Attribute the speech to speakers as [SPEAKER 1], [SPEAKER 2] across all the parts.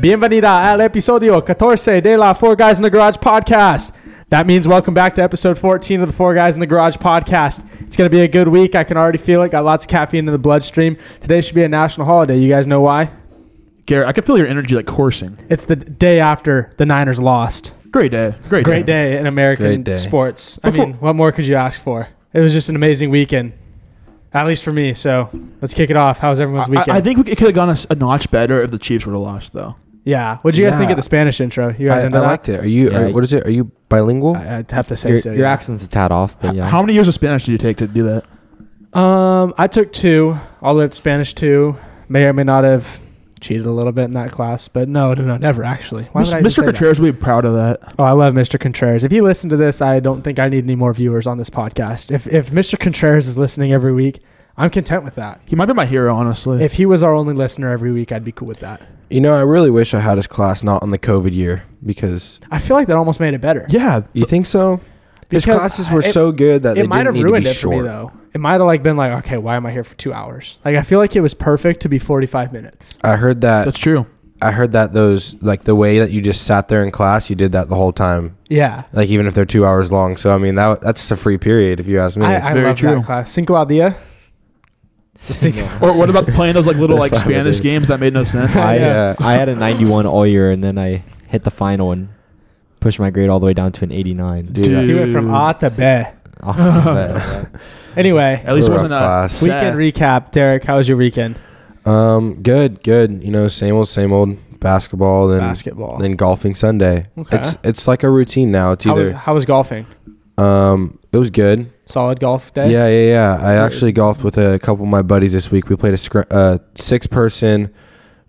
[SPEAKER 1] Bienvenida al episodio 14 de la Four Guys in the Garage podcast. That means welcome back to episode 14 of the Four Guys in the Garage podcast. It's going to be a good week. I can already feel it. Got lots of caffeine in the bloodstream. Today should be a national holiday. You guys know why?
[SPEAKER 2] Garrett, I can feel your energy like coursing.
[SPEAKER 1] It's the day after the Niners lost.
[SPEAKER 2] Great day. Great,
[SPEAKER 1] Great day in American
[SPEAKER 3] Great day.
[SPEAKER 1] sports. I
[SPEAKER 2] Before-
[SPEAKER 1] mean, what more could you ask for? It was just an amazing weekend, at least for me. So let's kick it off. How was everyone's
[SPEAKER 2] I,
[SPEAKER 1] weekend?
[SPEAKER 2] I think we- it could have gone a, s- a notch better if the Chiefs would have lost, though.
[SPEAKER 1] yeah. What would you guys think
[SPEAKER 3] Yeah.
[SPEAKER 1] of the Spanish intro? You guys
[SPEAKER 3] I, I
[SPEAKER 1] into that?
[SPEAKER 3] liked it. Are you?
[SPEAKER 4] Yeah,
[SPEAKER 3] are- what is it? Are you bilingual?
[SPEAKER 1] I, I'd have to say
[SPEAKER 3] your,
[SPEAKER 1] so.
[SPEAKER 3] your
[SPEAKER 1] yeah.
[SPEAKER 3] accent's a tad off, but
[SPEAKER 2] H-
[SPEAKER 3] yeah.
[SPEAKER 2] How many years of Spanish did you take to do that?
[SPEAKER 1] Um, I took two, all the way up to Spanish two. May or may not have cheated a little bit in that class, but no, no, no, never actually. Why
[SPEAKER 2] Mis-
[SPEAKER 1] would I even say
[SPEAKER 2] Mr.
[SPEAKER 1] that?
[SPEAKER 2] Contreras would be proud of that.
[SPEAKER 1] Oh, I love Mr. Contreras. If you listen to this, I don't think I need any more viewers on this podcast. If if Mr. Contreras is listening every week, I'm content with that.
[SPEAKER 2] He might be my hero, honestly.
[SPEAKER 1] If he was our only listener every week, I'd be cool with that.
[SPEAKER 3] you know, I really wish I had his class not on the COVID year because
[SPEAKER 1] I feel like that almost made it better.
[SPEAKER 2] yeah.
[SPEAKER 3] you think so. His
[SPEAKER 1] Because
[SPEAKER 3] classes
[SPEAKER 1] I-
[SPEAKER 3] were
[SPEAKER 1] it-
[SPEAKER 3] so good that
[SPEAKER 1] it
[SPEAKER 3] they
[SPEAKER 1] might
[SPEAKER 3] didn't
[SPEAKER 1] have
[SPEAKER 3] need
[SPEAKER 1] ruined
[SPEAKER 3] to
[SPEAKER 1] it
[SPEAKER 3] be
[SPEAKER 1] for
[SPEAKER 3] short.
[SPEAKER 1] me though. It might have like been like, okay, why am I here for two hours? Like I feel like it was perfect to be 45 minutes.
[SPEAKER 3] I heard that.
[SPEAKER 2] That's true.
[SPEAKER 3] I heard that those like the way that you just sat there in class, you did that the whole time.
[SPEAKER 1] Yeah.
[SPEAKER 3] Like even if they're two hours long. So I mean, that that's just a free period if you ask me.
[SPEAKER 1] I, I
[SPEAKER 2] Very
[SPEAKER 1] love
[SPEAKER 2] true.
[SPEAKER 1] that class. Cinco al dia. Cinco.
[SPEAKER 2] Or what about playing those like little like
[SPEAKER 3] That's fine,
[SPEAKER 2] Spanish
[SPEAKER 3] dude.
[SPEAKER 2] games that made no sense?
[SPEAKER 1] Yeah.
[SPEAKER 4] I,
[SPEAKER 3] Yeah.
[SPEAKER 4] uh, I had a 91 all year, and then I hit the final and pushed my grade all the way down to an 89.
[SPEAKER 3] Dude,
[SPEAKER 1] He went from A to B.
[SPEAKER 4] Off the bat.
[SPEAKER 1] Anyway,
[SPEAKER 2] At least it
[SPEAKER 3] Rough
[SPEAKER 2] wasn't a
[SPEAKER 3] class.
[SPEAKER 1] weekend
[SPEAKER 2] sad.
[SPEAKER 1] recap. Derek, how was your weekend?
[SPEAKER 3] um, good, good. You know, same old, same old. Basketball then
[SPEAKER 1] Basketball.
[SPEAKER 3] then golfing Sunday.
[SPEAKER 1] Okay.
[SPEAKER 3] It's it's like a routine now. It's
[SPEAKER 1] how, was,
[SPEAKER 3] either
[SPEAKER 1] how was golfing?
[SPEAKER 3] um, it was good.
[SPEAKER 1] Solid golf day.
[SPEAKER 3] Yeah, yeah, yeah. I
[SPEAKER 1] Yeah.
[SPEAKER 3] actually golfed with a couple of my buddies this week. We played a scr- uh, six person,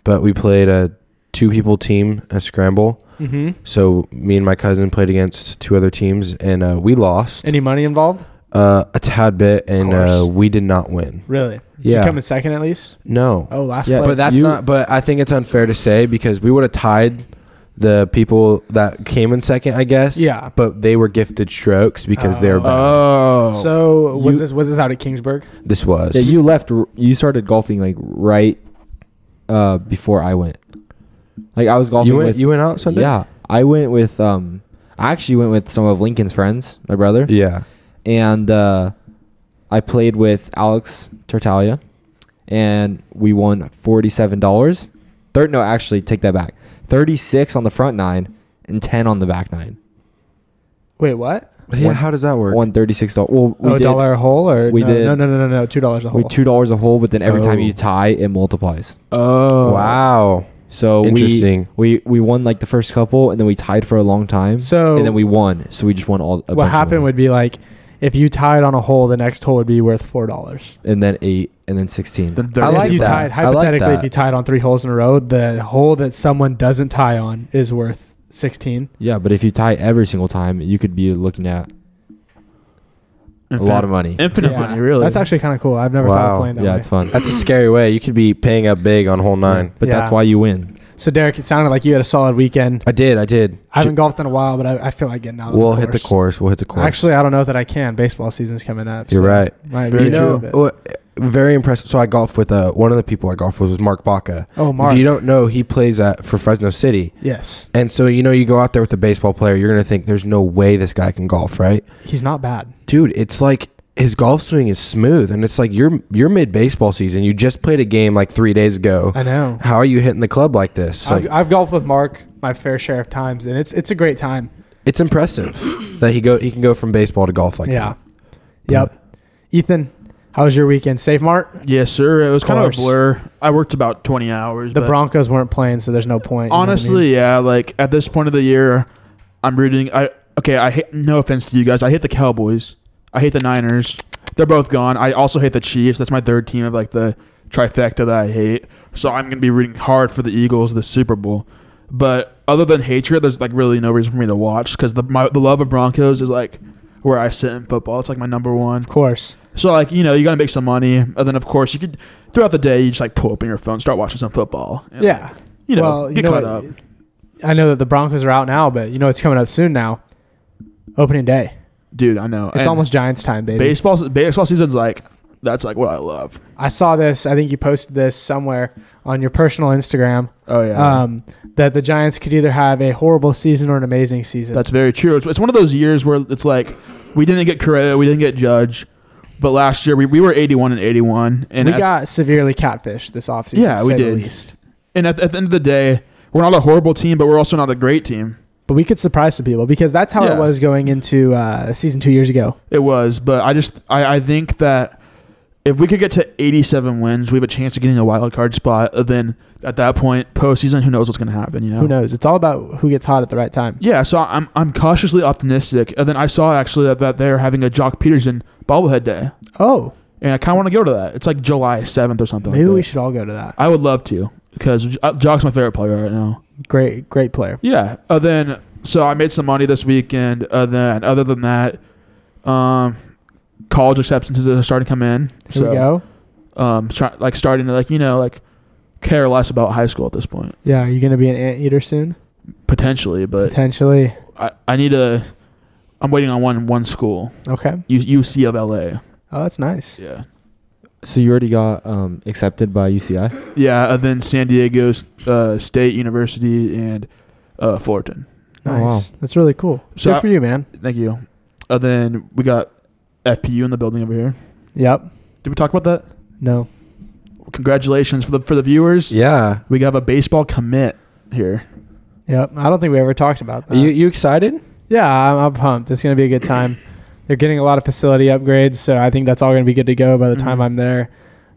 [SPEAKER 3] but we played a two people team, a scramble.
[SPEAKER 1] Mm-hmm.
[SPEAKER 3] So me and my cousin played against two other teams, and uh, we lost
[SPEAKER 1] Any money involved?
[SPEAKER 3] uh, a tad bit, and uh,
[SPEAKER 1] course.
[SPEAKER 3] we did not win.
[SPEAKER 1] Really? Did
[SPEAKER 3] Yeah.
[SPEAKER 1] You come in second at least.
[SPEAKER 3] No.
[SPEAKER 1] Oh, last
[SPEAKER 3] yeah,
[SPEAKER 1] place.
[SPEAKER 3] but that's
[SPEAKER 1] You-
[SPEAKER 3] not. But I think it's unfair to say because we would have tied the people that came in second, I guess.
[SPEAKER 1] Yeah.
[SPEAKER 3] But they were gifted strokes because they're
[SPEAKER 1] Oh.
[SPEAKER 3] bad.
[SPEAKER 2] Oh.
[SPEAKER 1] So was
[SPEAKER 4] You-
[SPEAKER 1] this was this out at Kingsburg?
[SPEAKER 3] this was.
[SPEAKER 4] Yeah, you left. r- You started golfing like right uh, before I went. Like I was golfing
[SPEAKER 3] you went.
[SPEAKER 4] with.
[SPEAKER 3] you went out Sunday.
[SPEAKER 4] yeah, I went with. Um, I actually went with some of Lincoln's friends, my brother,
[SPEAKER 3] Yeah.
[SPEAKER 4] and uh, I played with Alex Tertalia, and we won forty-seven dollars. Third, no, actually, take that back. Thirty-six on the front nine and ten on the back nine.
[SPEAKER 1] Wait, what?
[SPEAKER 3] Yeah,
[SPEAKER 4] One-
[SPEAKER 3] how does that work?
[SPEAKER 4] Won thirty-six dollars. Well, we
[SPEAKER 1] oh, a
[SPEAKER 4] did.
[SPEAKER 1] dollar a hole, or
[SPEAKER 4] we
[SPEAKER 1] no,
[SPEAKER 4] did-
[SPEAKER 1] No, no, no, no, no, two dollars a hole.
[SPEAKER 4] We two dollars a hole, but then every time
[SPEAKER 3] Oh.
[SPEAKER 4] you tie, it multiplies.
[SPEAKER 2] oh.
[SPEAKER 3] Wow.
[SPEAKER 4] So we
[SPEAKER 3] Interesting.
[SPEAKER 4] we we won like the first couple, and then we tied for a long time.
[SPEAKER 1] So-
[SPEAKER 4] and then we won. So we just won all.
[SPEAKER 1] what
[SPEAKER 4] A bunch of
[SPEAKER 1] happened
[SPEAKER 4] money.
[SPEAKER 1] would be like if you tied on a hole, the next hole would be worth four dollars.
[SPEAKER 4] and then eight, and then sixteen.
[SPEAKER 2] Then
[SPEAKER 3] I
[SPEAKER 1] if
[SPEAKER 3] like
[SPEAKER 1] you
[SPEAKER 3] that.
[SPEAKER 1] tied
[SPEAKER 3] I like
[SPEAKER 1] hypothetically, if
[SPEAKER 3] that.
[SPEAKER 1] you tied on three holes in a row, the hole that someone doesn't tie on is worth sixteen.
[SPEAKER 4] yeah, but if you tie every single time, you could be looking at a lot of money.
[SPEAKER 2] Infinite
[SPEAKER 1] Yeah.
[SPEAKER 2] money, really.
[SPEAKER 1] That's actually kind of cool. I've never thought of
[SPEAKER 3] Wow.
[SPEAKER 1] playing that.
[SPEAKER 4] yeah,
[SPEAKER 1] way.
[SPEAKER 4] it's fun.
[SPEAKER 3] That's a scary way. You could be paying up big on hole nine.
[SPEAKER 4] But that's
[SPEAKER 1] Yeah.
[SPEAKER 4] why you win.
[SPEAKER 1] So Derek, it sounded like you had a solid weekend.
[SPEAKER 3] I did. I did.
[SPEAKER 1] I haven't golfed in a while, but I, I feel like getting out.
[SPEAKER 3] we'll
[SPEAKER 1] of the
[SPEAKER 3] hit the course. We'll hit the course.
[SPEAKER 1] Actually, I don't know that I can. Baseball season's coming up.
[SPEAKER 3] you're
[SPEAKER 1] so
[SPEAKER 3] right.
[SPEAKER 1] Might
[SPEAKER 2] Very
[SPEAKER 3] you
[SPEAKER 1] be
[SPEAKER 3] know,
[SPEAKER 1] true.
[SPEAKER 2] true.
[SPEAKER 3] well, very impressive. So I golfed with uh, one of the people I golfed with was Mark Baca.
[SPEAKER 1] oh, Mark.
[SPEAKER 3] If you don't know, he plays at for Fresno City.
[SPEAKER 1] yes,
[SPEAKER 3] And so you know, you go out there with a baseball player, you're gonna think there's no way this guy can golf, right?
[SPEAKER 1] he's not bad.
[SPEAKER 3] Dude, it's like his golf swing is smooth, and it's like you're you're mid baseball season. You just played a game like three days ago.
[SPEAKER 1] I know.
[SPEAKER 3] How are you hitting the club like this? Like,
[SPEAKER 1] I've, I've golfed with Mark my fair share of times, and it's it's a great time.
[SPEAKER 3] it's impressive that he go he can go from baseball to golf like
[SPEAKER 1] yeah.
[SPEAKER 3] that.
[SPEAKER 1] Yep. Ethan, how was your weekend? Safe Mart.
[SPEAKER 2] yes, sir. It was kind of a
[SPEAKER 1] Course.
[SPEAKER 2] blur. I worked about 20 hours.
[SPEAKER 1] The
[SPEAKER 2] but-
[SPEAKER 1] Broncos weren't playing, so there's no point. you know what I mean?
[SPEAKER 2] Honestly, yeah. Like at this point of the year, I'm rooting. I okay. I hate. No offense to you guys. I hate the Cowboys. I hate the Niners. They're both gone. I also hate the Chiefs. That's my third team of like the trifecta that I hate. So I'm gonna be rooting hard for the Eagles the Super Bowl. But other than hatred, there's like really no reason for me to watch because the my, the love of Broncos is like where I sit in football. It's like my number one.
[SPEAKER 1] of course.
[SPEAKER 2] So like you know you gotta make some money, and then of course you could throughout the day you just like pull up on your phone, start watching some football. and,
[SPEAKER 1] Yeah.
[SPEAKER 2] like, you know,
[SPEAKER 1] Well, you
[SPEAKER 2] get
[SPEAKER 1] know
[SPEAKER 2] caught
[SPEAKER 1] what-
[SPEAKER 2] up.
[SPEAKER 1] I know that the Broncos are out now, but you know it's coming up soon now. Opening day.
[SPEAKER 2] Dude, I know.
[SPEAKER 1] It's
[SPEAKER 2] And
[SPEAKER 1] almost Giants time, baby.
[SPEAKER 2] baseball. Baseball season's like That's like what I love.
[SPEAKER 1] I saw this. I think you posted this somewhere on your personal Instagram.
[SPEAKER 2] Oh yeah,
[SPEAKER 1] Um, that the Giants could either have a horrible season or an amazing season.
[SPEAKER 2] that's very true. It's, it's one of those years where it's like we didn't get Correa, we didn't get Judge, but last year we, we were 81 and 81, and
[SPEAKER 1] we
[SPEAKER 2] at,
[SPEAKER 1] got severely catfished this offseason.
[SPEAKER 2] Yeah,
[SPEAKER 1] to
[SPEAKER 2] we
[SPEAKER 1] say the
[SPEAKER 2] did.
[SPEAKER 1] least.
[SPEAKER 2] and at, at the end of the day, we're not a horrible team, but we're also not a great team.
[SPEAKER 1] But we could surprise some people because that's how
[SPEAKER 2] Yeah.
[SPEAKER 1] it was going into uh, season two years ago.
[SPEAKER 2] It was, but I just I, I think that if we could get to 87 wins, we have a chance of getting a wild card spot. Uh, Then at that point, postseason, who knows what's going to happen? You know,
[SPEAKER 1] Who knows? It's all about who gets hot at the right time.
[SPEAKER 2] Yeah, so I'm I'm cautiously optimistic. And then I saw actually that, that they're having a Jock Peterson bobblehead day,
[SPEAKER 1] Oh,
[SPEAKER 2] and I kind of want to go to that. It's like July 7th or something.
[SPEAKER 1] maybe
[SPEAKER 2] like
[SPEAKER 1] we
[SPEAKER 2] that.
[SPEAKER 1] should all go to that.
[SPEAKER 2] I would love to because J- uh, Jock's my favorite player right now.
[SPEAKER 1] Great, great player.
[SPEAKER 2] Yeah. Uh, then so I made some money this weekend. Uh, then other than that, um, college acceptances are starting to come in.
[SPEAKER 1] Here
[SPEAKER 2] so
[SPEAKER 1] we go.
[SPEAKER 2] um, try, like starting to like you know like care less about high school at this point
[SPEAKER 1] Yeah, are you going to be an anteater soon?
[SPEAKER 2] potentially, but
[SPEAKER 1] Potentially.
[SPEAKER 2] I, I need a. I'm waiting on one one school,
[SPEAKER 1] Okay.
[SPEAKER 2] U, UC of LA.
[SPEAKER 1] Oh, that's nice.
[SPEAKER 2] Yeah.
[SPEAKER 4] So you already got um, accepted by UCI.
[SPEAKER 2] Yeah, and then San Diego uh, State University and uh, Fullerton.
[SPEAKER 4] Oh,
[SPEAKER 1] Nice.
[SPEAKER 4] wow.
[SPEAKER 1] That's really cool.
[SPEAKER 2] So
[SPEAKER 1] Good
[SPEAKER 2] I-
[SPEAKER 1] for you, man.
[SPEAKER 2] Thank you. Uh, then we got FPU in the building over here.
[SPEAKER 1] Yep.
[SPEAKER 2] Did we talk about that?
[SPEAKER 1] No.
[SPEAKER 2] Congratulations for the for the viewers.
[SPEAKER 3] Yeah.
[SPEAKER 2] We have a baseball commit here.
[SPEAKER 1] Yep. I don't think we ever talked about that.
[SPEAKER 3] you you excited?
[SPEAKER 1] yeah, I'm, I'm pumped. It's going to be a good time. They're getting a lot of facility upgrades, so I think that's all going to be good to go by the time
[SPEAKER 2] Mhm.
[SPEAKER 1] I'm there.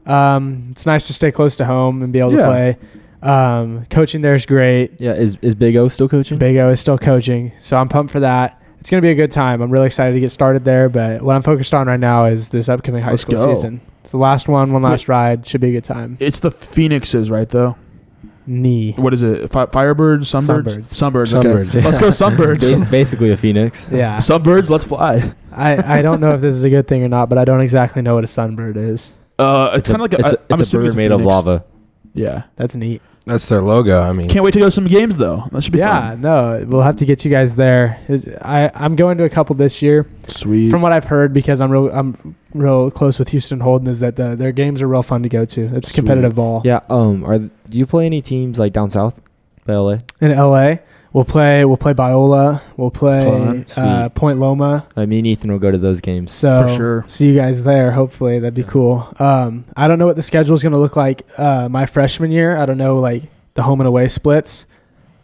[SPEAKER 1] Um, it's nice to stay close to home and be able to
[SPEAKER 2] Yeah.
[SPEAKER 1] play. Um, coaching there is great.
[SPEAKER 4] Yeah, is is Big O still coaching?
[SPEAKER 1] Big O is still coaching, so I'm pumped for that. It's going to be a good time. I'm really excited to get started there, but what I'm focused on right now is this upcoming high
[SPEAKER 2] Let's
[SPEAKER 1] school
[SPEAKER 2] go.
[SPEAKER 1] season. It's the last one, one last ride. Should be a good time.
[SPEAKER 2] It's the Phoenixes, right? Though.
[SPEAKER 1] Knee.
[SPEAKER 2] What is it? Fi Firebirds, sunbirds, sunbirds. okay.
[SPEAKER 3] Sunbirds, yeah.
[SPEAKER 2] Let's go sunbirds.
[SPEAKER 4] Ba- basically a phoenix.
[SPEAKER 1] Yeah.
[SPEAKER 2] sunbirds. Let's fly.
[SPEAKER 1] I, I don't know if this is a good thing or not, but I don't exactly know what a sunbird is.
[SPEAKER 2] Uh, it's,
[SPEAKER 4] a-
[SPEAKER 2] kind of like
[SPEAKER 4] it's
[SPEAKER 2] a,
[SPEAKER 4] a,
[SPEAKER 2] I'm
[SPEAKER 4] it's a
[SPEAKER 2] assuming
[SPEAKER 4] bird
[SPEAKER 2] it's
[SPEAKER 4] made of
[SPEAKER 2] phoenix.
[SPEAKER 4] lava.
[SPEAKER 2] Yeah.
[SPEAKER 1] That's neat.
[SPEAKER 3] That's their logo. I mean,
[SPEAKER 2] Can't wait to go to some games though. That should be
[SPEAKER 1] yeah,
[SPEAKER 2] fun.
[SPEAKER 1] no, we'll have to get you guys there. Is- I I'm going to a couple this year,
[SPEAKER 2] Sweet.
[SPEAKER 1] from what I've heard, because I'm real I'm real close with Houston Holden. Is that the, their games are real fun to go to? It's
[SPEAKER 2] Sweet.
[SPEAKER 1] competitive ball.
[SPEAKER 4] Yeah. Um. Are th- do you play any teams like down south, by LA?
[SPEAKER 1] in LA. We'll play. We'll play Biola. We'll play
[SPEAKER 2] Fun.
[SPEAKER 1] uh,
[SPEAKER 4] Sweet.
[SPEAKER 1] Point Loma.
[SPEAKER 4] I mean, Ethan will go to those games.
[SPEAKER 1] So
[SPEAKER 2] sure.
[SPEAKER 1] see you guys there. Hopefully that'd be
[SPEAKER 4] Yeah.
[SPEAKER 1] cool. Um, I don't know what the schedule is going to look like uh, my freshman year. I don't know like the home and away splits,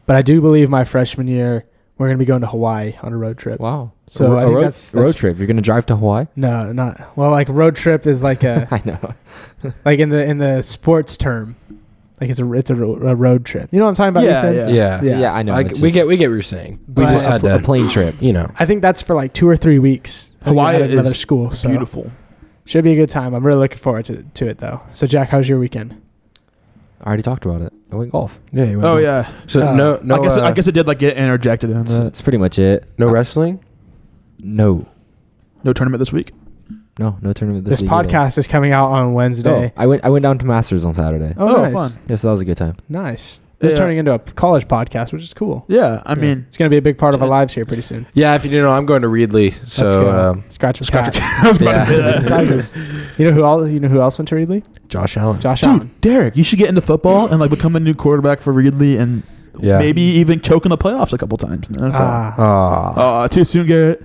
[SPEAKER 1] but I do believe my freshman year we're going to be going to Hawaii on a road trip.
[SPEAKER 4] Wow.
[SPEAKER 1] So
[SPEAKER 4] a, ro-
[SPEAKER 1] I
[SPEAKER 4] a
[SPEAKER 1] think
[SPEAKER 4] road,
[SPEAKER 1] that's-
[SPEAKER 4] a road
[SPEAKER 1] that's-
[SPEAKER 4] trip. You're gonna drive to Hawaii.
[SPEAKER 1] No, not well. Like road trip is like a
[SPEAKER 4] I know.
[SPEAKER 1] like in the in the sports term, like it's a it's a, ro- a road trip. You know what I'm talking about?
[SPEAKER 2] Yeah,
[SPEAKER 1] Ethan?
[SPEAKER 2] yeah.
[SPEAKER 3] yeah.
[SPEAKER 1] Yeah.
[SPEAKER 4] I know.
[SPEAKER 3] I
[SPEAKER 4] it's
[SPEAKER 3] c- we
[SPEAKER 4] just-
[SPEAKER 3] get we get what you're saying. We
[SPEAKER 1] But-
[SPEAKER 3] just
[SPEAKER 1] Yeah,
[SPEAKER 3] had
[SPEAKER 4] a
[SPEAKER 3] to,
[SPEAKER 4] plane trip.
[SPEAKER 3] you know.
[SPEAKER 1] I think that's for like two or three weeks. I think I
[SPEAKER 2] Hawaii
[SPEAKER 1] had another
[SPEAKER 2] is
[SPEAKER 1] school. So.
[SPEAKER 2] Beautiful.
[SPEAKER 1] Should be a good time. I'm really looking forward to, to it though. So Jack, how's your weekend?
[SPEAKER 4] I already talked about it. I went golf.
[SPEAKER 3] Yeah. you went
[SPEAKER 2] Oh
[SPEAKER 3] on.
[SPEAKER 2] yeah.
[SPEAKER 3] So
[SPEAKER 1] Uh,
[SPEAKER 3] no no
[SPEAKER 2] I guess
[SPEAKER 3] uh,
[SPEAKER 2] I guess it did like get interjected in
[SPEAKER 4] That's,
[SPEAKER 2] that.
[SPEAKER 4] that's pretty much it.
[SPEAKER 3] no
[SPEAKER 4] I-
[SPEAKER 3] wrestling.
[SPEAKER 4] No.
[SPEAKER 2] No tournament this week.
[SPEAKER 4] No. No tournament
[SPEAKER 1] This,
[SPEAKER 4] this. week either.
[SPEAKER 1] podcast is coming out on
[SPEAKER 4] No.
[SPEAKER 1] Wednesday.
[SPEAKER 4] Oh, I went. I went down to Masters on Saturday.
[SPEAKER 1] Oh, nice.
[SPEAKER 4] Yeah. So that was a good time.
[SPEAKER 1] Nice. This is
[SPEAKER 2] Yeah.
[SPEAKER 1] turning into a p- college podcast, which is cool.
[SPEAKER 2] Yeah, I
[SPEAKER 4] Yeah.
[SPEAKER 2] mean,
[SPEAKER 1] It's going to be a big part of our lives here pretty soon.
[SPEAKER 3] Yeah, if you didn't know, I'm going to Reedley. So
[SPEAKER 1] good.
[SPEAKER 3] um,
[SPEAKER 1] Scratch and
[SPEAKER 2] Scratch
[SPEAKER 1] uh, Scratch.
[SPEAKER 2] I was about to say
[SPEAKER 3] Yeah.
[SPEAKER 2] that.
[SPEAKER 1] Tigers. You know who else? You know who else went to Reedley?
[SPEAKER 3] Josh Allen.
[SPEAKER 1] Josh Allen.
[SPEAKER 2] Dude, Derek, you should get into football and like become a new quarterback for Ridley and
[SPEAKER 3] Yeah.
[SPEAKER 2] maybe even choke in the playoffs a couple times. in the NFL.
[SPEAKER 1] Ah,
[SPEAKER 3] Aw.
[SPEAKER 2] Uh, too soon, Garrett.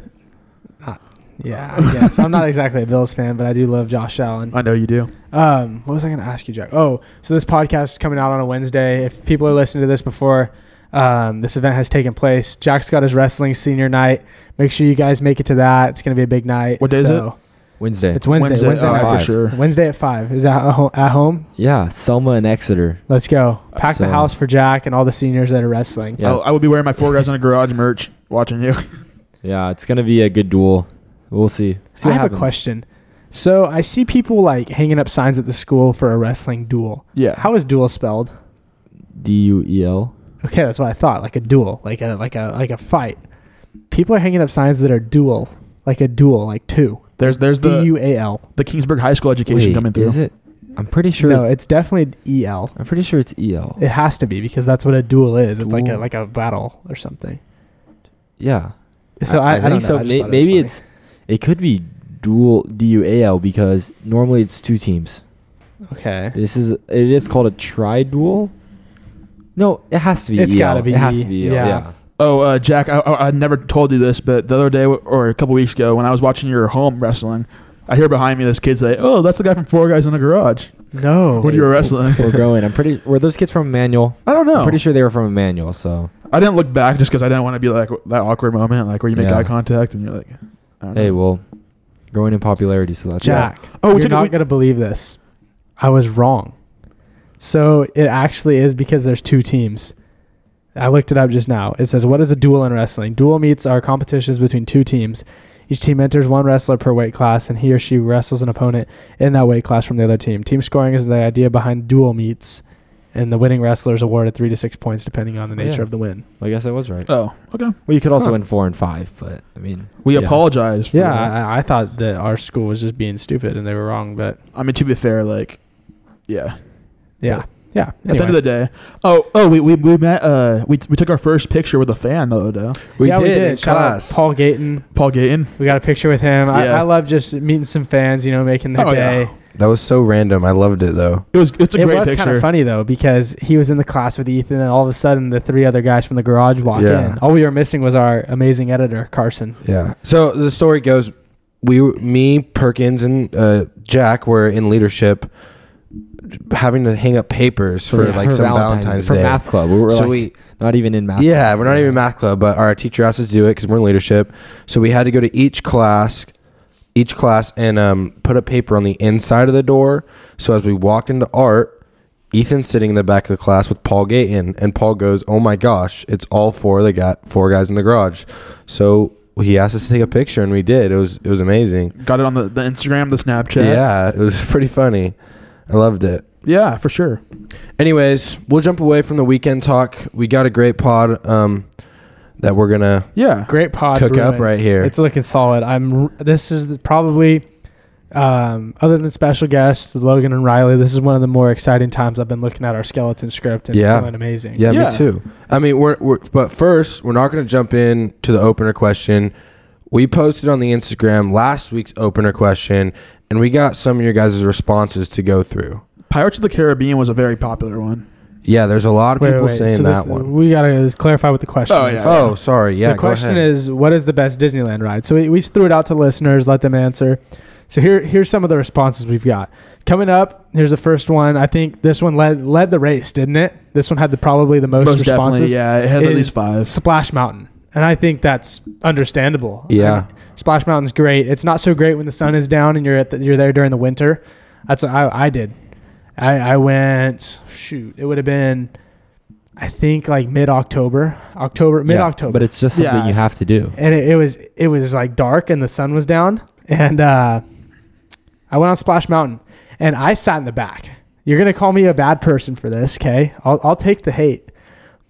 [SPEAKER 1] yeah. I guess I'm not exactly a Bills fan, but I do love Josh Allen.
[SPEAKER 2] I know you do.
[SPEAKER 1] Um, what was I going to ask you, Jack? Oh, so this podcast is coming out on a Wednesday. If people are listening to this before um, this event has taken place, Jack's got his wrestling senior night. Make sure you guys make it to that. It's going to be a big night.
[SPEAKER 2] What day is
[SPEAKER 4] Wednesday.
[SPEAKER 1] It's Wednesday. Wednesday,
[SPEAKER 2] oh,
[SPEAKER 1] night.
[SPEAKER 2] for
[SPEAKER 4] Five.
[SPEAKER 2] sure.
[SPEAKER 1] Wednesday at five. Is that at ho- at home?
[SPEAKER 4] yeah. Selma and Exeter.
[SPEAKER 1] Let's go. Pack the
[SPEAKER 4] Uh, So-
[SPEAKER 1] house for Jack and all the seniors that are wrestling.
[SPEAKER 4] Yeah.
[SPEAKER 2] Oh, I will be wearing my four guys on a garage merch, watching you.
[SPEAKER 4] Yeah. It's gonna be a good duel. We'll see. see
[SPEAKER 1] I
[SPEAKER 4] what
[SPEAKER 1] have
[SPEAKER 4] happens.
[SPEAKER 1] a question. So I see people like hanging up signs at the school for a wrestling duel.
[SPEAKER 2] yeah.
[SPEAKER 1] How is duel spelled?
[SPEAKER 4] D U E L.
[SPEAKER 1] Okay, that's what I thought. Like a duel, like a like a like a fight. People are hanging up signs that are duel, like a duel, like two.
[SPEAKER 2] There's there's
[SPEAKER 1] D
[SPEAKER 2] the
[SPEAKER 1] U A L.
[SPEAKER 2] the Kingsburg High School education
[SPEAKER 4] Wait,
[SPEAKER 2] coming through.
[SPEAKER 4] Is it? I'm pretty sure.
[SPEAKER 1] No,
[SPEAKER 4] it's,
[SPEAKER 1] it's definitely E L.
[SPEAKER 4] I'm pretty sure it's E L.
[SPEAKER 1] It has to be because that's what a duel is. It's like a
[SPEAKER 4] Duel.
[SPEAKER 1] like a battle or something.
[SPEAKER 4] Yeah.
[SPEAKER 1] So I, I, don't know. I
[SPEAKER 4] so.
[SPEAKER 1] just
[SPEAKER 4] May-
[SPEAKER 1] thought it was
[SPEAKER 4] maybe
[SPEAKER 1] funny.
[SPEAKER 4] it's. It could be dual DUAL because normally it's two teams.
[SPEAKER 1] Okay.
[SPEAKER 4] This is it is called a tri-dual. No, it has to be.
[SPEAKER 1] It's
[SPEAKER 4] EL.
[SPEAKER 1] gotta be
[SPEAKER 4] It has
[SPEAKER 1] E,
[SPEAKER 4] to be. EL,
[SPEAKER 1] yeah.
[SPEAKER 4] Yeah.
[SPEAKER 2] Oh, uh, Jack, I, I, I never told you this, but the other day or a couple weeks ago when I was watching your home wrestling, I hear behind me this kid say, "Oh, that's the guy from Four Guys in the Garage."
[SPEAKER 1] No.
[SPEAKER 2] When you were wrestling,
[SPEAKER 4] We're growing. I'm pretty. Were those kids from Emmanuel?
[SPEAKER 2] I don't
[SPEAKER 4] I'm
[SPEAKER 2] know.
[SPEAKER 4] pretty sure they were from Emmanuel. So
[SPEAKER 2] I didn't look back just because I didn't want to be like that awkward moment, like where you make
[SPEAKER 4] Yeah.
[SPEAKER 2] eye contact and you're like, I don't
[SPEAKER 4] hey,
[SPEAKER 2] know.
[SPEAKER 4] well, growing in popularity. So that's
[SPEAKER 1] Jack,
[SPEAKER 2] Oh, we
[SPEAKER 1] you're
[SPEAKER 2] took-
[SPEAKER 1] not
[SPEAKER 2] we-
[SPEAKER 1] gonna believe this. I was wrong. So it actually is because there's two teams. I looked it up just now. It says, "What is a duel in wrestling? Duel meets are competitions between two teams. Each team enters one wrestler per weight class, and he or she wrestles an opponent in that weight class from the other team. Team scoring is the idea behind duel meets, and the winning wrestler is awarded three to six points depending on the
[SPEAKER 4] Oh,
[SPEAKER 1] nature
[SPEAKER 4] yeah.
[SPEAKER 1] of the win.
[SPEAKER 4] Well, I guess I was right.
[SPEAKER 2] Oh, okay.
[SPEAKER 4] Well, you could also
[SPEAKER 2] Huh.
[SPEAKER 4] win four and five, but I mean,
[SPEAKER 2] We
[SPEAKER 4] yeah.
[SPEAKER 2] apologize. For
[SPEAKER 1] Yeah,
[SPEAKER 2] that.
[SPEAKER 1] I, I thought that our school was just being stupid and they were wrong, but
[SPEAKER 2] I mean to be fair, like, yeah.
[SPEAKER 1] yeah, yeah.
[SPEAKER 2] At the end of the day, oh, oh, we we, we met. Uh, we, we took our first picture with a fan the other day.
[SPEAKER 3] We,
[SPEAKER 1] yeah,
[SPEAKER 3] did,
[SPEAKER 1] we did.
[SPEAKER 3] in
[SPEAKER 1] Shout out
[SPEAKER 3] class.
[SPEAKER 1] Paul Gayton.
[SPEAKER 2] Paul Gayton.
[SPEAKER 1] We got a picture with him. I,
[SPEAKER 2] Yeah.
[SPEAKER 1] I love just meeting some fans, you know, making their
[SPEAKER 2] Oh,
[SPEAKER 1] day.
[SPEAKER 2] yeah.
[SPEAKER 3] That was so random. I loved it though.
[SPEAKER 2] It was it's a
[SPEAKER 1] it
[SPEAKER 2] great
[SPEAKER 1] was
[SPEAKER 2] picture.
[SPEAKER 1] kind of funny though because he was in the class with Ethan, and all of a sudden the three other guys from the garage walked
[SPEAKER 3] Yeah.
[SPEAKER 1] in. All we were missing was our amazing editor Carson.
[SPEAKER 3] Yeah. So the story goes, we, me, Perkins, and uh, Jack were in leadership, having to hang up papers for, like some Valentine's,
[SPEAKER 4] for
[SPEAKER 3] Day.
[SPEAKER 4] math club. We were
[SPEAKER 3] so
[SPEAKER 4] like,
[SPEAKER 3] we
[SPEAKER 4] not even in math.
[SPEAKER 3] yeah,
[SPEAKER 4] club.
[SPEAKER 3] we're not even math club, but our teacher asked us to do it because we're in leadership. So we had to go to each class, each class, and um, put a paper on the inside of the door. So as we walked into art, Ethan's sitting in the back of the class with Paul Gayton, and Paul goes, "Oh my gosh, it's all four of the guy, four guys in the garage." So he asked us to take a picture, and we did. It was it was amazing.
[SPEAKER 2] Got it on the, the Instagram, the Snapchat.
[SPEAKER 3] Yeah, it was pretty funny. I loved it.
[SPEAKER 2] yeah, for sure.
[SPEAKER 3] Anyways, we'll jump away from the weekend talk. We got a great pod um, that we're gonna
[SPEAKER 2] Yeah,
[SPEAKER 1] Great pod.
[SPEAKER 3] cook up
[SPEAKER 1] brewing.
[SPEAKER 3] right here.
[SPEAKER 1] It's looking solid. I'm. r- This is the, probably, um, other than special guests Logan and Riley, this is one of the more exciting times I've been looking at our skeleton script and
[SPEAKER 3] Yeah.
[SPEAKER 1] feeling amazing.
[SPEAKER 3] yeah,
[SPEAKER 2] Yeah.
[SPEAKER 3] me too. I mean, we're, we're but first, we're not going to jump in to the opener question. We posted on the Instagram last week's opener question, and we got some of your guys' responses to go through.
[SPEAKER 2] Pirates of the Caribbean was a very popular one.
[SPEAKER 3] Yeah, there's a lot of
[SPEAKER 1] Wait,
[SPEAKER 3] people
[SPEAKER 1] wait,
[SPEAKER 3] saying
[SPEAKER 1] so
[SPEAKER 3] that
[SPEAKER 1] this-
[SPEAKER 3] one.
[SPEAKER 1] We gotta clarify what the question
[SPEAKER 2] Oh,
[SPEAKER 1] is.
[SPEAKER 2] yeah.
[SPEAKER 3] Oh, sorry. Yeah,
[SPEAKER 1] the question is, what is the best Disneyland ride? So we, we threw it out to listeners, let them answer. So here, here's some of the responses we've got coming up. Here's the first one. I think this one led led the race, didn't it? This one had the probably the most, responses.
[SPEAKER 2] definitely, yeah. It had at
[SPEAKER 1] is-
[SPEAKER 2] least five.
[SPEAKER 1] Splash Mountain, and I think that's understandable.
[SPEAKER 3] Yeah.
[SPEAKER 1] I- Splash Mountain's great. It's not so great when the sun is down and you're at the, you're there during the winter. That's what I, I did. I, I went shoot. It would have been, I think like mid October, October mid October
[SPEAKER 4] But it's just something
[SPEAKER 2] Yeah.
[SPEAKER 4] you have to do.
[SPEAKER 1] and it, it was it was like dark and the sun was down and uh, I went on Splash Mountain and I sat in the back. You're gonna call me a bad person for this, okay? I'll I'll take the hate,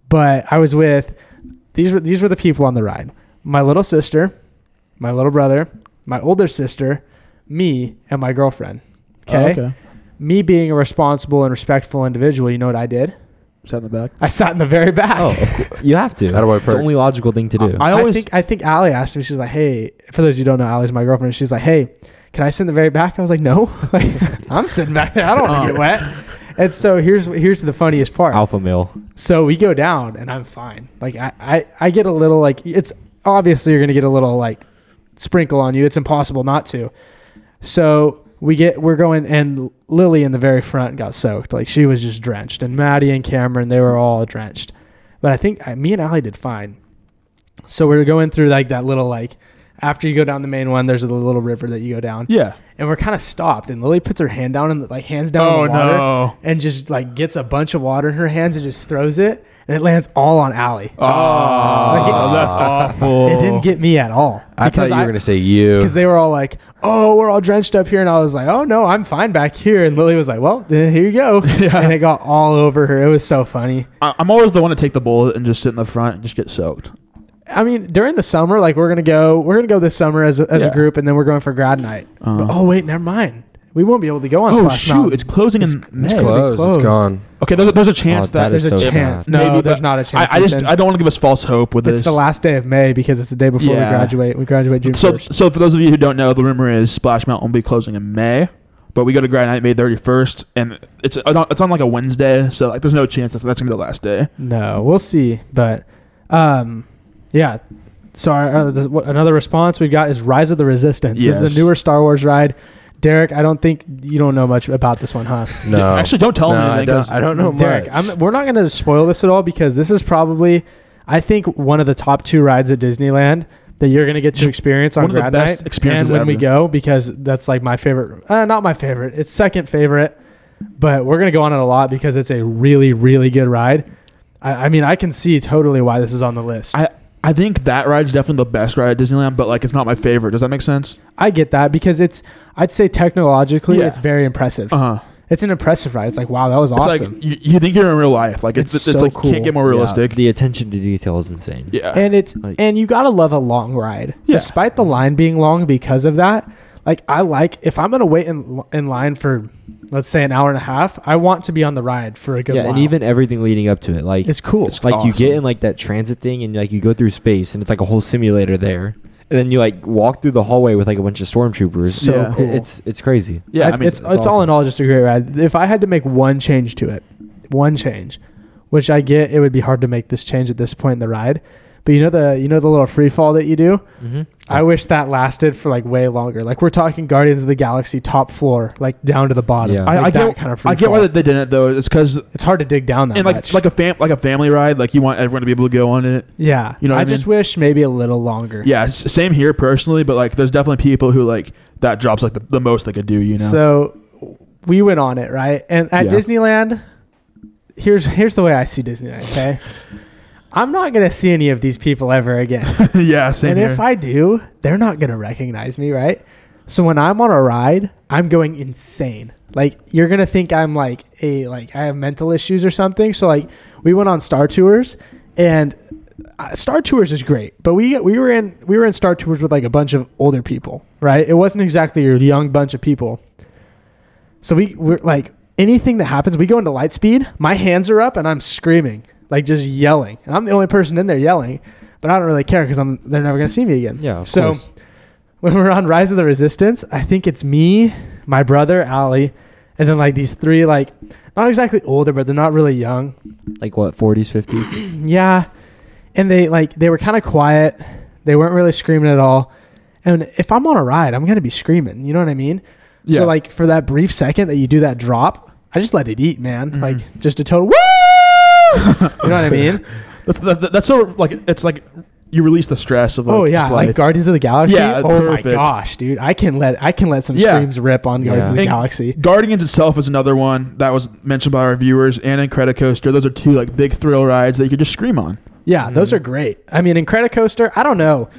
[SPEAKER 1] but I was with these were these were the people on the ride: my little sister, my little brother, my older sister, me, and my girlfriend. Okay,
[SPEAKER 2] Oh, okay.
[SPEAKER 1] me being a responsible and respectful individual, you know what I did?
[SPEAKER 2] Sat in the back.
[SPEAKER 1] I sat in the very back.
[SPEAKER 4] Oh, of course. you have to.
[SPEAKER 3] How do I
[SPEAKER 4] It's the
[SPEAKER 3] perk?
[SPEAKER 4] only logical thing to do.
[SPEAKER 2] I
[SPEAKER 1] I,
[SPEAKER 2] always
[SPEAKER 1] think I think Allie asked me. She's like, "Hey, for those of you who don't know, Allie's my girlfriend. She's like, "Hey, can I sit in the very back?" I was like, "No, like, I'm sitting back there. I don't
[SPEAKER 2] Oh.
[SPEAKER 1] want to get wet." And so here's here's the funniest part.
[SPEAKER 4] Alpha male.
[SPEAKER 1] So we go down, and I'm fine. Like I I, I get a little like it's obviously you're gonna get a little like sprinkle on you. It's impossible not to. So we get we're going and Lily in the very front got soaked. Like she was just drenched, and Maddie and Cameron they were all drenched. But I think I, me and Allie did fine. So we were going through like that little like after you go down the main one, there's a little river that you go down,
[SPEAKER 2] yeah.
[SPEAKER 1] and we're kind of stopped. And Lily puts her hand down and like hands down.
[SPEAKER 2] Oh
[SPEAKER 1] in the water,
[SPEAKER 2] no.
[SPEAKER 1] and just like gets a bunch of water in her hands and just throws it, and it lands all on Allie.
[SPEAKER 2] Oh, that's awful.
[SPEAKER 1] It didn't get me at all.
[SPEAKER 3] I thought
[SPEAKER 1] Because
[SPEAKER 3] you were
[SPEAKER 1] I-
[SPEAKER 3] going to say you.
[SPEAKER 1] because they were all like, "Oh, we're all drenched up here," and I was like, "Oh no, I'm fine back here." And Lily was like, "Well, eh, here you go,"
[SPEAKER 2] Yeah.
[SPEAKER 1] and it got all over her. It was so funny.
[SPEAKER 2] I, I'm always the one to take the bullet and just sit in the front and just get soaked.
[SPEAKER 1] I mean, during the summer, like we're gonna go, we're gonna go this summer as a, as
[SPEAKER 2] Yeah.
[SPEAKER 1] a group, and then we're going for grad night.
[SPEAKER 2] Uh,
[SPEAKER 1] But, oh wait, never mind. We won't be able to go on.
[SPEAKER 2] Oh
[SPEAKER 1] Splash
[SPEAKER 2] shoot!
[SPEAKER 1] Mountain.
[SPEAKER 2] It's closing in May.
[SPEAKER 3] It's
[SPEAKER 1] Hey, they
[SPEAKER 3] closed.
[SPEAKER 1] closed.
[SPEAKER 3] It's gone.
[SPEAKER 2] Okay, there's a, there's a chance
[SPEAKER 4] Oh,
[SPEAKER 2] that,
[SPEAKER 4] that is
[SPEAKER 1] There's a
[SPEAKER 4] so
[SPEAKER 1] chance.
[SPEAKER 4] sad.
[SPEAKER 1] No,
[SPEAKER 2] Maybe,
[SPEAKER 1] there's
[SPEAKER 2] but
[SPEAKER 1] not a chance.
[SPEAKER 2] I, I just
[SPEAKER 1] Ethan.
[SPEAKER 2] I don't want to give us false hope with
[SPEAKER 1] it's
[SPEAKER 2] this.
[SPEAKER 1] the last day of May because it's the day before
[SPEAKER 2] Yeah.
[SPEAKER 1] we graduate. We graduate June
[SPEAKER 2] so
[SPEAKER 1] 1st.
[SPEAKER 2] so for those of you who don't know, the rumor is Splash Mountain will be closing in May, but we go to Grand Night May 31st, and it's on- it's on like a Wednesday, so like there's no chance that that's gonna be the last day.
[SPEAKER 1] No, we'll see. But um, yeah. So our, uh, this, what, another response we've got is Rise of the Resistance. This
[SPEAKER 2] Yes.
[SPEAKER 1] is a newer Star Wars ride. Derek, I don't think you don't know much about this one, huh?
[SPEAKER 3] No.
[SPEAKER 2] Actually, don't tell
[SPEAKER 3] no,
[SPEAKER 2] me
[SPEAKER 3] I
[SPEAKER 2] anything. 'cause
[SPEAKER 3] don't, I don't know
[SPEAKER 1] Derek,
[SPEAKER 3] much.
[SPEAKER 1] I'm, we're not going to spoil this at all because this is probably, I think, one of the top two rides at Disneyland that you're going to get to
[SPEAKER 2] Just
[SPEAKER 1] experience on
[SPEAKER 2] one of the
[SPEAKER 1] grad
[SPEAKER 2] best
[SPEAKER 1] night
[SPEAKER 2] experiences
[SPEAKER 1] and when we
[SPEAKER 2] ever.
[SPEAKER 1] go because that's like my favorite. Uh, not my favorite. It's second favorite, but we're going to go on it a lot because it's a really, really good ride. I, I mean, I can see totally why this is on the list. I,
[SPEAKER 2] I I think that ride's definitely the best ride at Disneyland, but like it's not my favorite. Does that make sense?
[SPEAKER 1] get that because it's, I'd say technologically,
[SPEAKER 2] Yeah.
[SPEAKER 1] it's very impressive.
[SPEAKER 2] Uh huh.
[SPEAKER 1] it's an impressive ride. It's like, wow, that was
[SPEAKER 2] It's
[SPEAKER 1] awesome.
[SPEAKER 2] like you, you think you're in real life. Like it's it's,
[SPEAKER 1] It's so
[SPEAKER 2] like
[SPEAKER 1] cool.
[SPEAKER 2] can't get more realistic.
[SPEAKER 4] the attention to detail is insane.
[SPEAKER 2] Yeah.
[SPEAKER 1] and it's
[SPEAKER 4] Like-
[SPEAKER 1] and you gotta love a long ride
[SPEAKER 2] Uh, Yeah.
[SPEAKER 1] despite the line being long because of that like i like if i'm gonna wait in, in line for let's say an hour and a half i want to be on the ride for a good
[SPEAKER 4] yeah, and
[SPEAKER 1] while.
[SPEAKER 4] even everything leading up to it, like
[SPEAKER 1] it's cool
[SPEAKER 2] It's-
[SPEAKER 4] like you
[SPEAKER 2] awesome.
[SPEAKER 4] get in like that transit thing, and like you go through space, and it's like a whole simulator there, and then you like walk through the hallway with like a bunch of stormtroopers.
[SPEAKER 1] So
[SPEAKER 2] Yeah.
[SPEAKER 1] cool.
[SPEAKER 4] It's it's crazy.
[SPEAKER 2] yeah, I, mean,
[SPEAKER 1] it's,
[SPEAKER 2] it's,
[SPEAKER 1] it's, all in all just a great ride if i had to make one change to it one change which i get it would be hard to make this change at this point in the ride but you know the you know the little free fall that you do
[SPEAKER 4] Mm-hmm.
[SPEAKER 1] I wish that lasted for like way longer. Like we're talking Guardians of the Galaxy top floor, like down to the bottom.
[SPEAKER 4] Yeah.
[SPEAKER 2] I,
[SPEAKER 1] Like
[SPEAKER 2] I
[SPEAKER 1] that
[SPEAKER 2] get
[SPEAKER 1] kind of free
[SPEAKER 2] I get
[SPEAKER 1] fall.
[SPEAKER 2] why they didn't though. It's because
[SPEAKER 1] it's hard to dig down that
[SPEAKER 2] and like
[SPEAKER 1] much.
[SPEAKER 2] like a fam like a family ride. Like you want everyone to be able to go on it.
[SPEAKER 1] yeah,
[SPEAKER 2] you know what
[SPEAKER 1] I,
[SPEAKER 2] I
[SPEAKER 1] just wish maybe a little longer.
[SPEAKER 2] Yeah, s- same here personally, but like there's definitely people who like that job's like the, the most they could do. You know.
[SPEAKER 1] So we went on it right, and at
[SPEAKER 2] Yeah.
[SPEAKER 1] Disneyland, here's here's the way I see Disneyland. Okay, I'm not gonna see any of these people ever again,
[SPEAKER 2] yeah, same
[SPEAKER 1] and
[SPEAKER 2] here.
[SPEAKER 1] if I do, they're not gonna recognize me, right? So when I'm on a ride, I'm going insane. Like you're gonna think I'm like a like I have mental issues or something. So like we went on Star Tours, and uh, Star Tours is great, but we we were in we were in Star Tours with like a bunch of older people, right? It wasn't exactly your young bunch of people. So we we're like anything that happens, we go into light speed, my hands are up and I'm screaming, like just yelling. And I'm the only person in there yelling, but I don't really care because I'm they're never gonna see me again.
[SPEAKER 4] Yeah, of
[SPEAKER 1] so
[SPEAKER 4] course.
[SPEAKER 1] when we're on Rise of the Resistance, I think it's me, my brother Ali, and then like these three like not exactly older, but they're not really young
[SPEAKER 4] Like what, forties, fifties?
[SPEAKER 1] yeah and they like they were kind of quiet they weren't really screaming at all and if i'm on a ride i'm gonna be screaming you know what i mean
[SPEAKER 2] Yeah.
[SPEAKER 1] so like for that brief second that you do that drop i just let it eat man
[SPEAKER 2] Mhm.
[SPEAKER 1] like just a total woo you know what i mean
[SPEAKER 2] that's that, that's so like it's like you release the stress of like,
[SPEAKER 1] oh yeah
[SPEAKER 2] just
[SPEAKER 1] like
[SPEAKER 2] life.
[SPEAKER 1] guardians of the galaxy
[SPEAKER 2] Yeah,
[SPEAKER 1] oh my
[SPEAKER 2] perfect.
[SPEAKER 1] gosh dude i can let i can let some
[SPEAKER 2] Yeah.
[SPEAKER 1] screams rip on guardians
[SPEAKER 4] Yeah.
[SPEAKER 1] of the
[SPEAKER 2] And-
[SPEAKER 1] galaxy
[SPEAKER 2] Guardians itself is another one that was mentioned by our viewers, and Incredicoaster. Those are two like big thrill rides that you could just scream on.
[SPEAKER 1] yeah those
[SPEAKER 2] Mm-hmm.
[SPEAKER 1] are great i mean incredicoaster i don't know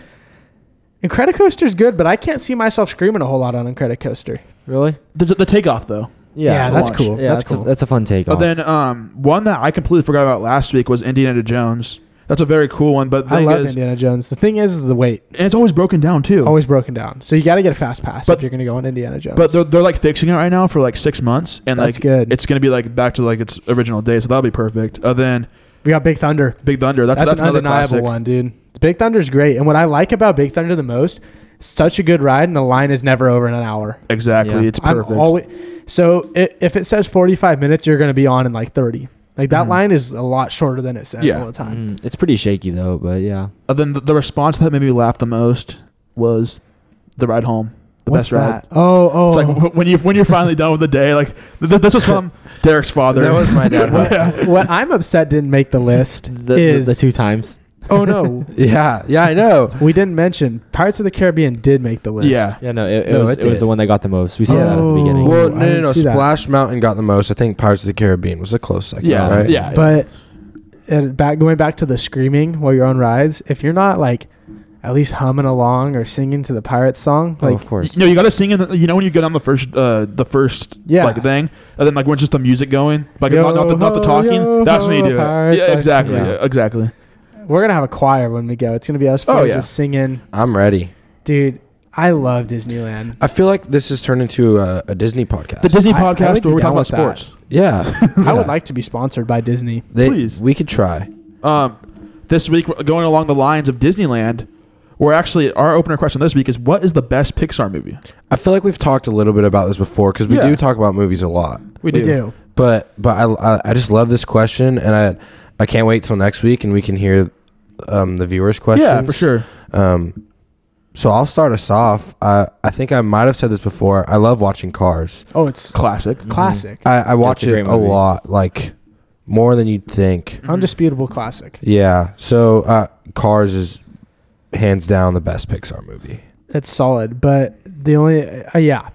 [SPEAKER 1] incredicoaster's good but i can't see myself screaming a whole lot on incredicoaster
[SPEAKER 4] really?
[SPEAKER 2] The, the takeoff though.
[SPEAKER 1] yeah, that's
[SPEAKER 2] watch.
[SPEAKER 1] cool
[SPEAKER 4] Yeah,
[SPEAKER 1] that's
[SPEAKER 4] that's,
[SPEAKER 1] cool
[SPEAKER 4] a, that's a fun take.
[SPEAKER 1] Oh.
[SPEAKER 2] But then um, one that I completely forgot about last week was Indiana Jones. That's a very cool one, but the
[SPEAKER 1] I
[SPEAKER 2] thing
[SPEAKER 1] love
[SPEAKER 2] is,
[SPEAKER 1] Indiana Jones. The thing is, is the wait
[SPEAKER 2] and it's always broken down too.
[SPEAKER 1] always broken down. So you got to get a fast pass
[SPEAKER 2] But-
[SPEAKER 1] if you're going to go on Indiana Jones.
[SPEAKER 2] But they're, they're like fixing it right now for like six months, and
[SPEAKER 1] That's
[SPEAKER 2] like
[SPEAKER 1] good.
[SPEAKER 2] it's gonna be like back to like its original day, so that'll be perfect. Uh, then
[SPEAKER 1] we got Big Thunder.
[SPEAKER 2] Big Thunder, that's
[SPEAKER 1] That's,
[SPEAKER 2] that's,
[SPEAKER 1] an
[SPEAKER 2] another
[SPEAKER 1] undeniable
[SPEAKER 2] classic.
[SPEAKER 1] one, dude. Big Thunder's great, and what I like about Big Thunder the most, such a good ride, and the line is never over in an hour.
[SPEAKER 2] Exactly,
[SPEAKER 4] Yeah.
[SPEAKER 2] it's perfect.
[SPEAKER 1] I'm always so i if it says 45 minutes, you're going to be on in like 30. Like that
[SPEAKER 2] Mhm.
[SPEAKER 1] line is a lot shorter than it says
[SPEAKER 2] Yeah.
[SPEAKER 1] all the time.
[SPEAKER 4] Mm, it's pretty shaky though, but yeah.
[SPEAKER 2] Uh, then the, the response that made me laugh the most was the ride home, the
[SPEAKER 1] What's
[SPEAKER 2] best ride.
[SPEAKER 1] that? Oh, oh,
[SPEAKER 2] It's like wh- when you when you're finally done with the day, like th- th- this was from Derek's father.
[SPEAKER 3] That was my dad.
[SPEAKER 1] what I'm upset didn't make the list
[SPEAKER 4] The,
[SPEAKER 1] is
[SPEAKER 4] the, two times.
[SPEAKER 1] oh no,
[SPEAKER 3] Yeah, yeah, I know.
[SPEAKER 1] we didn't mention Pirates of the Caribbean did make the list.
[SPEAKER 2] yeah,
[SPEAKER 4] Yeah, no, it, it
[SPEAKER 3] No,
[SPEAKER 4] was
[SPEAKER 3] it
[SPEAKER 4] it, was
[SPEAKER 3] did.
[SPEAKER 4] the one that got the most. We said that at the
[SPEAKER 1] Oh.
[SPEAKER 4] beginning.
[SPEAKER 3] Well,
[SPEAKER 1] I
[SPEAKER 3] no, no,
[SPEAKER 1] didn't
[SPEAKER 3] no.
[SPEAKER 1] see that.
[SPEAKER 3] Splash Mountain got the most. I think Pirates of the Caribbean was a close second.
[SPEAKER 2] yeah,
[SPEAKER 3] right?
[SPEAKER 2] yeah.
[SPEAKER 1] But and back going back to the screaming while you're on rides, if you're not like at least humming along or singing to the pirate song,
[SPEAKER 4] oh,
[SPEAKER 1] like
[SPEAKER 4] of course.
[SPEAKER 2] You know, you gotta sing in the, you know when you get on the first uh the first
[SPEAKER 1] Yeah.
[SPEAKER 2] like thing and then like when it's just the music going like not, not, the, not the
[SPEAKER 1] Yo-ho,
[SPEAKER 2] talking that's when you do
[SPEAKER 1] yo-ho,
[SPEAKER 2] it yeah
[SPEAKER 1] like-
[SPEAKER 2] exactly
[SPEAKER 4] Yeah.
[SPEAKER 2] yeah, exactly
[SPEAKER 1] we're gonna have a choir when we go. It's gonna be us
[SPEAKER 2] Oh,
[SPEAKER 1] four
[SPEAKER 2] yeah.
[SPEAKER 1] just singing,
[SPEAKER 3] I'm ready.
[SPEAKER 1] dude. I love Disneyland.
[SPEAKER 3] I feel like this has turned into a, a Disney podcast.
[SPEAKER 2] The Disney
[SPEAKER 1] I- I would
[SPEAKER 2] podcast
[SPEAKER 1] be
[SPEAKER 2] where we talk
[SPEAKER 1] down
[SPEAKER 2] about
[SPEAKER 1] with that.
[SPEAKER 2] sports.
[SPEAKER 3] yeah,
[SPEAKER 1] I would
[SPEAKER 3] Yeah.
[SPEAKER 1] like to be sponsored by Disney.
[SPEAKER 3] They-
[SPEAKER 2] please.
[SPEAKER 3] We could try.
[SPEAKER 2] Um, this week, going along the lines of Disneyland, we're actually our opener question this week is what is the best Pixar movie?
[SPEAKER 3] I feel like we've talked a little bit about this before because we
[SPEAKER 2] Yeah.
[SPEAKER 3] do talk about movies a lot.
[SPEAKER 1] We do.
[SPEAKER 3] But but I, I I just love this question and I I can't wait till next week and we can hear um, the viewers' questions.
[SPEAKER 2] Yeah, for sure.
[SPEAKER 3] Um, so I'll start us off. I I think I might have said this before. I love watching Cars.
[SPEAKER 1] Oh, it's
[SPEAKER 2] Classic.
[SPEAKER 1] classic.
[SPEAKER 3] I, I watch
[SPEAKER 4] a
[SPEAKER 3] it
[SPEAKER 4] great
[SPEAKER 3] a
[SPEAKER 4] movie.
[SPEAKER 3] lot, like more than you'd think.
[SPEAKER 1] Undisputable classic.
[SPEAKER 3] Yeah. So uh, Cars is hands down the best Pixar movie.
[SPEAKER 1] It's solid, but the only uh, yeah,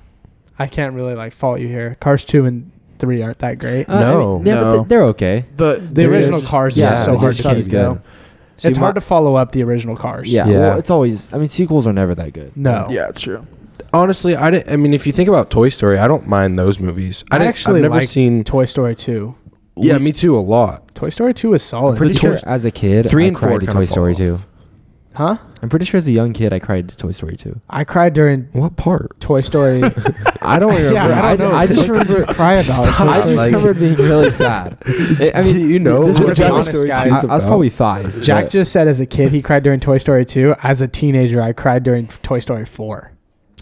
[SPEAKER 1] I can't really like fault you here. Cars two and three aren't that great.
[SPEAKER 4] Uh, I
[SPEAKER 3] No.
[SPEAKER 4] mean, yeah, but
[SPEAKER 2] No.
[SPEAKER 4] th- they're okay.
[SPEAKER 2] The
[SPEAKER 1] The
[SPEAKER 4] They're
[SPEAKER 1] original
[SPEAKER 4] just-
[SPEAKER 1] Cars
[SPEAKER 4] yeah,
[SPEAKER 1] yeah, is so
[SPEAKER 4] the
[SPEAKER 1] hard to
[SPEAKER 4] original
[SPEAKER 1] keep
[SPEAKER 4] is good.
[SPEAKER 1] though. It's hard to follow up the original Cars.
[SPEAKER 4] Yeah,
[SPEAKER 3] Yeah.
[SPEAKER 4] Well, it's always. I mean, sequels are never that good.
[SPEAKER 1] No.
[SPEAKER 2] Yeah, it's true.
[SPEAKER 3] Honestly, I didn't. I mean, if you think about Toy Story, I don't mind those movies. I,
[SPEAKER 1] I
[SPEAKER 3] didn't,
[SPEAKER 1] actually
[SPEAKER 3] I've never
[SPEAKER 1] like-
[SPEAKER 3] seen.
[SPEAKER 1] Toy Story two.
[SPEAKER 3] Yeah, me too. A lot.
[SPEAKER 1] Toy Story two is solid.
[SPEAKER 4] Pretty
[SPEAKER 3] The
[SPEAKER 4] sure
[SPEAKER 3] toys-
[SPEAKER 4] as a kid,
[SPEAKER 3] three
[SPEAKER 4] I
[SPEAKER 3] and four
[SPEAKER 4] cried to
[SPEAKER 3] kinda
[SPEAKER 4] Toy Story
[SPEAKER 3] fall
[SPEAKER 4] 2.
[SPEAKER 1] huh?
[SPEAKER 4] I'm pretty sure as a young kid, I cried to Toy Story 2.
[SPEAKER 1] I cried during
[SPEAKER 3] What part?
[SPEAKER 1] Toy Story.
[SPEAKER 4] I don't remember.
[SPEAKER 1] Yeah, I
[SPEAKER 4] I,
[SPEAKER 1] don't know.
[SPEAKER 4] I just remember
[SPEAKER 1] crying about it.
[SPEAKER 3] Stop.
[SPEAKER 4] I just
[SPEAKER 3] Like-
[SPEAKER 4] remember being really sad. I I mean, you know,
[SPEAKER 1] this is what Toy Story two
[SPEAKER 4] I,
[SPEAKER 1] is
[SPEAKER 4] I was
[SPEAKER 3] about.
[SPEAKER 4] probably five.
[SPEAKER 1] Jack
[SPEAKER 4] but-
[SPEAKER 1] just said as a kid he cried during Toy Story two. As a teenager, I cried during Toy Story four.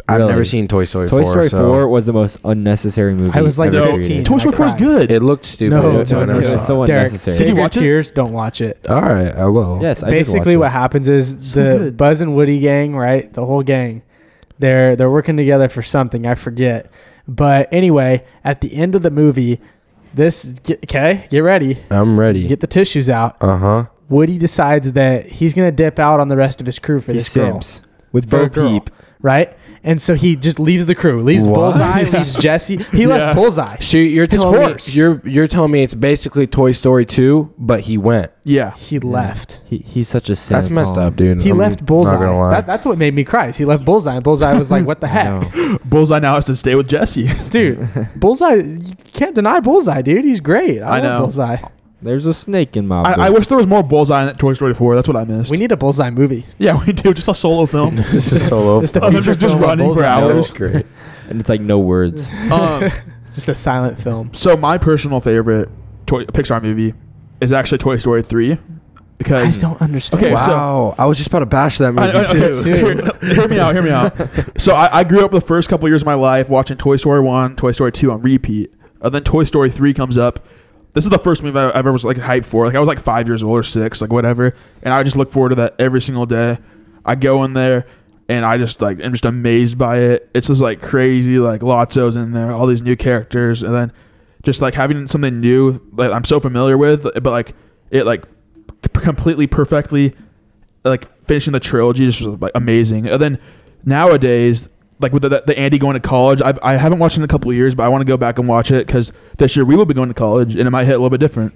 [SPEAKER 3] I've
[SPEAKER 4] Really?
[SPEAKER 3] never seen Toy Story.
[SPEAKER 4] Toy
[SPEAKER 3] 4,
[SPEAKER 4] Story
[SPEAKER 3] so-
[SPEAKER 4] 4 was the most unnecessary movie.
[SPEAKER 1] I was like
[SPEAKER 4] I've ever
[SPEAKER 1] 15.
[SPEAKER 4] created.
[SPEAKER 2] Toy Story
[SPEAKER 1] I
[SPEAKER 2] 4 is
[SPEAKER 1] cried.
[SPEAKER 2] good.
[SPEAKER 3] It looked stupid.
[SPEAKER 1] No,
[SPEAKER 3] so I
[SPEAKER 1] no,
[SPEAKER 3] never
[SPEAKER 1] no,
[SPEAKER 3] saw
[SPEAKER 4] it's
[SPEAKER 3] it.
[SPEAKER 4] so
[SPEAKER 1] Derek,
[SPEAKER 4] unnecessary.
[SPEAKER 1] save
[SPEAKER 2] Did you
[SPEAKER 1] your
[SPEAKER 2] watch it?
[SPEAKER 1] tears. Don't watch it.
[SPEAKER 3] All right, I will.
[SPEAKER 4] Yes, I
[SPEAKER 1] basically
[SPEAKER 4] did
[SPEAKER 1] what
[SPEAKER 4] watch
[SPEAKER 1] happens is
[SPEAKER 2] So
[SPEAKER 1] the
[SPEAKER 2] good.
[SPEAKER 1] Buzz and Woody gang, right? The whole gang. They're they're working together for something, I forget. But anyway, at the end of the movie, this get, okay, get ready.
[SPEAKER 3] I'm ready.
[SPEAKER 1] Get the tissues out.
[SPEAKER 3] Uh huh.
[SPEAKER 1] Woody decides that he's going to dip out on the rest of his crew for
[SPEAKER 4] it. He
[SPEAKER 1] this girl,
[SPEAKER 4] simps with
[SPEAKER 1] For a
[SPEAKER 4] Bo
[SPEAKER 1] girl.
[SPEAKER 4] Peep.
[SPEAKER 1] right? And so he just leaves the crew. Leaves
[SPEAKER 3] What?
[SPEAKER 1] Bullseye, leaves Jesse. He
[SPEAKER 2] Yeah.
[SPEAKER 1] left Bullseye.
[SPEAKER 3] So you're
[SPEAKER 1] His
[SPEAKER 3] telling
[SPEAKER 1] horse.
[SPEAKER 3] me you're you're telling me it's basically Toy Story 2, but he went.
[SPEAKER 2] Yeah.
[SPEAKER 1] He left.
[SPEAKER 4] He, he's such a simp.
[SPEAKER 3] That's messed
[SPEAKER 4] Colin.
[SPEAKER 3] up, dude.
[SPEAKER 1] He
[SPEAKER 3] I'm
[SPEAKER 1] left
[SPEAKER 3] Not
[SPEAKER 1] Bullseye.
[SPEAKER 3] gonna lie.
[SPEAKER 1] That, that's what made me cry. is He left Bullseye, and Bullseye was like, "What the
[SPEAKER 4] I
[SPEAKER 1] heck?"
[SPEAKER 4] know.
[SPEAKER 2] Bullseye now has to stay with Jesse.
[SPEAKER 1] dude. Bullseye, you can't deny Bullseye, dude. He's great. I,
[SPEAKER 2] I
[SPEAKER 1] love
[SPEAKER 2] know.
[SPEAKER 1] Bullseye.
[SPEAKER 4] There's a snake in my
[SPEAKER 2] I, I wish there was more Bullseye in that Toy Story 4. That's what I missed.
[SPEAKER 1] We need a Bullseye movie.
[SPEAKER 2] yeah, we do. Just a solo film.
[SPEAKER 3] this is solo.
[SPEAKER 1] Just a
[SPEAKER 2] Oh,
[SPEAKER 1] feature
[SPEAKER 2] they're just
[SPEAKER 1] film of
[SPEAKER 2] running for
[SPEAKER 1] Bullseye.
[SPEAKER 3] That
[SPEAKER 2] hours.
[SPEAKER 3] was great.
[SPEAKER 4] and it's like no words.
[SPEAKER 2] um,
[SPEAKER 1] Just a silent film.
[SPEAKER 2] so my personal favorite toy, Pixar movie is actually Toy Story 3
[SPEAKER 1] I
[SPEAKER 2] because
[SPEAKER 1] don't understand.
[SPEAKER 2] Okay,
[SPEAKER 3] wow,
[SPEAKER 2] so-
[SPEAKER 3] I was just about to bash that movie
[SPEAKER 2] I- I-
[SPEAKER 3] too.
[SPEAKER 2] okay, Hear, hear me out. Hear me out. So I, I grew up the first couple years of my life watching Toy Story one, Toy Story two on repeat, and then Toy Story three comes up. This is the first movie I I ever was like hyped for. Like I was like five years old or six, like whatever, and I just look forward to that every single day. I go in there and I just like am just amazed by it. It's just like crazy, like Lotso's in there, all these new characters, and then just like having something new that I'm so familiar with, but like it like c- completely perfectly like finishing the trilogy just was like amazing. And then nowadays, like with the, the Andy going to college, I've, I haven't watched it in a couple of years, but I want to go back and watch it because this year we will be going to college and it might hit a little bit different.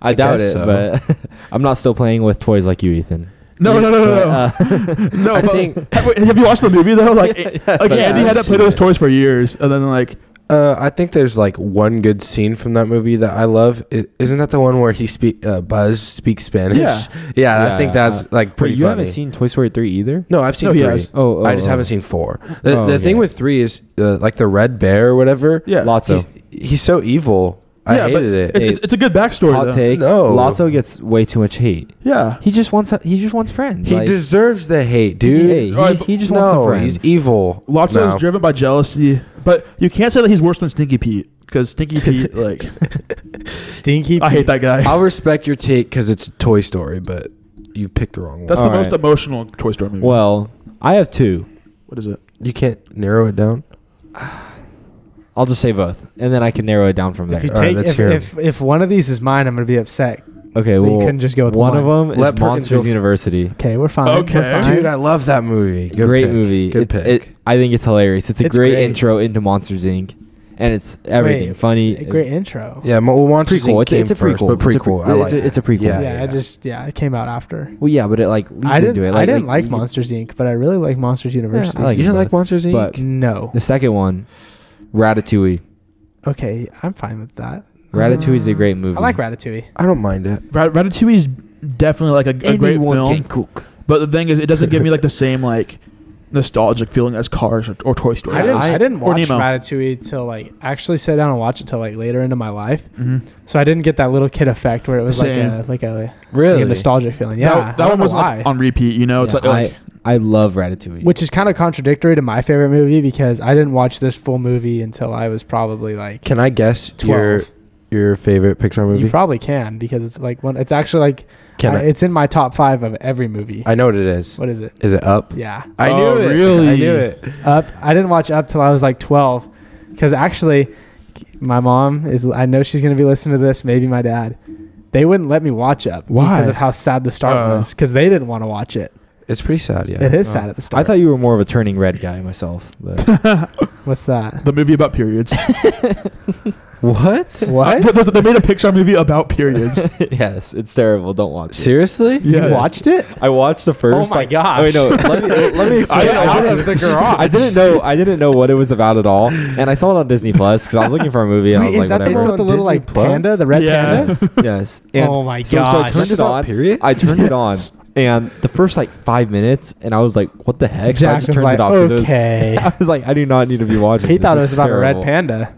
[SPEAKER 4] I doubt
[SPEAKER 3] guess
[SPEAKER 4] it,
[SPEAKER 3] so.
[SPEAKER 4] but I'm not still playing with toys like you, Ethan. uh,
[SPEAKER 2] No, no, no, no, no. no,
[SPEAKER 3] I
[SPEAKER 2] but
[SPEAKER 3] think-
[SPEAKER 2] Wait, uh, have you watched the movie though? Like, like
[SPEAKER 3] yeah,
[SPEAKER 2] Andy
[SPEAKER 3] I've
[SPEAKER 2] had to play
[SPEAKER 3] seen
[SPEAKER 2] those
[SPEAKER 3] it.
[SPEAKER 2] toys for years, and then like
[SPEAKER 3] Uh, I think there's like one good scene from that movie that I love. is isn't that the one where he speak uh, Buzz speaks Spanish?
[SPEAKER 2] Yeah.
[SPEAKER 3] yeah.
[SPEAKER 4] Yeah,
[SPEAKER 3] I think that's
[SPEAKER 4] uh,
[SPEAKER 3] like pretty
[SPEAKER 4] Wait, you
[SPEAKER 3] funny.
[SPEAKER 4] haven't seen Toy Story 3 either?
[SPEAKER 3] no, I've seen
[SPEAKER 2] No, he
[SPEAKER 3] three.
[SPEAKER 2] has.
[SPEAKER 4] Oh, oh
[SPEAKER 3] I just
[SPEAKER 4] oh.
[SPEAKER 3] haven't seen four. The,
[SPEAKER 4] Oh,
[SPEAKER 3] the thing
[SPEAKER 4] yeah.
[SPEAKER 3] with three is uh, like the red bear or whatever.
[SPEAKER 2] yeah,
[SPEAKER 4] Lotso.
[SPEAKER 3] He- he's so evil. I
[SPEAKER 2] yeah, but
[SPEAKER 3] hated it.
[SPEAKER 2] It's, it's a good backstory.
[SPEAKER 4] Hot
[SPEAKER 2] Though.
[SPEAKER 4] take.
[SPEAKER 3] No.
[SPEAKER 4] Lotso gets way too much hate.
[SPEAKER 2] Yeah,
[SPEAKER 4] He just wants. He just wants friends.
[SPEAKER 3] He
[SPEAKER 4] like-
[SPEAKER 3] deserves the hate, dude.
[SPEAKER 4] Hey, he,
[SPEAKER 2] Alright,
[SPEAKER 4] he just
[SPEAKER 3] no,
[SPEAKER 4] wants some friends.
[SPEAKER 3] he's evil.
[SPEAKER 2] Lotso is
[SPEAKER 3] No.
[SPEAKER 2] driven by jealousy, but you can't say that he's worse than Stinky Pete because Stinky Pete, like,
[SPEAKER 1] Stinky.
[SPEAKER 2] I
[SPEAKER 1] Pete.
[SPEAKER 2] hate that guy.
[SPEAKER 3] I'll respect your take because it's Toy Story, but you picked the wrong
[SPEAKER 2] That's
[SPEAKER 3] one.
[SPEAKER 2] the
[SPEAKER 4] All
[SPEAKER 2] most
[SPEAKER 4] right.
[SPEAKER 2] emotional Toy Story movie.
[SPEAKER 4] Well, I have two.
[SPEAKER 2] What is it?
[SPEAKER 3] You can't narrow it down.
[SPEAKER 4] I'll just say both, and then I can narrow it down from there.
[SPEAKER 1] If you
[SPEAKER 3] All right,
[SPEAKER 1] take
[SPEAKER 3] let's
[SPEAKER 1] if,
[SPEAKER 3] hear 'em.
[SPEAKER 1] if if one of these is mine, I'm gonna be upset.
[SPEAKER 4] okay,
[SPEAKER 1] But
[SPEAKER 4] well,
[SPEAKER 1] you couldn't just go with
[SPEAKER 4] one,
[SPEAKER 1] one.
[SPEAKER 4] of them is
[SPEAKER 3] Let Perkins go
[SPEAKER 4] Monsters
[SPEAKER 3] f-
[SPEAKER 4] University.
[SPEAKER 1] Okay, we're fine.
[SPEAKER 2] Okay.
[SPEAKER 1] we're fine.
[SPEAKER 3] Dude, I love that movie. Good
[SPEAKER 4] great
[SPEAKER 3] pick.
[SPEAKER 4] movie.
[SPEAKER 3] Good
[SPEAKER 4] it's,
[SPEAKER 3] pick.
[SPEAKER 4] It, I think it's hilarious. It's a
[SPEAKER 1] It's
[SPEAKER 4] great,
[SPEAKER 1] great.
[SPEAKER 4] intro into Monsters Inc. And it's everything
[SPEAKER 1] Wait,
[SPEAKER 4] funny.
[SPEAKER 1] A great intro.
[SPEAKER 3] yeah, Mo- well, Monsters
[SPEAKER 4] Prequel.
[SPEAKER 3] Inc.
[SPEAKER 4] It's a- it's a
[SPEAKER 3] came first,
[SPEAKER 4] prequel.
[SPEAKER 3] but
[SPEAKER 4] It's a
[SPEAKER 3] prequel.
[SPEAKER 4] prequel.
[SPEAKER 3] I
[SPEAKER 4] It's
[SPEAKER 3] like
[SPEAKER 4] a-
[SPEAKER 3] that.
[SPEAKER 4] it's a prequel.
[SPEAKER 1] Yeah,
[SPEAKER 3] Yeah,
[SPEAKER 1] I just yeah, it came out after.
[SPEAKER 4] Well, yeah, but it like leads
[SPEAKER 1] I didn't.
[SPEAKER 4] into it.
[SPEAKER 1] I didn't like,
[SPEAKER 4] you-
[SPEAKER 1] Monsters Inc., but I really like Monsters University.
[SPEAKER 4] I like
[SPEAKER 3] you didn't like
[SPEAKER 4] both,
[SPEAKER 3] Monsters Inc.
[SPEAKER 4] but-
[SPEAKER 1] no.
[SPEAKER 4] The second one, Ratatouille.
[SPEAKER 1] Okay, I'm fine with that.
[SPEAKER 4] Ratatouille is a great movie.
[SPEAKER 1] Uh, I like Ratatouille.
[SPEAKER 3] I don't mind it.
[SPEAKER 2] Rat- Ratatouille is definitely like a, a great
[SPEAKER 4] Anyone
[SPEAKER 2] film,
[SPEAKER 4] can cook.
[SPEAKER 2] but the thing is, it doesn't give me like the same like nostalgic feeling as Cars or, or Toy Story.
[SPEAKER 1] I didn't.
[SPEAKER 2] is.
[SPEAKER 1] I,
[SPEAKER 4] I-
[SPEAKER 1] didn't
[SPEAKER 2] or
[SPEAKER 1] watch
[SPEAKER 2] Nemo.
[SPEAKER 1] Ratatouille till like actually sat down and watch it till like later into my life.
[SPEAKER 2] Mhm.
[SPEAKER 1] So I didn't get that little kid effect where it was
[SPEAKER 2] Same.
[SPEAKER 1] like a like a,
[SPEAKER 3] Really?
[SPEAKER 1] like a nostalgic feeling. Yeah,
[SPEAKER 2] that,
[SPEAKER 1] I
[SPEAKER 2] that
[SPEAKER 1] don't
[SPEAKER 2] one
[SPEAKER 1] know
[SPEAKER 2] wasn't
[SPEAKER 1] why.
[SPEAKER 2] like, on repeat. You know, it's
[SPEAKER 4] Yeah,
[SPEAKER 2] like, like
[SPEAKER 4] I love Ratatouille.
[SPEAKER 1] which is kind of contradictory to my favorite movie because I didn't watch this full movie until I was probably like
[SPEAKER 3] Can I guess your
[SPEAKER 1] twelve.
[SPEAKER 3] your favorite Pixar movie?
[SPEAKER 1] You probably can because it's like one. It's actually like
[SPEAKER 3] Can
[SPEAKER 1] I-
[SPEAKER 3] I,
[SPEAKER 1] it's in my top five of every movie.
[SPEAKER 3] I? know what it is.
[SPEAKER 1] what is it?
[SPEAKER 3] Is it Up?
[SPEAKER 1] Yeah,
[SPEAKER 3] I knew
[SPEAKER 2] Oh,
[SPEAKER 3] it.
[SPEAKER 2] really?
[SPEAKER 3] I knew it.
[SPEAKER 1] Up. I didn't watch Up till I was like twelve because actually, my mom is. I know she's gonna be listening to this. Maybe my dad. They wouldn't let me watch Up
[SPEAKER 2] Why?
[SPEAKER 1] because of how sad the start
[SPEAKER 2] Uh.
[SPEAKER 1] was. Because they didn't want to watch it.
[SPEAKER 3] It's pretty sad. Yeah.
[SPEAKER 1] It is
[SPEAKER 4] Uh,
[SPEAKER 1] sad at the start.
[SPEAKER 4] I thought you were more of a turning red guy myself. But
[SPEAKER 1] What's that?
[SPEAKER 2] the movie about periods.
[SPEAKER 3] What?
[SPEAKER 1] What?
[SPEAKER 2] they, they- they made a Pixar movie about periods.
[SPEAKER 4] yes, it's terrible. Don't watch it.
[SPEAKER 3] Seriously?
[SPEAKER 2] Yes.
[SPEAKER 1] You watched it? Oh
[SPEAKER 4] I watched the first.
[SPEAKER 1] my
[SPEAKER 4] like,
[SPEAKER 1] gosh.
[SPEAKER 4] I mean, no, let me let me explain.
[SPEAKER 2] didn't
[SPEAKER 4] I
[SPEAKER 2] watch
[SPEAKER 4] didn't-
[SPEAKER 2] it.
[SPEAKER 1] the garage.
[SPEAKER 4] I didn't know. I didn't know what it was about at all, and I saw it on Disney Plus because I was looking for a movie. And
[SPEAKER 1] Wait,
[SPEAKER 4] I
[SPEAKER 1] is
[SPEAKER 4] was like,
[SPEAKER 1] that the one
[SPEAKER 4] whatever.
[SPEAKER 1] with the little like
[SPEAKER 3] Disney Plus?
[SPEAKER 1] panda, the red
[SPEAKER 2] Yeah.
[SPEAKER 1] panda?
[SPEAKER 4] yes. And
[SPEAKER 1] oh my
[SPEAKER 4] so, so I
[SPEAKER 1] gosh!
[SPEAKER 4] turned it
[SPEAKER 3] about
[SPEAKER 4] on.
[SPEAKER 3] period?
[SPEAKER 4] I turned it on,
[SPEAKER 2] Yes.
[SPEAKER 4] and the first like five minutes, and I was like, "What the heck?" so I
[SPEAKER 1] Jack
[SPEAKER 4] just
[SPEAKER 1] was
[SPEAKER 4] turned
[SPEAKER 1] like,
[SPEAKER 4] it off. 'cause it was-
[SPEAKER 1] "Okay."
[SPEAKER 4] I was like, "I do not need to be watching."
[SPEAKER 1] He
[SPEAKER 4] this.
[SPEAKER 1] thought it
[SPEAKER 4] This
[SPEAKER 1] was
[SPEAKER 4] is
[SPEAKER 1] about a red
[SPEAKER 4] terrible."
[SPEAKER 1] panda.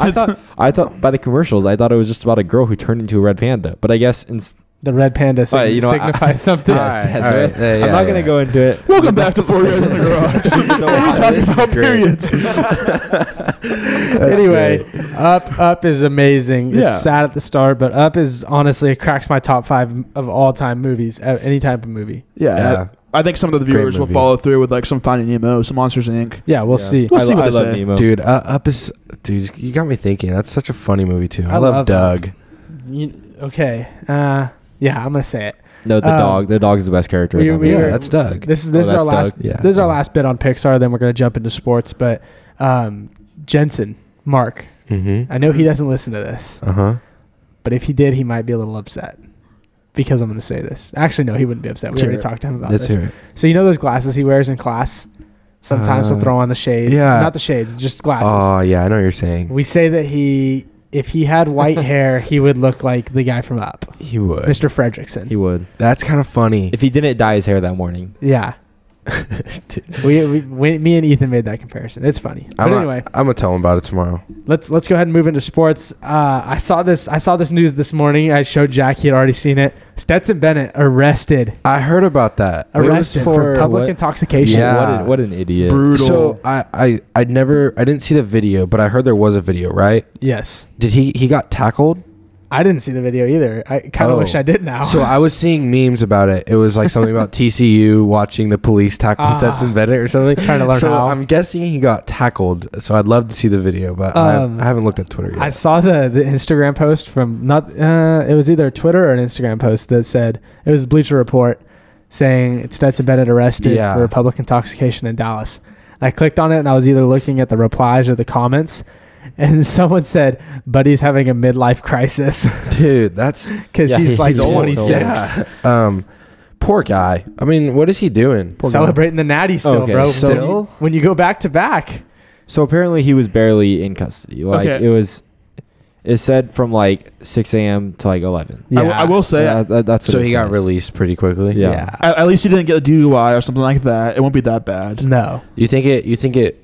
[SPEAKER 4] I thought I thought by the commercials, I thought it was just about a girl who turned into a red panda. But I guess in,
[SPEAKER 1] The red panda sig-
[SPEAKER 4] All right, you know, I-
[SPEAKER 1] signifies something.
[SPEAKER 4] All right,
[SPEAKER 3] all right. Yeah,
[SPEAKER 4] I'm
[SPEAKER 3] yeah,
[SPEAKER 4] not
[SPEAKER 3] yeah,
[SPEAKER 4] gonna
[SPEAKER 3] yeah.
[SPEAKER 4] go into it.
[SPEAKER 2] Welcome back to Four Guys in the Garage. We're talking
[SPEAKER 4] This is
[SPEAKER 2] about
[SPEAKER 4] great.
[SPEAKER 2] periods.
[SPEAKER 1] anyway, Up Up is amazing.
[SPEAKER 2] Yeah.
[SPEAKER 1] It's sad at the start, but Up is honestly it cracks my top five m- of all time movies, uh, any type of movie.
[SPEAKER 2] Yeah.
[SPEAKER 3] Yeah.
[SPEAKER 2] I think some of the
[SPEAKER 3] Great
[SPEAKER 2] viewers will
[SPEAKER 3] movie.
[SPEAKER 2] follow through with like some Finding Nemo, some Monsters Inc.
[SPEAKER 1] Yeah, we'll
[SPEAKER 4] Yeah.
[SPEAKER 1] see.
[SPEAKER 2] We'll
[SPEAKER 4] I,
[SPEAKER 2] see what
[SPEAKER 4] I
[SPEAKER 2] they
[SPEAKER 4] love
[SPEAKER 2] say.
[SPEAKER 4] Nemo.
[SPEAKER 3] Dude, uh, up is dude. You got me thinking. That's such a funny movie too.
[SPEAKER 1] I
[SPEAKER 3] I, love,
[SPEAKER 1] love Up.
[SPEAKER 3] Doug.
[SPEAKER 1] You- okay, uh, yeah, I'm gonna say it.
[SPEAKER 4] No, the
[SPEAKER 1] Um,
[SPEAKER 4] dog. The dog is the best character.
[SPEAKER 1] we-
[SPEAKER 4] in that
[SPEAKER 1] we
[SPEAKER 4] movie.
[SPEAKER 1] are-
[SPEAKER 3] Yeah, that's Doug.
[SPEAKER 1] This is this
[SPEAKER 4] Oh,
[SPEAKER 1] is our
[SPEAKER 4] that's
[SPEAKER 1] last.
[SPEAKER 4] Doug.
[SPEAKER 3] Yeah.
[SPEAKER 1] This is our last bit on Pixar. Then we're gonna jump into sports. But um, Jensen, Mark,
[SPEAKER 3] Mm-hmm.
[SPEAKER 1] I know he doesn't listen to this,
[SPEAKER 3] Uh huh.
[SPEAKER 1] but if he did, he might be a little upset because I'm gonna say this. Actually, no, he wouldn't be upset. We
[SPEAKER 2] Let's hear
[SPEAKER 1] already
[SPEAKER 2] it.
[SPEAKER 1] talked to him about
[SPEAKER 3] Let's
[SPEAKER 1] this.
[SPEAKER 3] hear it.
[SPEAKER 1] So you know those glasses he wears in class? Sometimes he'll
[SPEAKER 3] Uh,
[SPEAKER 1] throw on the shades.
[SPEAKER 3] yeah.
[SPEAKER 1] Not the shades, just glasses.
[SPEAKER 3] Oh yeah, I know what you're saying.
[SPEAKER 1] we say that he if he had white hair, he would look like the guy from Up.
[SPEAKER 3] He would.
[SPEAKER 1] Mr. Fredrickson.
[SPEAKER 4] He would.
[SPEAKER 3] That's kind of funny.
[SPEAKER 4] If he didn't dye his hair that morning.
[SPEAKER 1] yeah. we, we, we me and Ethan made that comparison. It's funny. But
[SPEAKER 3] I'm not-
[SPEAKER 1] anyway,
[SPEAKER 3] I'm gonna tell him about it tomorrow.
[SPEAKER 1] let's let's go ahead and move into sports. Uh, I saw this I saw this news this morning. I showed Jack, he had already seen it. Stetson Bennett arrested.
[SPEAKER 3] I heard about that. It was
[SPEAKER 1] Arrested for, public
[SPEAKER 4] what?
[SPEAKER 1] intoxication.
[SPEAKER 3] Yeah.
[SPEAKER 4] What, an, what an idiot.
[SPEAKER 2] Brutal.
[SPEAKER 3] So I, I I never I didn't see the video, but I heard there was a video, right?
[SPEAKER 1] Yes.
[SPEAKER 3] Did he he got tackled?
[SPEAKER 1] Uh-huh. I didn't see the video either. I kind of
[SPEAKER 3] Oh.
[SPEAKER 1] wish I did now.
[SPEAKER 3] So I was seeing memes about it. It was like something about TCU watching the police tackle
[SPEAKER 1] Ah.
[SPEAKER 3] Stetson Bennett or something.
[SPEAKER 1] Trying to learn
[SPEAKER 3] so
[SPEAKER 1] how.
[SPEAKER 3] I'm guessing he got tackled. So I'd love to see the video, but
[SPEAKER 1] Um,
[SPEAKER 3] I, I haven't looked at Twitter yet.
[SPEAKER 1] I saw the the Instagram post from not uh, it was either Twitter or an Instagram post that said it was Bleacher Report saying Stetson Bennett arrested
[SPEAKER 3] Yeah.
[SPEAKER 1] for public intoxication in Dallas. I clicked on it and I was either looking at the replies or the comments, and someone said, "Buddy's having a midlife crisis
[SPEAKER 3] Dude, that's
[SPEAKER 1] because
[SPEAKER 4] Yeah,
[SPEAKER 1] he's,
[SPEAKER 4] he's
[SPEAKER 1] like
[SPEAKER 4] old.
[SPEAKER 1] 26,
[SPEAKER 3] Yeah. Um, poor guy. I mean, what is he doing? Poor guy.
[SPEAKER 1] celebrating the natty still,
[SPEAKER 4] Okay,
[SPEAKER 1] bro.
[SPEAKER 4] so-
[SPEAKER 1] when, you, when you go back to back,
[SPEAKER 4] So apparently he was barely in custody. Like
[SPEAKER 2] Okay.
[SPEAKER 4] it was, it said from like 6 a.m. to like 11.
[SPEAKER 2] I, w- I will say,
[SPEAKER 4] Yeah, that- that's what
[SPEAKER 3] So
[SPEAKER 4] it
[SPEAKER 3] he got
[SPEAKER 4] says.
[SPEAKER 3] released pretty quickly.
[SPEAKER 4] Yeah.
[SPEAKER 2] at, at least you didn't get a DUI or something like that. It won't be that bad.
[SPEAKER 1] no
[SPEAKER 3] You think it? You think it?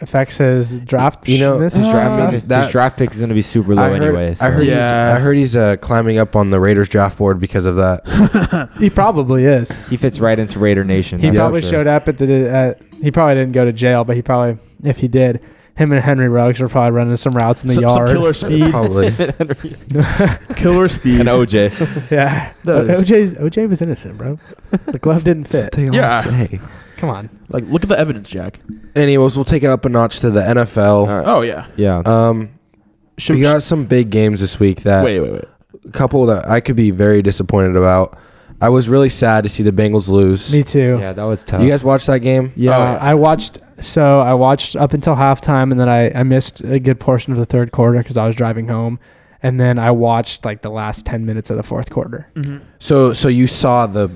[SPEAKER 1] affects his draft.
[SPEAKER 3] You know,
[SPEAKER 1] this
[SPEAKER 3] his
[SPEAKER 1] is
[SPEAKER 3] draft-
[SPEAKER 1] draft.
[SPEAKER 3] mean,
[SPEAKER 4] his
[SPEAKER 3] that-
[SPEAKER 4] draft pick is going to be super low
[SPEAKER 3] I heard,
[SPEAKER 4] anyway. So.
[SPEAKER 3] I heard.
[SPEAKER 2] Yeah.
[SPEAKER 3] He's, I heard he's uh, climbing up on the Raiders draft board because of that.
[SPEAKER 1] He probably is.
[SPEAKER 4] he fits right into Raider Nation.
[SPEAKER 1] He
[SPEAKER 4] that's for
[SPEAKER 1] probably
[SPEAKER 4] sure.
[SPEAKER 1] showed up at the. Uh, he probably didn't go to jail, but he probably, if he did, him and Henry Ruggs were probably running some routes in the
[SPEAKER 2] Some, some
[SPEAKER 1] yard.
[SPEAKER 2] killer speed.
[SPEAKER 3] Probably.
[SPEAKER 2] killer speed.
[SPEAKER 4] an OJ.
[SPEAKER 1] yeah,
[SPEAKER 2] That
[SPEAKER 1] OJ's,
[SPEAKER 2] is-
[SPEAKER 1] OJ was innocent, bro. The glove didn't
[SPEAKER 3] That's what
[SPEAKER 1] fit.
[SPEAKER 3] they all
[SPEAKER 2] Yeah.
[SPEAKER 3] say.
[SPEAKER 1] Come on,
[SPEAKER 2] Like, look at the evidence, Jack.
[SPEAKER 3] Anyways, we'll take it up a notch to the NFL.
[SPEAKER 4] Uh,
[SPEAKER 2] Oh yeah.
[SPEAKER 4] Yeah.
[SPEAKER 3] Um,
[SPEAKER 2] Should
[SPEAKER 3] we got some big games this week. That
[SPEAKER 2] wait, wait, wait.
[SPEAKER 3] a couple that I could be very disappointed about. I was really sad to see the Bengals lose.
[SPEAKER 1] me too.
[SPEAKER 4] yeah, that was tough.
[SPEAKER 3] You guys watched that game?
[SPEAKER 4] yeah.
[SPEAKER 2] Oh,
[SPEAKER 1] I watched. So I watched up until halftime, and then I I missed a good portion of the third quarter because I was driving home, and then I watched like the last ten minutes of the fourth quarter.
[SPEAKER 2] Mm-hmm.
[SPEAKER 3] So, so you saw the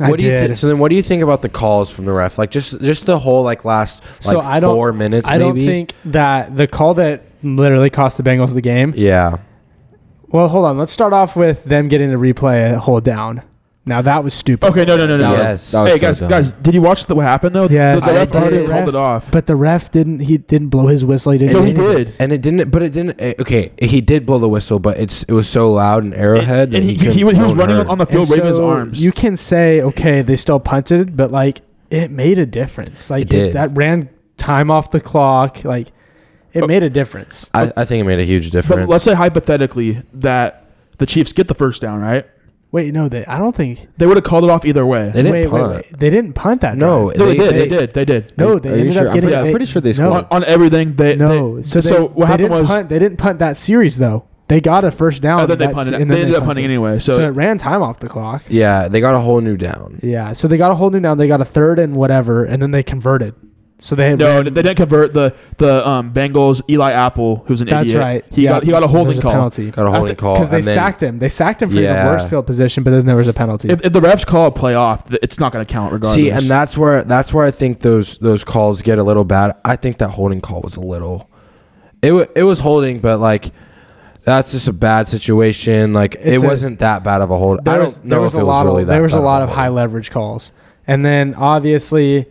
[SPEAKER 1] I
[SPEAKER 3] What do you
[SPEAKER 1] did.
[SPEAKER 3] think? So then, what do you think about the calls from the ref? Like just just the whole like last like
[SPEAKER 1] So I don't-
[SPEAKER 3] four minutes.
[SPEAKER 1] I don't
[SPEAKER 3] maybe?
[SPEAKER 1] think that the call that literally cost the Bengals the game
[SPEAKER 3] Yeah.
[SPEAKER 1] Well, hold on. Let's start off with them getting to replay a hold down. Now that was stupid.
[SPEAKER 2] Okay, no, no, no, no.
[SPEAKER 4] That
[SPEAKER 2] no.
[SPEAKER 3] Yes.
[SPEAKER 4] was, that was
[SPEAKER 2] hey
[SPEAKER 4] so
[SPEAKER 2] guys,
[SPEAKER 4] dumb.
[SPEAKER 2] guys, did you watch the, what happened though?
[SPEAKER 1] Yes.
[SPEAKER 2] the, the
[SPEAKER 1] I
[SPEAKER 2] ref
[SPEAKER 3] did.
[SPEAKER 2] already called it off.
[SPEAKER 1] But the ref didn't. He didn't blow his whistle. He didn't.
[SPEAKER 2] no,
[SPEAKER 1] do
[SPEAKER 2] he
[SPEAKER 1] anything.
[SPEAKER 2] did.
[SPEAKER 3] And it didn't, but it didn't. eh, Okay, he did blow the whistle, but it's it was so loud and arrowhead
[SPEAKER 2] and
[SPEAKER 3] that
[SPEAKER 2] he,
[SPEAKER 3] he,
[SPEAKER 2] he, he,
[SPEAKER 3] couldn't
[SPEAKER 2] was he was
[SPEAKER 3] own
[SPEAKER 2] running
[SPEAKER 3] her.
[SPEAKER 2] on, on the
[SPEAKER 1] And
[SPEAKER 2] field, waving his
[SPEAKER 1] so
[SPEAKER 2] arms.
[SPEAKER 1] You can say, okay, they still punted, but like it made a difference. Like
[SPEAKER 3] It did.
[SPEAKER 1] that ran time off the clock. Like it
[SPEAKER 2] Oh.
[SPEAKER 1] made a difference.
[SPEAKER 3] I, I think it made a huge difference.
[SPEAKER 2] but let's say hypothetically that the Chiefs get the first down, right?
[SPEAKER 1] Wait, no, they. I don't think.
[SPEAKER 2] They would have called it off either way.
[SPEAKER 3] they didn't
[SPEAKER 1] wait,
[SPEAKER 3] punt.
[SPEAKER 1] wait, wait. They didn't punt that.
[SPEAKER 3] No,
[SPEAKER 1] drive.
[SPEAKER 2] No, they,
[SPEAKER 3] They-
[SPEAKER 2] did. They,
[SPEAKER 1] they-
[SPEAKER 2] did. They did.
[SPEAKER 1] no,
[SPEAKER 4] Are-
[SPEAKER 1] they
[SPEAKER 4] are you
[SPEAKER 1] ended
[SPEAKER 4] sure?
[SPEAKER 1] up
[SPEAKER 4] I'm
[SPEAKER 1] getting.
[SPEAKER 4] pretty-
[SPEAKER 2] I'm
[SPEAKER 1] they-
[SPEAKER 4] pretty sure they
[SPEAKER 1] no,
[SPEAKER 2] On, on everything, they
[SPEAKER 1] no.
[SPEAKER 2] They,
[SPEAKER 1] so
[SPEAKER 2] so,
[SPEAKER 1] they,
[SPEAKER 2] what
[SPEAKER 1] they
[SPEAKER 2] happened
[SPEAKER 1] didn't
[SPEAKER 2] was
[SPEAKER 1] punt, they didn't punt that series though. They got a first down.
[SPEAKER 2] oh, then they
[SPEAKER 1] that
[SPEAKER 2] punted.
[SPEAKER 1] se-
[SPEAKER 2] It.
[SPEAKER 1] and then
[SPEAKER 2] They ended up punting
[SPEAKER 1] punted.
[SPEAKER 2] anyway. So,
[SPEAKER 1] So it ran time off the clock.
[SPEAKER 3] yeah, they got a whole new down.
[SPEAKER 1] Yeah, so they got a whole new down. They got a third and whatever, and then they converted. So they had
[SPEAKER 2] no, they didn't convert the the um, Bengals. Eli Apple, who's an
[SPEAKER 1] That's
[SPEAKER 2] idiot,
[SPEAKER 1] right.
[SPEAKER 2] He
[SPEAKER 1] Yeah,
[SPEAKER 2] got he got a
[SPEAKER 1] there was
[SPEAKER 2] holding call.
[SPEAKER 1] penalty
[SPEAKER 3] Got a holding
[SPEAKER 2] think-
[SPEAKER 3] call
[SPEAKER 1] because they
[SPEAKER 3] and then-
[SPEAKER 1] sacked him. They sacked him for
[SPEAKER 3] Yeah.
[SPEAKER 1] the worst field position, but then there was a penalty.
[SPEAKER 2] If, if the refs call a play off, th- it's not going to count regardless.
[SPEAKER 3] See, and that's where that's where I think those those calls get a little bad. I think that holding call was a little. It wa it was holding, but like that's just a bad situation. Like
[SPEAKER 1] It's
[SPEAKER 3] it
[SPEAKER 1] a-
[SPEAKER 3] wasn't that bad of a hold. I
[SPEAKER 1] there
[SPEAKER 3] don't
[SPEAKER 1] was,
[SPEAKER 3] know
[SPEAKER 1] there was
[SPEAKER 3] if
[SPEAKER 1] a
[SPEAKER 3] it
[SPEAKER 1] lot
[SPEAKER 3] was really
[SPEAKER 1] of
[SPEAKER 3] that.
[SPEAKER 1] there was
[SPEAKER 3] bad
[SPEAKER 1] a
[SPEAKER 3] of
[SPEAKER 1] lot of
[SPEAKER 3] holding.
[SPEAKER 1] high leverage calls, and then obviously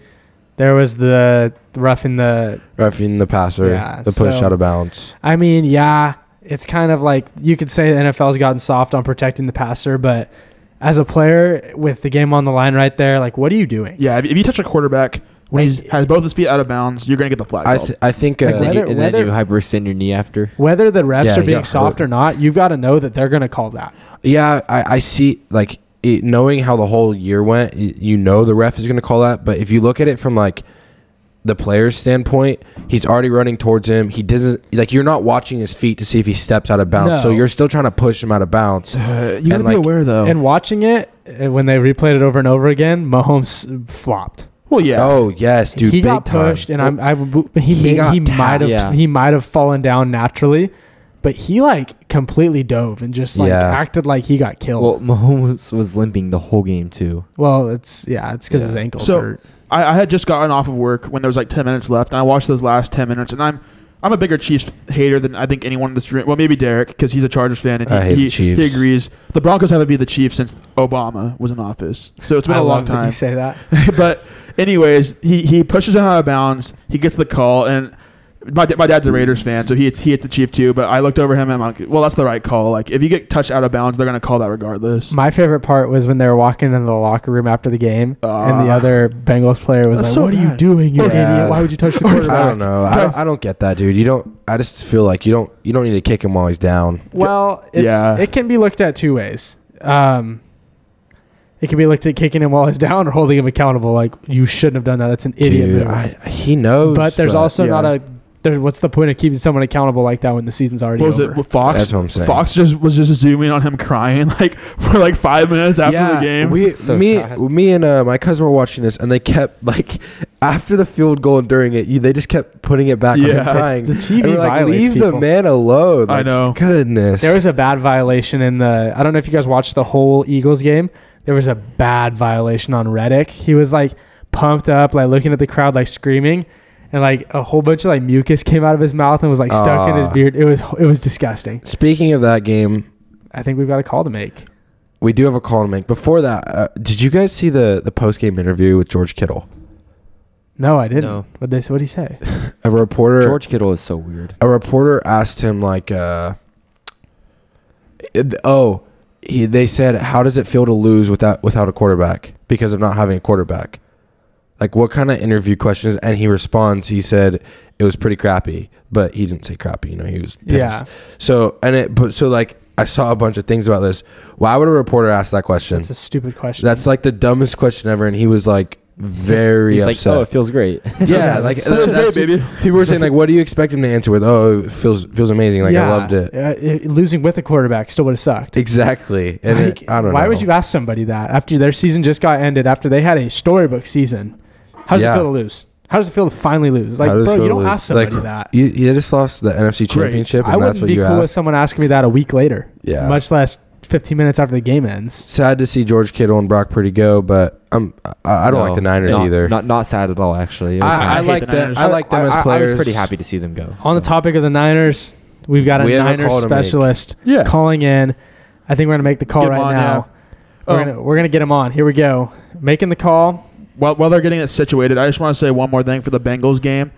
[SPEAKER 1] there was the roughing the.
[SPEAKER 3] roughing the passer,
[SPEAKER 1] Yeah,
[SPEAKER 3] the push
[SPEAKER 1] so-
[SPEAKER 3] out of bounds.
[SPEAKER 1] I mean, yeah, it's kind of like you could say the NFL's gotten soft on protecting the passer, but as a player with the game on the line right there, like what are you doing?
[SPEAKER 2] yeah, if, if you touch a quarterback when he's has both his feet out of bounds, you're going to get the flag.
[SPEAKER 3] I
[SPEAKER 2] called.
[SPEAKER 3] th- I think uh,
[SPEAKER 1] Like,
[SPEAKER 4] And then,
[SPEAKER 1] whether-
[SPEAKER 4] you, and then
[SPEAKER 1] whether-
[SPEAKER 4] you hyperextend your knee after.
[SPEAKER 1] Whether the refs
[SPEAKER 3] Yeah,
[SPEAKER 1] are
[SPEAKER 3] he
[SPEAKER 1] being
[SPEAKER 3] got
[SPEAKER 1] soft
[SPEAKER 3] hurt.
[SPEAKER 1] or not, you've got to know that they're going to call that.
[SPEAKER 3] Yeah, I, I see. Like it, knowing how the whole year went, y- you know the ref is going to call that. But if you look at it from like the player's standpoint, he's already running towards him. He doesn't like you're not watching his feet to see if he steps out of bounds. So
[SPEAKER 1] No.
[SPEAKER 3] you're still trying to push him out of bounds.
[SPEAKER 2] Uh, you got to
[SPEAKER 3] and,
[SPEAKER 2] be
[SPEAKER 3] like-
[SPEAKER 2] aware though.
[SPEAKER 1] And watching it uh, when they replayed it over and over again, Mahomes flopped.
[SPEAKER 2] well, yeah.
[SPEAKER 3] Oh yes, dude,
[SPEAKER 1] he
[SPEAKER 3] big
[SPEAKER 1] got
[SPEAKER 3] time.
[SPEAKER 1] pushed, and I'm, I w- he
[SPEAKER 3] He
[SPEAKER 1] he,
[SPEAKER 3] got
[SPEAKER 1] he
[SPEAKER 3] tapped,
[SPEAKER 1] might have
[SPEAKER 4] yeah.
[SPEAKER 1] he might have fallen down naturally, but he like completely dove and just like
[SPEAKER 3] Yeah.
[SPEAKER 1] acted like he got killed.
[SPEAKER 4] Well,
[SPEAKER 1] Well,
[SPEAKER 4] Mahomes was limping the whole game too.
[SPEAKER 1] it's yeah, it's because his
[SPEAKER 4] Yeah.
[SPEAKER 1] ankle
[SPEAKER 2] So-
[SPEAKER 1] hurt.
[SPEAKER 2] I, I had just gotten off of work when there was like ten minutes left, and I watched those last ten minutes, and I'm. I'm a bigger Chiefs hater than I think anyone in this room. Well, maybe Derek because he's a Chargers fan and he,
[SPEAKER 3] I hate
[SPEAKER 2] he,
[SPEAKER 3] the Chiefs.
[SPEAKER 2] he agrees. The Broncos haven't beat the Chiefs since Obama was in office, so it's been
[SPEAKER 1] I
[SPEAKER 2] a long
[SPEAKER 1] love that
[SPEAKER 2] time.
[SPEAKER 1] You say that.
[SPEAKER 2] but anyways, he, he pushes him out of bounds. He gets the call, and my, da- my dad's a Raiders fan, so he hits, he hits the Chief too. But I looked over him and I'm like, well, that's the right call. Like if you get touched out of bounds, they're gonna call that regardless.
[SPEAKER 1] My favorite part was when they were walking into the locker room after the game, and the
[SPEAKER 2] Ah.
[SPEAKER 1] other Bengals player was like,
[SPEAKER 2] That's so
[SPEAKER 1] "What are you
[SPEAKER 2] bad.
[SPEAKER 1] doing, you
[SPEAKER 3] Yeah.
[SPEAKER 1] idiot? Why would you touch the
[SPEAKER 2] I
[SPEAKER 1] quarterback?"
[SPEAKER 3] I don't know. I don't, I don't get that, dude. You don't. I just feel like you don't. You don't need to kick him while he's down.
[SPEAKER 1] Well, it's,
[SPEAKER 2] Yeah.
[SPEAKER 1] it can be looked at two ways. Um, it can be looked at kicking him while he's down or holding him accountable. Like you shouldn't have done that. That's an idiot move.
[SPEAKER 3] Dude, I, he knows.
[SPEAKER 1] but there's also
[SPEAKER 2] yeah.
[SPEAKER 1] not a. There, what's the point of keeping someone accountable like that when the season's already
[SPEAKER 2] What was
[SPEAKER 1] over?
[SPEAKER 2] it? Fox.
[SPEAKER 3] That's what I'm saying.
[SPEAKER 2] Fox just was just zooming on him crying like for like five minutes after the game.
[SPEAKER 3] We,
[SPEAKER 4] So
[SPEAKER 3] me,
[SPEAKER 4] sad.
[SPEAKER 3] me, and uh, my cousin were watching this, and they kept like after the field goal and during it, you they just kept putting it back on him
[SPEAKER 2] Yeah.
[SPEAKER 3] crying.
[SPEAKER 1] The TV
[SPEAKER 3] And we're like,
[SPEAKER 1] violates
[SPEAKER 3] leave
[SPEAKER 1] people.
[SPEAKER 3] the man alone.
[SPEAKER 2] I
[SPEAKER 3] Like,
[SPEAKER 2] know.
[SPEAKER 3] Goodness.
[SPEAKER 1] There was a bad violation in the. I don't know if you guys watched the whole Eagles game. There was a bad violation on Reddick. He was like pumped up, like looking at the crowd, like screaming, and like a whole bunch of like mucus came out of his mouth and was like stuck in his
[SPEAKER 3] Ah.
[SPEAKER 1] beard. It was it was disgusting.
[SPEAKER 3] Speaking of that game,
[SPEAKER 1] I think we've got a call to make.
[SPEAKER 3] we do have a call to make. Before that, uh, did you guys see the the post game interview with George Kittle?
[SPEAKER 1] No, I didn't.
[SPEAKER 4] No.
[SPEAKER 1] What they what he say?
[SPEAKER 3] A reporter,
[SPEAKER 4] George Kittle is so weird.
[SPEAKER 3] a reporter asked him like, uh, it- oh, he, they said, how does it feel to lose without without a quarterback because of not having a quarterback? Like, what kind of interview questions? And he responds, he said, it was pretty crappy, but he didn't say crappy. You know, he was pissed.
[SPEAKER 1] Yeah,
[SPEAKER 3] So and it, but so like, I saw a bunch of things about this. Why would a reporter ask that question?
[SPEAKER 1] that's a stupid question.
[SPEAKER 3] That's like the dumbest question ever, and he was like very
[SPEAKER 4] He's
[SPEAKER 3] upset.
[SPEAKER 4] like, oh, it feels great.
[SPEAKER 3] yeah, like
[SPEAKER 2] So it was
[SPEAKER 3] that's-
[SPEAKER 2] great, baby.
[SPEAKER 3] People were saying like, "What do you expect him to answer with?" Oh, it feels feels amazing. Like I loved it.
[SPEAKER 1] Uh, it- losing with a quarterback still would have sucked.
[SPEAKER 3] Exactly. And
[SPEAKER 1] Like,
[SPEAKER 3] it, I don't
[SPEAKER 1] why
[SPEAKER 3] know.
[SPEAKER 1] would you ask somebody that after their season just got ended, after they had a storybook season? How does
[SPEAKER 3] Yeah.
[SPEAKER 1] it feel to lose? How does it feel to finally lose? Like,
[SPEAKER 3] How does
[SPEAKER 1] bro,
[SPEAKER 3] it feel
[SPEAKER 1] you
[SPEAKER 3] to
[SPEAKER 1] don't
[SPEAKER 3] lose?
[SPEAKER 1] ask somebody
[SPEAKER 3] Like,
[SPEAKER 1] that.
[SPEAKER 3] You, you just lost the NFC Championship,
[SPEAKER 1] I
[SPEAKER 3] and that's
[SPEAKER 1] wouldn't
[SPEAKER 3] what
[SPEAKER 1] be
[SPEAKER 3] you
[SPEAKER 1] cool with
[SPEAKER 3] asked.
[SPEAKER 1] someone asking me that a week later,
[SPEAKER 3] Yeah.
[SPEAKER 1] much less 15 minutes after the game ends.
[SPEAKER 3] Sad to see George Kittle and Brock Pretty go, but I'm I, I don't
[SPEAKER 4] No,
[SPEAKER 3] like the Niners
[SPEAKER 4] not-
[SPEAKER 3] either.
[SPEAKER 4] Not not sad at all, actually. It was
[SPEAKER 3] I, I,
[SPEAKER 2] I
[SPEAKER 4] sad.
[SPEAKER 2] hate
[SPEAKER 3] like
[SPEAKER 2] the
[SPEAKER 3] them.
[SPEAKER 2] Niners.
[SPEAKER 3] I like them as
[SPEAKER 4] I
[SPEAKER 3] players.
[SPEAKER 4] was pretty happy to see them go.
[SPEAKER 1] On the
[SPEAKER 4] so.
[SPEAKER 1] topic of the Niners, we've got a
[SPEAKER 3] We have a
[SPEAKER 1] Niners
[SPEAKER 3] call to make.
[SPEAKER 1] specialist
[SPEAKER 2] Yeah.
[SPEAKER 1] calling in. I think we're going to make the call
[SPEAKER 2] Get him
[SPEAKER 1] right
[SPEAKER 2] on
[SPEAKER 1] now.
[SPEAKER 2] now.
[SPEAKER 1] We're
[SPEAKER 3] Oh.
[SPEAKER 2] Um,
[SPEAKER 1] gonna we're gonna get him on. Here we go. Making the call.
[SPEAKER 2] while, while they're getting it situated, I just want to say one more thing for the Bengals game.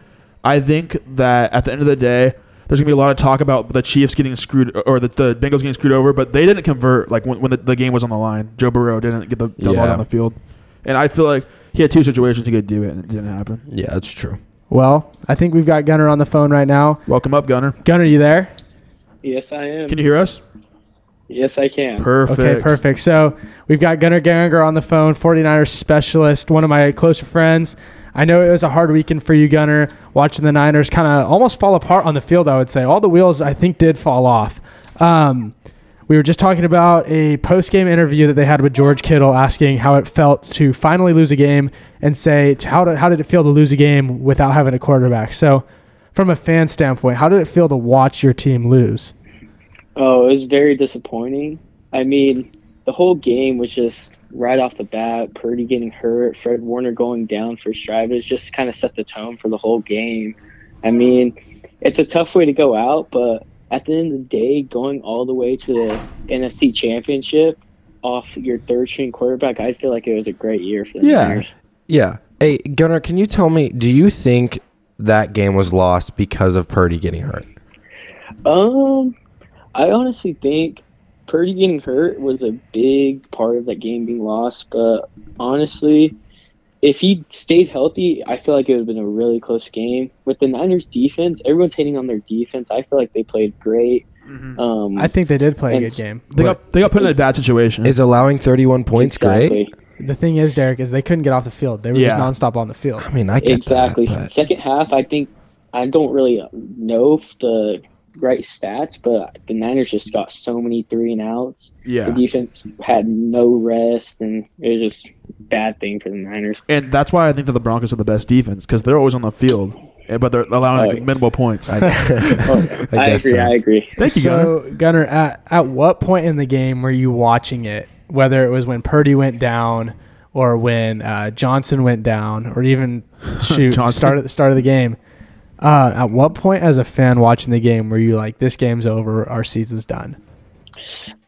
[SPEAKER 2] I think that at the end of the day, there's going to be a lot of talk about the Chiefs getting screwed or the, the Bengals getting screwed over, but they didn't convert like when, when the, the game was on the line. Joe Burrow didn't get the the ball
[SPEAKER 3] Yeah.
[SPEAKER 2] down the field. And I feel like he had two situations he could do it, and it didn't happen.
[SPEAKER 3] Yeah, that's true.
[SPEAKER 1] Well, I think we've got Gunner on the phone right now.
[SPEAKER 2] Welcome up, Gunner.
[SPEAKER 1] Gunner, you there?
[SPEAKER 5] Yes, I am.
[SPEAKER 2] Can you hear us?
[SPEAKER 5] yes, I can.
[SPEAKER 2] Perfect.
[SPEAKER 1] Okay, perfect. So we've got Gunnar Geringer on the phone, 49ers specialist, one of my closer friends. I know it was a hard weekend for you, Gunnar, watching the Niners kind of almost fall apart on the field, I would say. All the wheels, I think, did fall off. Um, we were just talking about a post game interview that they had with George Kittle asking how it felt to finally lose a game and say, t- how did, how did it feel to lose a game without having a quarterback? So, from a fan standpoint, how did it feel to watch your team lose?
[SPEAKER 5] Oh, it was very disappointing. I mean, the whole game was just right off the bat, Purdy getting hurt, Fred Warner going down first drive. It just kind of set the tone for the whole game. I mean, it's a tough way to go out, but at the end of the day, going all the way to the NFC Championship off your third string quarterback, I feel like it was a great year for the
[SPEAKER 3] Yeah.
[SPEAKER 5] Niners.
[SPEAKER 3] Yeah. Hey, Gunnar, can you tell me, do you think that game was lost because of Purdy getting hurt?
[SPEAKER 5] Um, I honestly think Purdy getting hurt was a big part of that game being lost. But honestly, if he stayed healthy, I feel like it would have been a really close game. With the Niners' defense, everyone's hating on their defense. I feel like they played great. Um,
[SPEAKER 1] I think they did play a good
[SPEAKER 5] It's-
[SPEAKER 1] game.
[SPEAKER 2] They got they got put in a bad situation.
[SPEAKER 3] Is allowing 31 points great?
[SPEAKER 5] exactly,
[SPEAKER 1] The thing is, Derek, is they couldn't get off the field. They were
[SPEAKER 2] Yeah.
[SPEAKER 1] just nonstop on the field.
[SPEAKER 3] I mean, I get
[SPEAKER 5] exactly.
[SPEAKER 3] that. but-
[SPEAKER 5] Second half, I think I don't really know if the right stats, but the Niners just got so many three and outs.
[SPEAKER 2] yeah.
[SPEAKER 5] The defense had no rest, and it was just a bad thing for the Niners.
[SPEAKER 2] And that's why I think that the Broncos are the best defense because they're always on the field, eh, but they're allowing like,
[SPEAKER 5] Oh.
[SPEAKER 2] minimal points.
[SPEAKER 5] Oh,
[SPEAKER 3] I
[SPEAKER 5] I,
[SPEAKER 3] guess
[SPEAKER 5] agree.
[SPEAKER 3] so.
[SPEAKER 5] I agree.
[SPEAKER 2] Thank you, Gunner.
[SPEAKER 1] so, Gunner, at, at what point in the game were you watching it? Whether it was when Purdy went down or when uh, Johnson went down or even shoot,
[SPEAKER 2] Johnson.
[SPEAKER 1] start at the start of the game. Uh, at what point, as a fan watching the game, were you like, this game's over, our season's done?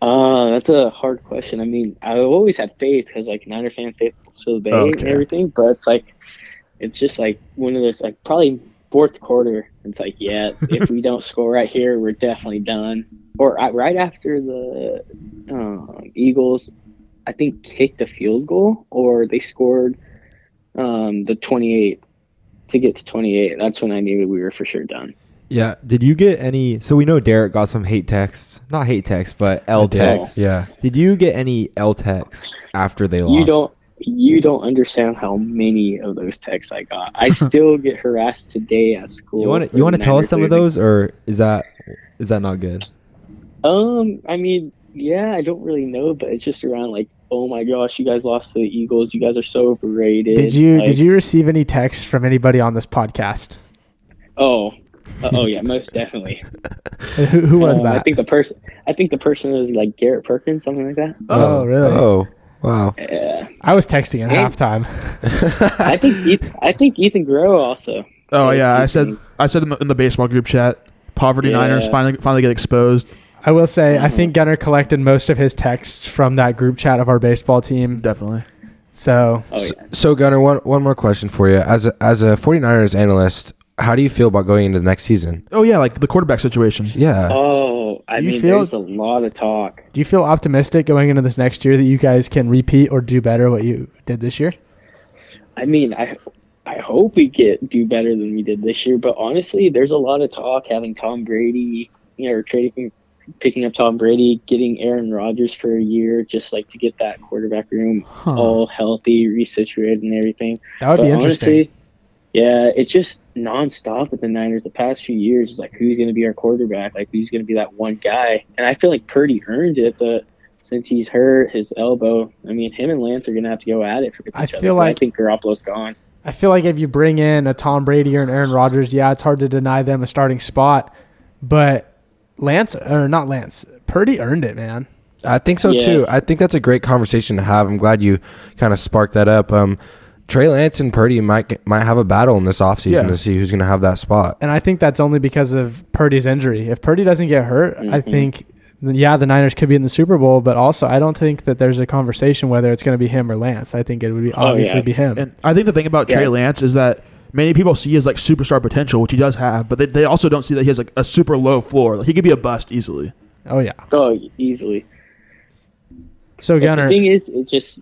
[SPEAKER 5] Uh, that's a hard question. I mean, I always had faith because like Niner fan faithful to the Bay
[SPEAKER 2] Okay.
[SPEAKER 5] and everything, but it's like it's just like one of those like probably fourth quarter. It's like yeah, if we don't score right here, we're definitely done. Or uh, right after the um, Eagles, I think kicked a field goal or they scored um, the twenty eight to get to twenty eight. That's when I knew we were for sure done.
[SPEAKER 4] Yeah. Did you get any? So we know Derek got some hate texts, not hate texts, but L texts.
[SPEAKER 3] Yeah.
[SPEAKER 4] Did you get any L texts after they lost?
[SPEAKER 5] You don't you don't understand how many of those texts I got. I still get harassed today at school.
[SPEAKER 4] You want
[SPEAKER 5] for
[SPEAKER 4] to you want to
[SPEAKER 5] the
[SPEAKER 4] tell us
[SPEAKER 5] Niners
[SPEAKER 4] some of
[SPEAKER 5] losing.
[SPEAKER 4] those, or is that is that not good?
[SPEAKER 5] Um, I mean, yeah, I don't really know, but it's just around like, oh my gosh, you guys lost to the Eagles. You guys are so overrated.
[SPEAKER 1] Did you
[SPEAKER 5] Like,
[SPEAKER 1] did you receive any texts from anybody on this podcast?
[SPEAKER 5] Oh, Uh, oh yeah, most definitely.
[SPEAKER 1] Who, who was
[SPEAKER 5] Um,
[SPEAKER 1] that?
[SPEAKER 5] I think the person. I think the person was like Garrett Perkins, something like that.
[SPEAKER 1] Oh,
[SPEAKER 2] Um,
[SPEAKER 1] really?
[SPEAKER 3] Oh, wow.
[SPEAKER 5] Yeah.
[SPEAKER 1] I was texting at
[SPEAKER 5] Hey.
[SPEAKER 1] halftime.
[SPEAKER 5] I think Ethan, I think Ethan Groh also.
[SPEAKER 2] Oh
[SPEAKER 5] Like,
[SPEAKER 2] yeah, I
[SPEAKER 5] these
[SPEAKER 2] said
[SPEAKER 5] things.
[SPEAKER 2] I said in the, in the baseball group chat, poverty
[SPEAKER 5] Yeah.
[SPEAKER 2] Niners finally finally get exposed.
[SPEAKER 1] I will say, I think Gunner collected most of his texts from that group chat of our baseball team.
[SPEAKER 2] Definitely.
[SPEAKER 1] So
[SPEAKER 5] Oh yeah.
[SPEAKER 3] So, Gunnar, one, one more question for you. As a, as a 49ers analyst, how do you feel about going into the next season?
[SPEAKER 2] Oh yeah, like the quarterback situation.
[SPEAKER 3] Yeah.
[SPEAKER 5] Oh, I
[SPEAKER 1] You
[SPEAKER 5] mean,
[SPEAKER 1] feel-
[SPEAKER 5] there's a lot of talk.
[SPEAKER 1] Do you feel optimistic going into this next year that you guys can repeat or do better what you did this year?
[SPEAKER 5] I mean, I I hope we get do better than we did this year. But honestly, there's a lot of talk having Tom Brady, you know, trading, picking up Tom Brady, getting Aaron Rodgers for a year, just like to get that quarterback room all healthy, resituated, and everything.
[SPEAKER 1] That would
[SPEAKER 5] but
[SPEAKER 1] be interesting.
[SPEAKER 5] honestly, yeah, it's just nonstop with the Niners the past few years. It's like who's going to be our quarterback? Like who's going to be that one guy? And I feel like Purdy earned it, but. Since he's hurt, his elbow. I mean, him and Lance are gonna have to go at it for each
[SPEAKER 1] I
[SPEAKER 5] other.
[SPEAKER 1] feel
[SPEAKER 5] but I
[SPEAKER 1] like-
[SPEAKER 5] think Garoppolo's gone.
[SPEAKER 1] I feel like if you bring in a Tom Brady or an Aaron Rodgers, yeah, it's hard to deny them a starting spot. But Lance, or not Lance, Purdy earned it, man.
[SPEAKER 3] I think so, too.
[SPEAKER 5] Yes.
[SPEAKER 3] I think that's a great conversation to have. I'm glad you kind of sparked that up. Um, Trey Lance and Purdy might get- might have a battle in this offseason
[SPEAKER 2] Yeah.
[SPEAKER 3] to see who's going to have that spot.
[SPEAKER 1] And I think that's only because of Purdy's injury. If Purdy doesn't get hurt, I
[SPEAKER 5] Mhm.
[SPEAKER 1] think yeah, the Niners could be in the Super Bowl, but also I don't think that there's a conversation whether it's going to be him or Lance. I think it would be obviously
[SPEAKER 5] yeah.
[SPEAKER 1] be him.
[SPEAKER 2] And I think the thing about Trey
[SPEAKER 5] Yeah.
[SPEAKER 2] Lance is that many people see his like superstar potential, which he does have, but they, they also don't see that he has like a super low floor. Like he could be a bust easily.
[SPEAKER 1] oh yeah.
[SPEAKER 5] Oh, easily.
[SPEAKER 1] So
[SPEAKER 5] But
[SPEAKER 1] Gunner,
[SPEAKER 5] The thing is, it just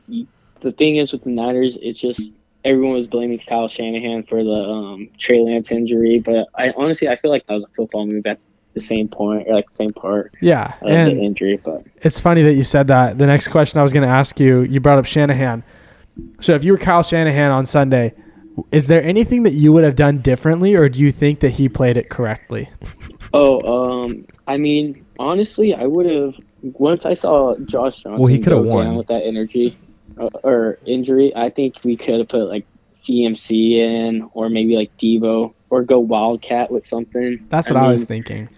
[SPEAKER 5] the thing is with the Niners, it just everyone was blaming Kyle Shanahan for the um, Trey Lance injury, but I honestly I feel like that was a football move at the same point or like the same part
[SPEAKER 1] yeah,
[SPEAKER 5] of
[SPEAKER 1] and
[SPEAKER 5] the injury. But
[SPEAKER 1] it's funny that you said that. The next question I was going to ask you, you brought up Shanahan. So if you were Kyle Shanahan on Sunday, is there anything that you would have done differently, or do you think that he played it correctly?
[SPEAKER 5] oh, um, I mean, honestly, I would have once I saw Josh Johnson
[SPEAKER 3] Well, he could
[SPEAKER 5] go
[SPEAKER 3] have won.
[SPEAKER 5] down with that energy uh, or injury. I think we could have put like CMC in, or maybe like Devo, or go Wildcat with something.
[SPEAKER 1] That's what I, was
[SPEAKER 5] mean,
[SPEAKER 1] thinking.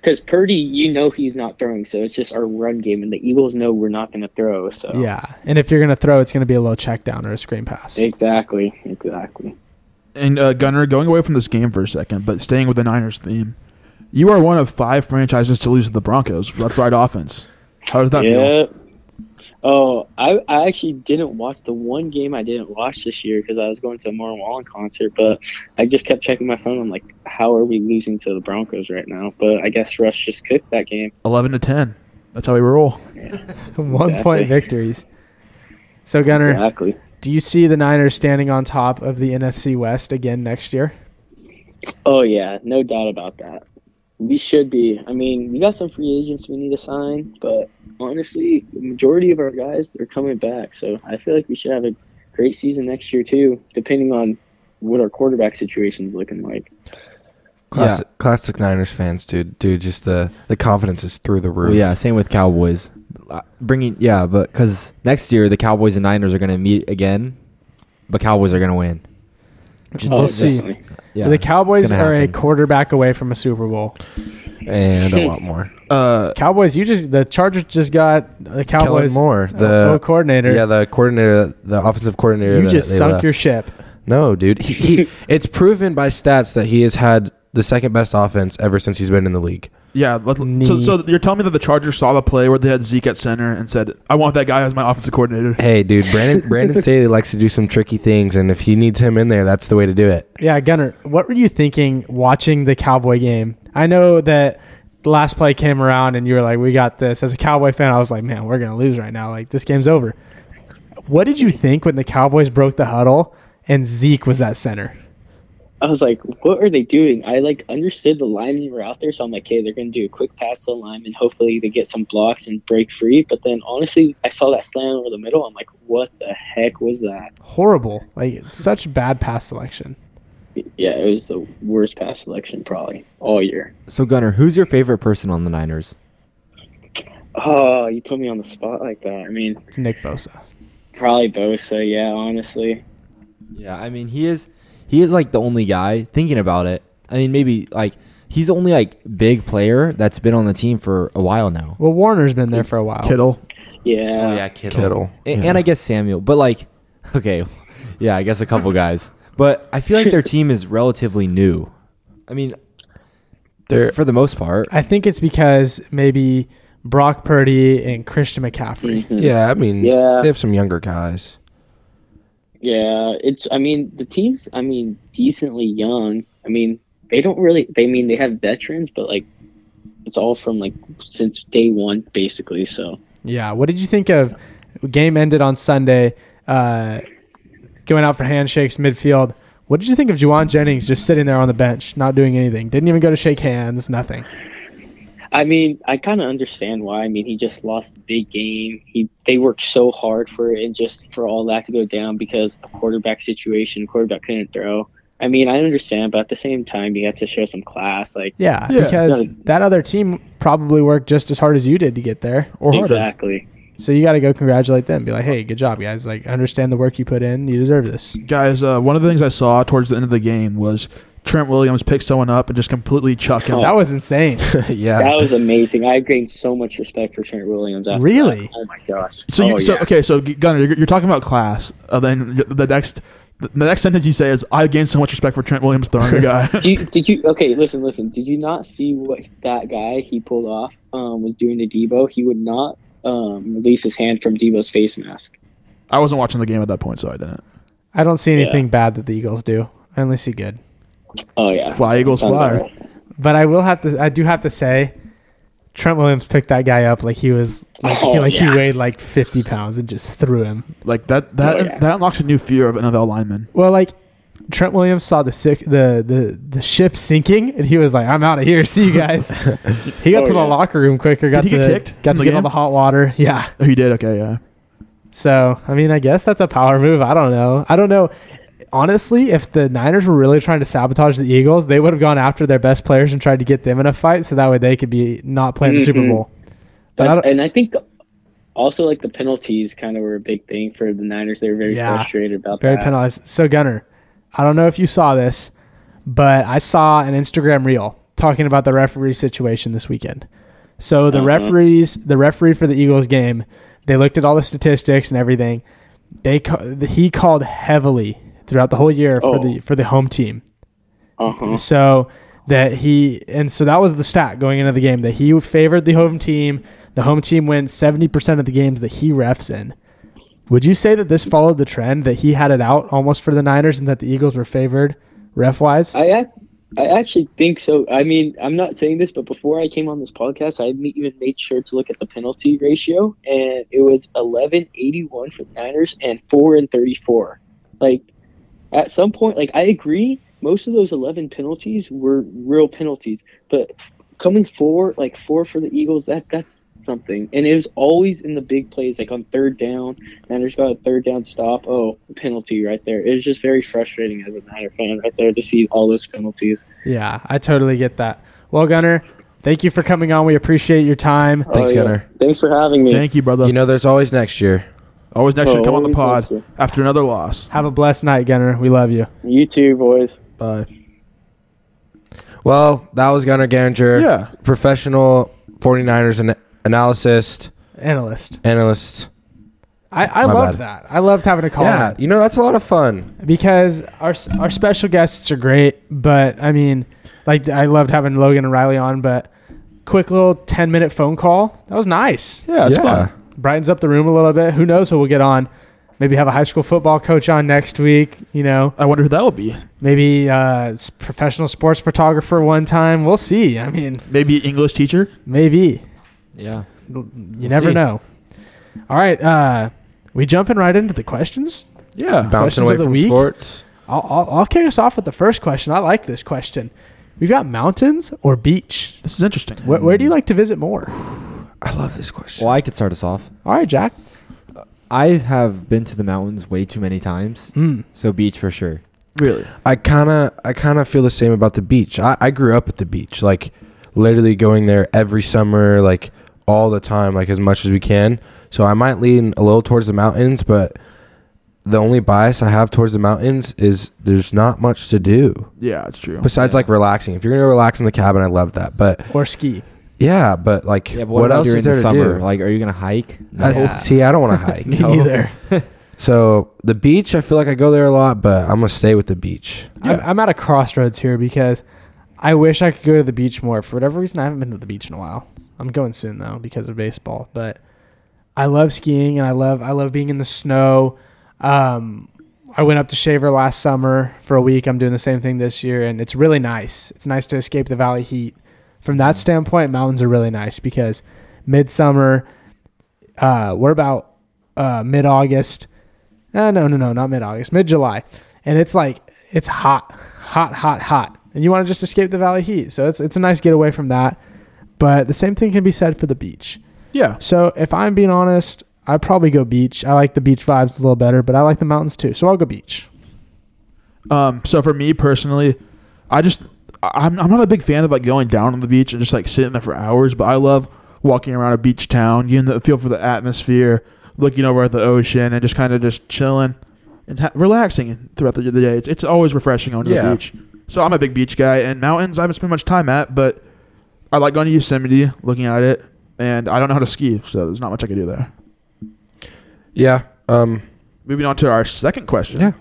[SPEAKER 5] Because Purdy, you know he's not throwing, so it's just our run game, and the Eagles know we're not going to throw. So
[SPEAKER 1] Yeah, and if you're going to throw, it's going to be a little check down or a screen pass.
[SPEAKER 5] exactly, exactly.
[SPEAKER 2] And uh, Gunner, going away from this game for a second, but staying with the Niners theme, you are one of five franchises to lose to the Broncos. That's right, offense. How does that feel?
[SPEAKER 5] Yeah. Oh, I, I actually didn't watch the one game I didn't watch this year because I was going to a Marlon Wallen concert, but I just kept checking my phone. I'm like, how are we losing to the Broncos right now? But I guess Russ just cooked that game.
[SPEAKER 2] Eleven to ten. That's how we roll.
[SPEAKER 1] One point
[SPEAKER 5] Exactly.
[SPEAKER 1] victories. So Gunner,
[SPEAKER 5] Exactly.
[SPEAKER 1] do you see the Niners standing on top of the NFC West again next year?
[SPEAKER 5] Oh yeah, no doubt about that. We should be. I mean, we got some free agents we need to sign, but honestly, the majority of our guys they're coming back. So I feel like we should have a great season next year too, depending on what our quarterback situation is looking like.
[SPEAKER 3] Classic, classic Niners fans, dude. Dude, just the the confidence is through the roof.
[SPEAKER 4] Well, yeah, same with Cowboys. Uh, Bringing yeah, but because next year the Cowboys and Niners are going to meet again, but Cowboys are going to win.
[SPEAKER 1] We'll see.
[SPEAKER 5] definitely.
[SPEAKER 4] Yeah,
[SPEAKER 1] the
[SPEAKER 4] it's
[SPEAKER 1] Cowboys
[SPEAKER 4] gonna
[SPEAKER 1] are a
[SPEAKER 4] happen.
[SPEAKER 1] quarterback away from a Super Bowl.
[SPEAKER 3] and a lot more.
[SPEAKER 2] Uh,
[SPEAKER 1] Cowboys, you just the Chargers just got the Cowboys
[SPEAKER 3] Kellen Moore,
[SPEAKER 1] the
[SPEAKER 3] the
[SPEAKER 1] coordinator.
[SPEAKER 3] yeah, the coordinator, the offensive coordinator.
[SPEAKER 1] you
[SPEAKER 3] that
[SPEAKER 1] just
[SPEAKER 3] they
[SPEAKER 1] sunk
[SPEAKER 3] left.
[SPEAKER 1] your ship.
[SPEAKER 3] No, dude. He, he it's proven by stats that he has had the second best offense ever since he's been in the league.
[SPEAKER 2] yeah. let- So, so you're telling me that the Chargers saw the play where they had Zeke at center and said, "I want that guy as my offensive coordinator."
[SPEAKER 3] Hey, dude, Brandon Brandon Staley likes to do some tricky things, and if he needs him in there, that's the way to do it.
[SPEAKER 1] Yeah, Gunner, what were you thinking watching the Cowboy game? I know that the last play came around and you were like, "We got this." As a Cowboy fan, I was like, "Man, we're gonna lose right now. Like this game's over." What did you think when the Cowboys broke the huddle and Zeke was at center?
[SPEAKER 5] I was like, what are they doing? I like understood the linemen were out there, so I'm like, hey, they're gonna do a quick pass to the lineman. Hopefully they get some blocks and break free. But then honestly, I saw that slam over the middle. I'm like, what the heck was that?
[SPEAKER 1] Horrible! Like it's such bad pass selection.
[SPEAKER 5] Yeah, it was the worst pass selection probably all year.
[SPEAKER 4] so Gunner, who's your favorite person on the Niners?
[SPEAKER 5] Oh, you put me on the spot like that. I mean,
[SPEAKER 1] It's Nick Bosa.
[SPEAKER 5] probably Bosa. Yeah, honestly.
[SPEAKER 4] Yeah, I mean he is he is like the only guy thinking about it. I mean maybe like he's the only like big player that's been on the team for a while now.
[SPEAKER 1] Well, Warner's been there for a while.
[SPEAKER 2] Kittle.
[SPEAKER 5] Yeah.
[SPEAKER 4] Kittle.
[SPEAKER 3] Oh, Kittle.
[SPEAKER 4] A- And, I guess Samuel, but like okay, yeah, I guess a couple guys. But I feel like their team is relatively new. I mean,
[SPEAKER 3] They're-
[SPEAKER 4] for the most part.
[SPEAKER 1] I think it's because maybe Brock Purdy and Christian McCaffrey.
[SPEAKER 5] Mhm.
[SPEAKER 3] Yeah, I mean,
[SPEAKER 5] Yeah.
[SPEAKER 3] they have some younger guys.
[SPEAKER 5] Yeah, it's. I mean, the team's. I mean, decently young. I mean, they don't really. They mean they have veterans, but like, it's all from like since day one, basically. So
[SPEAKER 1] Yeah. What did you think of game ended on Sunday? Uh, going out for handshakes midfield. What did you think of Juwan Jennings just sitting there on the bench, not doing anything? Didn't even go to shake hands, nothing.
[SPEAKER 5] I mean, I kind of understand why. I mean, he just lost the big game. He they worked so hard for it, and just for all that to go down because a quarterback situation, quarterback couldn't throw. I mean, I understand, but at the same time, you have to show some class. Like,
[SPEAKER 1] Yeah,
[SPEAKER 2] Yeah.
[SPEAKER 1] because
[SPEAKER 5] Yeah.
[SPEAKER 1] that other team probably worked just as hard as you did to get there.
[SPEAKER 2] Or harder.
[SPEAKER 5] exactly.
[SPEAKER 1] So you got to go congratulate them, be like, "Hey, good job, guys! Like, I understand the work you put in. You deserve this."
[SPEAKER 2] Guys, uh, one of the things I saw towards the end of the game was Trent Williams pick someone up and just completely chuck
[SPEAKER 5] Oh.
[SPEAKER 2] him.
[SPEAKER 1] That was insane.
[SPEAKER 3] yeah.
[SPEAKER 5] That was amazing. I've gained so much respect for Trent Williams. After
[SPEAKER 1] Really?
[SPEAKER 5] that. Oh my gosh.
[SPEAKER 2] So, you,
[SPEAKER 5] Oh,
[SPEAKER 2] so
[SPEAKER 5] yeah.
[SPEAKER 2] okay, so Gunner, you're, you're talking about class. Uh, then the next The the next sentence you say is, "I gained so much respect for Trent Williams throwing the guy."
[SPEAKER 5] Did you, did you? Okay, listen, listen. Did you not see what that guy he pulled off um, was doing to Debo? He would not um, release his hand from Debo's face mask.
[SPEAKER 2] I wasn't watching the game at that point, so I didn't.
[SPEAKER 1] I don't see
[SPEAKER 5] Yeah.
[SPEAKER 1] anything bad that the Eagles do. I only see good.
[SPEAKER 5] Oh yeah,
[SPEAKER 2] Fly, Eagles,
[SPEAKER 5] Sounds
[SPEAKER 2] fly.
[SPEAKER 5] about right.
[SPEAKER 1] But I will have to. I do have to say, Trent Williams picked that guy up like he was like, he,
[SPEAKER 5] Oh,
[SPEAKER 1] like
[SPEAKER 5] yeah.
[SPEAKER 1] he weighed like fifty pounds and just threw him.
[SPEAKER 2] Like that. That
[SPEAKER 5] Oh, yeah.
[SPEAKER 2] that unlocks a new fear of NFL linemen.
[SPEAKER 1] Well, like Trent Williams saw the sick the the the ship sinking and he was like, "I'm out of here. See you guys." he got
[SPEAKER 5] Oh,
[SPEAKER 1] to the
[SPEAKER 5] yeah.
[SPEAKER 1] locker room quicker. Got
[SPEAKER 2] Did he
[SPEAKER 1] to
[SPEAKER 2] get kicked
[SPEAKER 1] got
[SPEAKER 2] in
[SPEAKER 1] to
[SPEAKER 2] the
[SPEAKER 1] get all
[SPEAKER 2] game?
[SPEAKER 1] the hot water. Yeah.
[SPEAKER 2] Oh, he did. Okay, yeah.
[SPEAKER 1] So, I mean, I guess that's a power move. I don't know. I don't know. Honestly, if the Niners were really trying to sabotage the Eagles, they would have gone after their best players and tried to get them in a fight so that way they could be not playing the Super
[SPEAKER 5] Mhm.
[SPEAKER 1] Bowl. But I
[SPEAKER 5] and,
[SPEAKER 1] don't,
[SPEAKER 5] and I think also like the penalties kind of were a big thing for the Niners. They were very
[SPEAKER 1] Yeah.
[SPEAKER 5] frustrated about
[SPEAKER 1] very
[SPEAKER 5] that.
[SPEAKER 1] penalized. So, Gunner, I don't know if you saw this, but I saw an Instagram reel talking about the referee situation this weekend. So the
[SPEAKER 5] Uh-huh.
[SPEAKER 1] referees, the referee for the Eagles game, they looked at all the statistics and everything. They ca- he called heavily throughout the whole year for
[SPEAKER 5] Oh.
[SPEAKER 1] the for the home team.
[SPEAKER 5] Uh-huh.
[SPEAKER 1] So that he and so that was the stat going into the game that he favored the home team. The home team wins seventy percent of the games that he refs in. Would you say that this followed the trend that he had it out almost for the Niners and that the Eagles were favored ref wise?
[SPEAKER 5] I ac- I actually think so. I mean, I'm not saying this, but before I came on this podcast, I hadn't even made sure to look at the penalty ratio, and it was 1181 for the Niners and 4 and 34. Like at some point, like I agree, most of those 11 penalties were real penalties, but coming four, like four for the Eagles, that that's something. And it was always in the big plays, like on third down, Niners got a third down stop. Oh, penalty right there. It was just very frustrating as a Niner fan right there to see all those penalties.
[SPEAKER 1] Yeah, I totally get that. Well, Gunner, thank you for coming on. We appreciate your time.
[SPEAKER 3] Thanks,
[SPEAKER 5] Oh, yeah.
[SPEAKER 3] Gunner.
[SPEAKER 5] Thanks for having me.
[SPEAKER 2] Thank you, brother.
[SPEAKER 3] You know, there's always next year.
[SPEAKER 2] Always next year,
[SPEAKER 5] Oh,
[SPEAKER 2] come on the
[SPEAKER 5] always
[SPEAKER 2] pod
[SPEAKER 5] next year.
[SPEAKER 2] after another loss.
[SPEAKER 1] Have a blessed night, Gunner. We love you.
[SPEAKER 5] you too, boys.
[SPEAKER 2] Bye.
[SPEAKER 3] Well, that was Gunnar Geringer.
[SPEAKER 2] Yeah.
[SPEAKER 3] Professional 49ers an- analyst.
[SPEAKER 1] Analyst.
[SPEAKER 3] Analyst.
[SPEAKER 1] I, I
[SPEAKER 3] My
[SPEAKER 1] loved
[SPEAKER 3] bad.
[SPEAKER 1] that. I loved having a call.
[SPEAKER 3] Yeah.
[SPEAKER 1] in.
[SPEAKER 3] You know, that's a lot of fun.
[SPEAKER 1] because our our special guests are great, but I mean, like I loved having Logan and Riley on, but quick little ten minute phone call that was nice.
[SPEAKER 2] Yeah, it's
[SPEAKER 3] yeah.
[SPEAKER 2] fun.
[SPEAKER 1] Brightens up the room a little bit. Who knows who we'll get on? Maybe have a high school football coach on next week. You know,
[SPEAKER 2] I wonder who that will be.
[SPEAKER 1] maybe uh, s- professional sports photographer one time. We'll see. I mean,
[SPEAKER 2] Maybe English teacher.
[SPEAKER 1] maybe
[SPEAKER 4] Yeah.
[SPEAKER 1] you never
[SPEAKER 4] see.
[SPEAKER 1] know. All right, uh, we jumping right into the questions.
[SPEAKER 2] Yeah.
[SPEAKER 3] Bouncing
[SPEAKER 1] Questions
[SPEAKER 3] away
[SPEAKER 1] of the
[SPEAKER 3] from
[SPEAKER 1] week?
[SPEAKER 3] sports.
[SPEAKER 1] I'll, I'll, I'll kick us off with the first question. I like this question. We've got mountains or beach.
[SPEAKER 2] This is interesting.
[SPEAKER 1] Where, where do you like to visit more?
[SPEAKER 3] I love this question.
[SPEAKER 4] Well, I could start us off.
[SPEAKER 1] All right, Jack.
[SPEAKER 4] I have been to the mountains way too many times,
[SPEAKER 3] Hmm.
[SPEAKER 1] Mm.
[SPEAKER 4] so beach for sure.
[SPEAKER 2] Really?
[SPEAKER 3] I kind of I kind of feel the same about the beach. I, I grew up at the beach, like literally going there every summer, like all the time, like as much as we can. So I might lean a little towards the mountains, but the only bias I have towards the mountains is there's not much to do
[SPEAKER 2] Yeah, it's true.
[SPEAKER 3] besides like relaxing. If you're gonna relax in the cabin, I love that. But
[SPEAKER 1] Or ski.
[SPEAKER 3] yeah, but like
[SPEAKER 4] Yeah, but
[SPEAKER 3] what,
[SPEAKER 4] what, about
[SPEAKER 3] else
[SPEAKER 4] during
[SPEAKER 3] is there
[SPEAKER 4] the
[SPEAKER 3] to
[SPEAKER 4] summer?
[SPEAKER 3] do?
[SPEAKER 4] Like, are you gonna hike?
[SPEAKER 3] I- See, I don't want to hike.
[SPEAKER 1] Me
[SPEAKER 4] No.
[SPEAKER 1] neither.
[SPEAKER 3] So the beach, I feel like I go there a lot, but I'm gonna stay with the beach.
[SPEAKER 1] I'm, I'm at a crossroads here because I wish I could go to the beach more. For whatever reason, I haven't been to the beach in a while. I'm going soon though because of baseball. But I love skiing and I love I love being in the snow. Um, I went up to Shaver last summer for a week. I'm doing the same thing this year, and it's really nice. It's nice to escape the valley heat. From that standpoint, mountains are really nice because midsummer. Uh, we're about uh, mid August. Uh, no, no, no, not mid August, mid July, and it's like it's hot, hot, hot, hot, and you want to just escape the valley heat. So it's it's a nice getaway from that. But the same thing can be said for the beach.
[SPEAKER 2] Yeah.
[SPEAKER 1] So if I'm being honest, I probably go beach. I like the beach vibes a little better, but I like the mountains too. So I'll go beach.
[SPEAKER 2] Um, so for me personally, I just I- I'm I'm not a big fan of like going down on the beach and just like sitting there for hours, but I love walking around a beach town, getting the feel for the atmosphere, looking over at the ocean, and just kind of just chilling and ha- relaxing throughout the, the day. It's, it's always refreshing going to
[SPEAKER 3] Yeah.
[SPEAKER 2] the beach. So I'm a big beach guy, and mountains I haven't spent much time at, but I like going to Yosemite, looking at it, and I don't know how to ski, so there's not much I can do there.
[SPEAKER 3] Yeah. Um.
[SPEAKER 2] Moving on to our second question.
[SPEAKER 3] Yeah.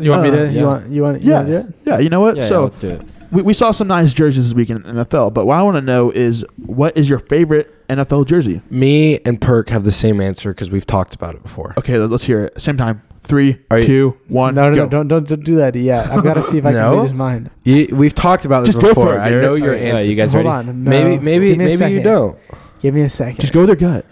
[SPEAKER 1] You want me
[SPEAKER 2] Uh,
[SPEAKER 1] to?
[SPEAKER 4] yeah.
[SPEAKER 1] You want? You want? You
[SPEAKER 2] Yeah.
[SPEAKER 1] Want to do it?
[SPEAKER 2] Yeah, you know what?
[SPEAKER 4] Yeah, yeah,
[SPEAKER 2] so
[SPEAKER 4] let's do it.
[SPEAKER 2] we, we saw some nice jerseys this weekend in NFL, but what I want to know is what is your favorite NFL jersey?
[SPEAKER 3] Me and Perk have the same answer because we've talked about it before.
[SPEAKER 1] Oh.
[SPEAKER 2] Okay, let- let's hear it. Same time. Three, two,
[SPEAKER 3] Are
[SPEAKER 2] one,
[SPEAKER 3] you-
[SPEAKER 1] no, no,
[SPEAKER 2] go.
[SPEAKER 1] no, don't, don't, don't do that yet. I've got to see if I can
[SPEAKER 3] No?
[SPEAKER 1] read his mind.
[SPEAKER 3] You, we've talked about this
[SPEAKER 2] Just go for
[SPEAKER 3] before.
[SPEAKER 2] it,
[SPEAKER 3] I
[SPEAKER 2] Garrett.
[SPEAKER 3] know your
[SPEAKER 4] All right, all right,
[SPEAKER 3] answer.
[SPEAKER 4] you guys
[SPEAKER 1] Hold
[SPEAKER 4] ready?
[SPEAKER 1] on. no.
[SPEAKER 3] maybe maybe
[SPEAKER 1] Give me a
[SPEAKER 3] maybe you
[SPEAKER 1] second.
[SPEAKER 3] don't.
[SPEAKER 1] Give me a second.
[SPEAKER 2] Just go with their gut.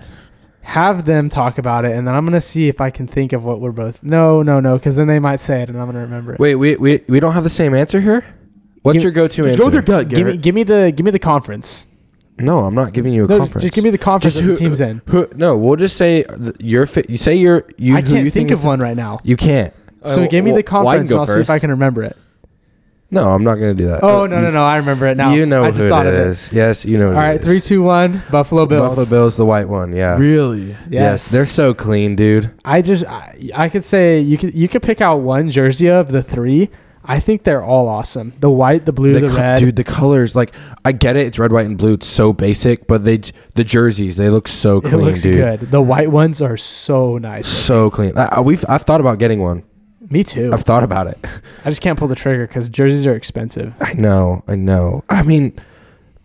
[SPEAKER 1] Have them talk about it, and then I'm gonna see if I can think of what we're both. No, no, no, because then they might say it, and I'm gonna remember it.
[SPEAKER 3] Wait, we, we we don't have the same answer here. What's
[SPEAKER 1] Give-
[SPEAKER 3] your go-to
[SPEAKER 2] Just
[SPEAKER 3] answer?
[SPEAKER 2] go with their gut,
[SPEAKER 1] give me,
[SPEAKER 2] Garrett.
[SPEAKER 1] give me the, give me the conference.
[SPEAKER 3] no, I'm not giving you a
[SPEAKER 1] No,
[SPEAKER 3] conference.
[SPEAKER 1] just give me the conference
[SPEAKER 3] Just
[SPEAKER 1] that the
[SPEAKER 3] who-
[SPEAKER 1] team's in.
[SPEAKER 3] Who, no, we'll just say th- your fit. You say your you.
[SPEAKER 1] I
[SPEAKER 3] who
[SPEAKER 1] can't
[SPEAKER 3] you
[SPEAKER 1] think,
[SPEAKER 3] is
[SPEAKER 1] of one right now.
[SPEAKER 3] The, you can't.
[SPEAKER 1] So
[SPEAKER 4] Uh,
[SPEAKER 1] give me
[SPEAKER 4] well,
[SPEAKER 1] the
[SPEAKER 4] well, I can
[SPEAKER 1] conference, and
[SPEAKER 4] go
[SPEAKER 1] I'll see if I
[SPEAKER 4] first.
[SPEAKER 1] can remember it.
[SPEAKER 3] No, I'm not going to do that.
[SPEAKER 1] Oh
[SPEAKER 3] Uh,
[SPEAKER 1] no,
[SPEAKER 3] you-
[SPEAKER 1] no, no! I remember it now.
[SPEAKER 3] You know
[SPEAKER 1] I just
[SPEAKER 3] who
[SPEAKER 1] thought
[SPEAKER 3] it
[SPEAKER 1] of
[SPEAKER 3] is. Yes, you know.
[SPEAKER 1] All
[SPEAKER 3] who
[SPEAKER 1] right,
[SPEAKER 3] it
[SPEAKER 1] three,
[SPEAKER 3] is.
[SPEAKER 1] two, one. Buffalo Bills.
[SPEAKER 3] Buffalo Bills, the white one. Yeah.
[SPEAKER 2] Really?
[SPEAKER 3] Yes. they're so clean, dude.
[SPEAKER 1] I just I, I could say you could you could pick out one jersey of the three. I think they're all awesome. The white, the blue, the,
[SPEAKER 3] co-
[SPEAKER 1] red.
[SPEAKER 3] dude, the colors. Like, I get it. It's red, white, and blue. It's so basic, but they j- the jerseys they look so
[SPEAKER 1] it
[SPEAKER 3] clean,
[SPEAKER 1] looks
[SPEAKER 3] dude.
[SPEAKER 1] good. The white ones are so nice.
[SPEAKER 3] So clean. I, I- we've I've thought about getting one.
[SPEAKER 1] Me too.
[SPEAKER 3] I've thought about it.
[SPEAKER 1] I just can't pull the trigger because jerseys are expensive.
[SPEAKER 3] I know. I know. I mean,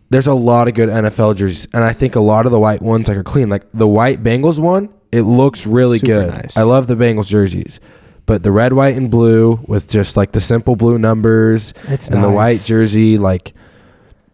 [SPEAKER 3] there's a lot of good NFL jerseys, and I think a lot of the white ones like are clean. Like the white Bengals one, it looks really
[SPEAKER 1] Super
[SPEAKER 3] good.
[SPEAKER 1] nice.
[SPEAKER 3] I love the Bengals jerseys, but the red, white, and blue with just like the simple blue numbers
[SPEAKER 1] It's
[SPEAKER 3] and the
[SPEAKER 1] nice.
[SPEAKER 3] white jersey, like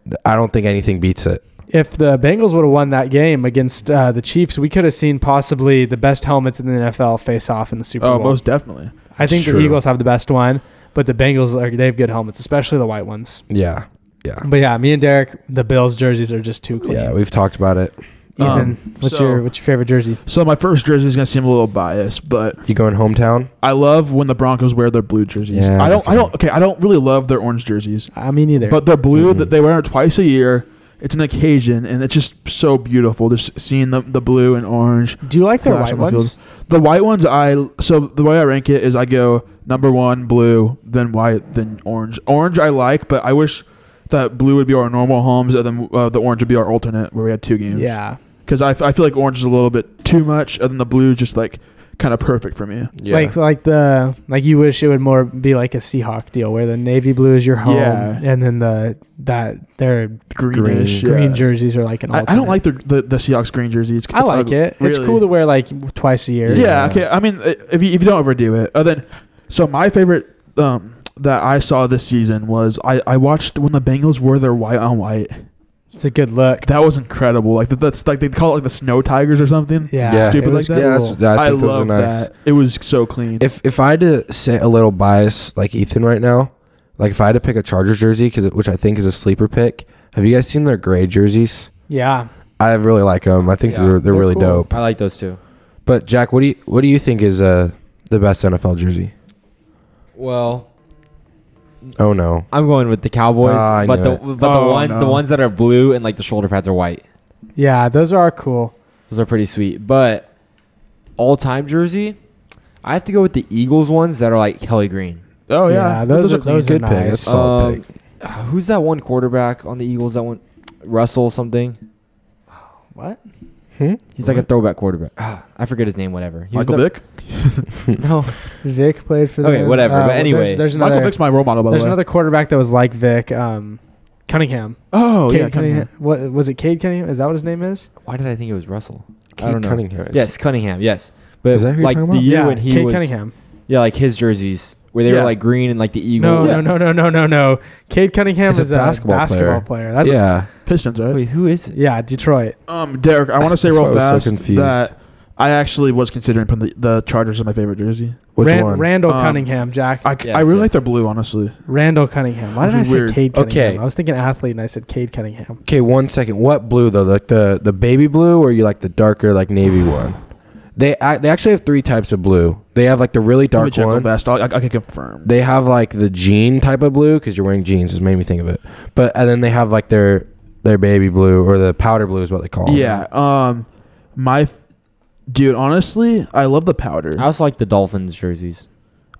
[SPEAKER 3] th- I don't think anything beats it.
[SPEAKER 1] If the Bengals would have won that game against uh, the Chiefs, we could have seen possibly the best helmets in the NFL face off in the Super
[SPEAKER 2] Oh,
[SPEAKER 1] Bowl.
[SPEAKER 2] most definitely.
[SPEAKER 1] I think
[SPEAKER 3] True.
[SPEAKER 1] the Eagles have the best one, but the Bengals are they have good helmets, especially the white ones.
[SPEAKER 3] Yeah, yeah,
[SPEAKER 1] But yeah, me and Derek, the Bills jerseys are just too clean.
[SPEAKER 3] yeah. We've talked about it.
[SPEAKER 1] Ethan,
[SPEAKER 2] Um,
[SPEAKER 1] what's
[SPEAKER 2] so-
[SPEAKER 1] your what's your favorite jersey?
[SPEAKER 2] So my first jersey is gonna seem a little biased, but
[SPEAKER 3] You going hometown?
[SPEAKER 2] I love when the Broncos wear their blue jerseys.
[SPEAKER 3] Yeah,
[SPEAKER 2] I don't. I
[SPEAKER 3] okay.
[SPEAKER 2] don't. Okay, I don't really love their orange jerseys,
[SPEAKER 1] I mean, either.
[SPEAKER 2] but their blue
[SPEAKER 3] Mhm.
[SPEAKER 2] that they wear it twice a year. It's an occasion, and it's just so beautiful. Just seeing the the blue and orange.
[SPEAKER 1] do you like the white
[SPEAKER 2] flash on the field.
[SPEAKER 1] ones?
[SPEAKER 2] The white ones, I so the way I rank it is I go number one blue, then white, then orange. Orange I like, but I wish that blue would be our normal homes, and then uh, the orange would be our alternate where we had two games.
[SPEAKER 1] Yeah.
[SPEAKER 2] because I, f- I feel like orange is a little bit too much, and then the blue is just like kind of perfect for me.
[SPEAKER 3] Yeah.
[SPEAKER 1] like like the like you wish it would more be like a Seahawk deal where the navy blue is your home,
[SPEAKER 2] Yeah.
[SPEAKER 1] and then the that their
[SPEAKER 2] Greenish, yeah.
[SPEAKER 1] green jerseys are like an.
[SPEAKER 2] I,
[SPEAKER 1] Alternate.
[SPEAKER 2] I don't like the, the the Seahawks green jersey. It's,
[SPEAKER 1] I
[SPEAKER 2] it's
[SPEAKER 1] like
[SPEAKER 2] ugly.
[SPEAKER 1] it. It's
[SPEAKER 2] really.
[SPEAKER 1] cool to wear like twice a year.
[SPEAKER 2] Yeah,
[SPEAKER 3] Yeah.
[SPEAKER 2] okay. I mean, uh, if you, if you don't overdo it, uh, then so my favorite um that I saw this season was I I watched when the Bengals wore their white on white.
[SPEAKER 1] It's a good look.
[SPEAKER 2] That was incredible. Like that, that's like they call it like the snow tigers or something.
[SPEAKER 1] Yeah.
[SPEAKER 3] Yeah.
[SPEAKER 2] Stupid
[SPEAKER 1] it looks
[SPEAKER 2] like
[SPEAKER 1] cool.
[SPEAKER 2] that?
[SPEAKER 3] yeah, that's, I
[SPEAKER 2] I,
[SPEAKER 3] think those are
[SPEAKER 2] love
[SPEAKER 3] nice.
[SPEAKER 2] that. It was so clean.
[SPEAKER 3] If if I had to say a little bias like Ethan right now, like if I had to pick a Chargers jersey, 'cause- which I think is a sleeper pick, have you guys seen their gray jerseys?
[SPEAKER 1] yeah.
[SPEAKER 3] I really like them. I think
[SPEAKER 4] Yeah,
[SPEAKER 3] they're, they're
[SPEAKER 1] they're
[SPEAKER 3] really
[SPEAKER 1] cool.
[SPEAKER 3] dope.
[SPEAKER 4] I like those two.
[SPEAKER 3] But Jack, what do you what do you think is uh the best NFL jersey?
[SPEAKER 4] Well,
[SPEAKER 3] Oh no,
[SPEAKER 4] I'm going with the Cowboys,
[SPEAKER 3] Ah, I
[SPEAKER 4] but
[SPEAKER 3] knew
[SPEAKER 4] the but the
[SPEAKER 2] Oh,
[SPEAKER 4] one
[SPEAKER 2] no.
[SPEAKER 4] the ones that are blue and like the shoulder pads are white.
[SPEAKER 1] Yeah. Those are cool.
[SPEAKER 4] Those are pretty sweet. But all time jersey, I have to go with the Eagles ones that are like Kelly green.
[SPEAKER 2] oh
[SPEAKER 1] yeah,
[SPEAKER 2] yeah,
[SPEAKER 1] those are-
[SPEAKER 2] clean.
[SPEAKER 1] those
[SPEAKER 3] good
[SPEAKER 1] are
[SPEAKER 3] pick.
[SPEAKER 1] nice.
[SPEAKER 3] That's a solid
[SPEAKER 4] Um,
[SPEAKER 3] pick.
[SPEAKER 4] Who's that one quarterback on the Eagles? That one Russell something.
[SPEAKER 1] What?
[SPEAKER 3] Hmm?
[SPEAKER 4] He's like a throwback quarterback. Ah, I forget his name. Whatever. He was
[SPEAKER 2] Michael
[SPEAKER 4] the-
[SPEAKER 2] Vick.
[SPEAKER 4] No.
[SPEAKER 1] Vic played for.
[SPEAKER 4] Okay,
[SPEAKER 1] the,
[SPEAKER 4] whatever, but
[SPEAKER 1] well, there's-
[SPEAKER 4] anyway,
[SPEAKER 1] there's,
[SPEAKER 2] Michael
[SPEAKER 1] another.
[SPEAKER 2] Vick's my role model. By
[SPEAKER 1] there's
[SPEAKER 2] the way.
[SPEAKER 1] another quarterback that was like Vic. Um, Cunningham.
[SPEAKER 2] Oh
[SPEAKER 1] Cade
[SPEAKER 2] yeah, Cunningham.
[SPEAKER 1] Cunningham. What was it? Cade Cunningham? Is that what his name is?
[SPEAKER 4] Why did I think it was Russell? I
[SPEAKER 3] Kate
[SPEAKER 4] don't know.
[SPEAKER 3] Cunningham.
[SPEAKER 4] Yes, Cunningham. Yes, but
[SPEAKER 3] Is that who you're
[SPEAKER 4] like
[SPEAKER 3] talking
[SPEAKER 4] the
[SPEAKER 3] about?
[SPEAKER 4] year when he
[SPEAKER 1] Cade
[SPEAKER 4] was
[SPEAKER 1] Cunningham.
[SPEAKER 4] yeah, like his jerseys where they
[SPEAKER 2] Yeah.
[SPEAKER 4] were like green and like the
[SPEAKER 1] No,
[SPEAKER 4] Eagle.
[SPEAKER 2] Yeah.
[SPEAKER 1] no, no, no, no, no, no. Cade Cunningham
[SPEAKER 3] He's a
[SPEAKER 1] is a basketball,
[SPEAKER 3] basketball
[SPEAKER 1] player. That's yeah,
[SPEAKER 3] yeah.
[SPEAKER 2] Pistons, right?
[SPEAKER 4] Wait, who is it?
[SPEAKER 1] yeah, Detroit.
[SPEAKER 2] Um, Derek, I want to say
[SPEAKER 3] That's
[SPEAKER 2] real
[SPEAKER 3] why I
[SPEAKER 2] fast
[SPEAKER 3] was so confused.
[SPEAKER 2] that I actually was considering putting the, the Chargers as my favorite jersey.
[SPEAKER 3] Which
[SPEAKER 1] Ran-
[SPEAKER 3] one?
[SPEAKER 1] Randall
[SPEAKER 2] Um,
[SPEAKER 1] Cunningham, Jack.
[SPEAKER 2] I,
[SPEAKER 4] Yes,
[SPEAKER 2] I really
[SPEAKER 4] yes.
[SPEAKER 2] like their blue, honestly.
[SPEAKER 1] Randall Cunningham. Why
[SPEAKER 2] Which
[SPEAKER 1] did I
[SPEAKER 2] is
[SPEAKER 1] say
[SPEAKER 2] weird.
[SPEAKER 1] Cade Cunningham?
[SPEAKER 3] Okay.
[SPEAKER 1] I was thinking athlete, and I said Cade Cunningham.
[SPEAKER 3] Okay, one second. What blue though? Like the the baby blue, or you like the darker, like navy one? They ac- they actually have three types of blue. They have like the
[SPEAKER 2] Let
[SPEAKER 3] really
[SPEAKER 2] me
[SPEAKER 3] dark
[SPEAKER 2] check real
[SPEAKER 3] one.
[SPEAKER 2] fast. I'll- I, I can confirm.
[SPEAKER 3] They have like the jean type of blue because you're wearing jeans. It made me think of it. But and then they have like their their baby blue or the powder blue is what they call. it.
[SPEAKER 2] yeah. Um, my f- dude, honestly, I love the powder.
[SPEAKER 4] I also like the Dolphins jerseys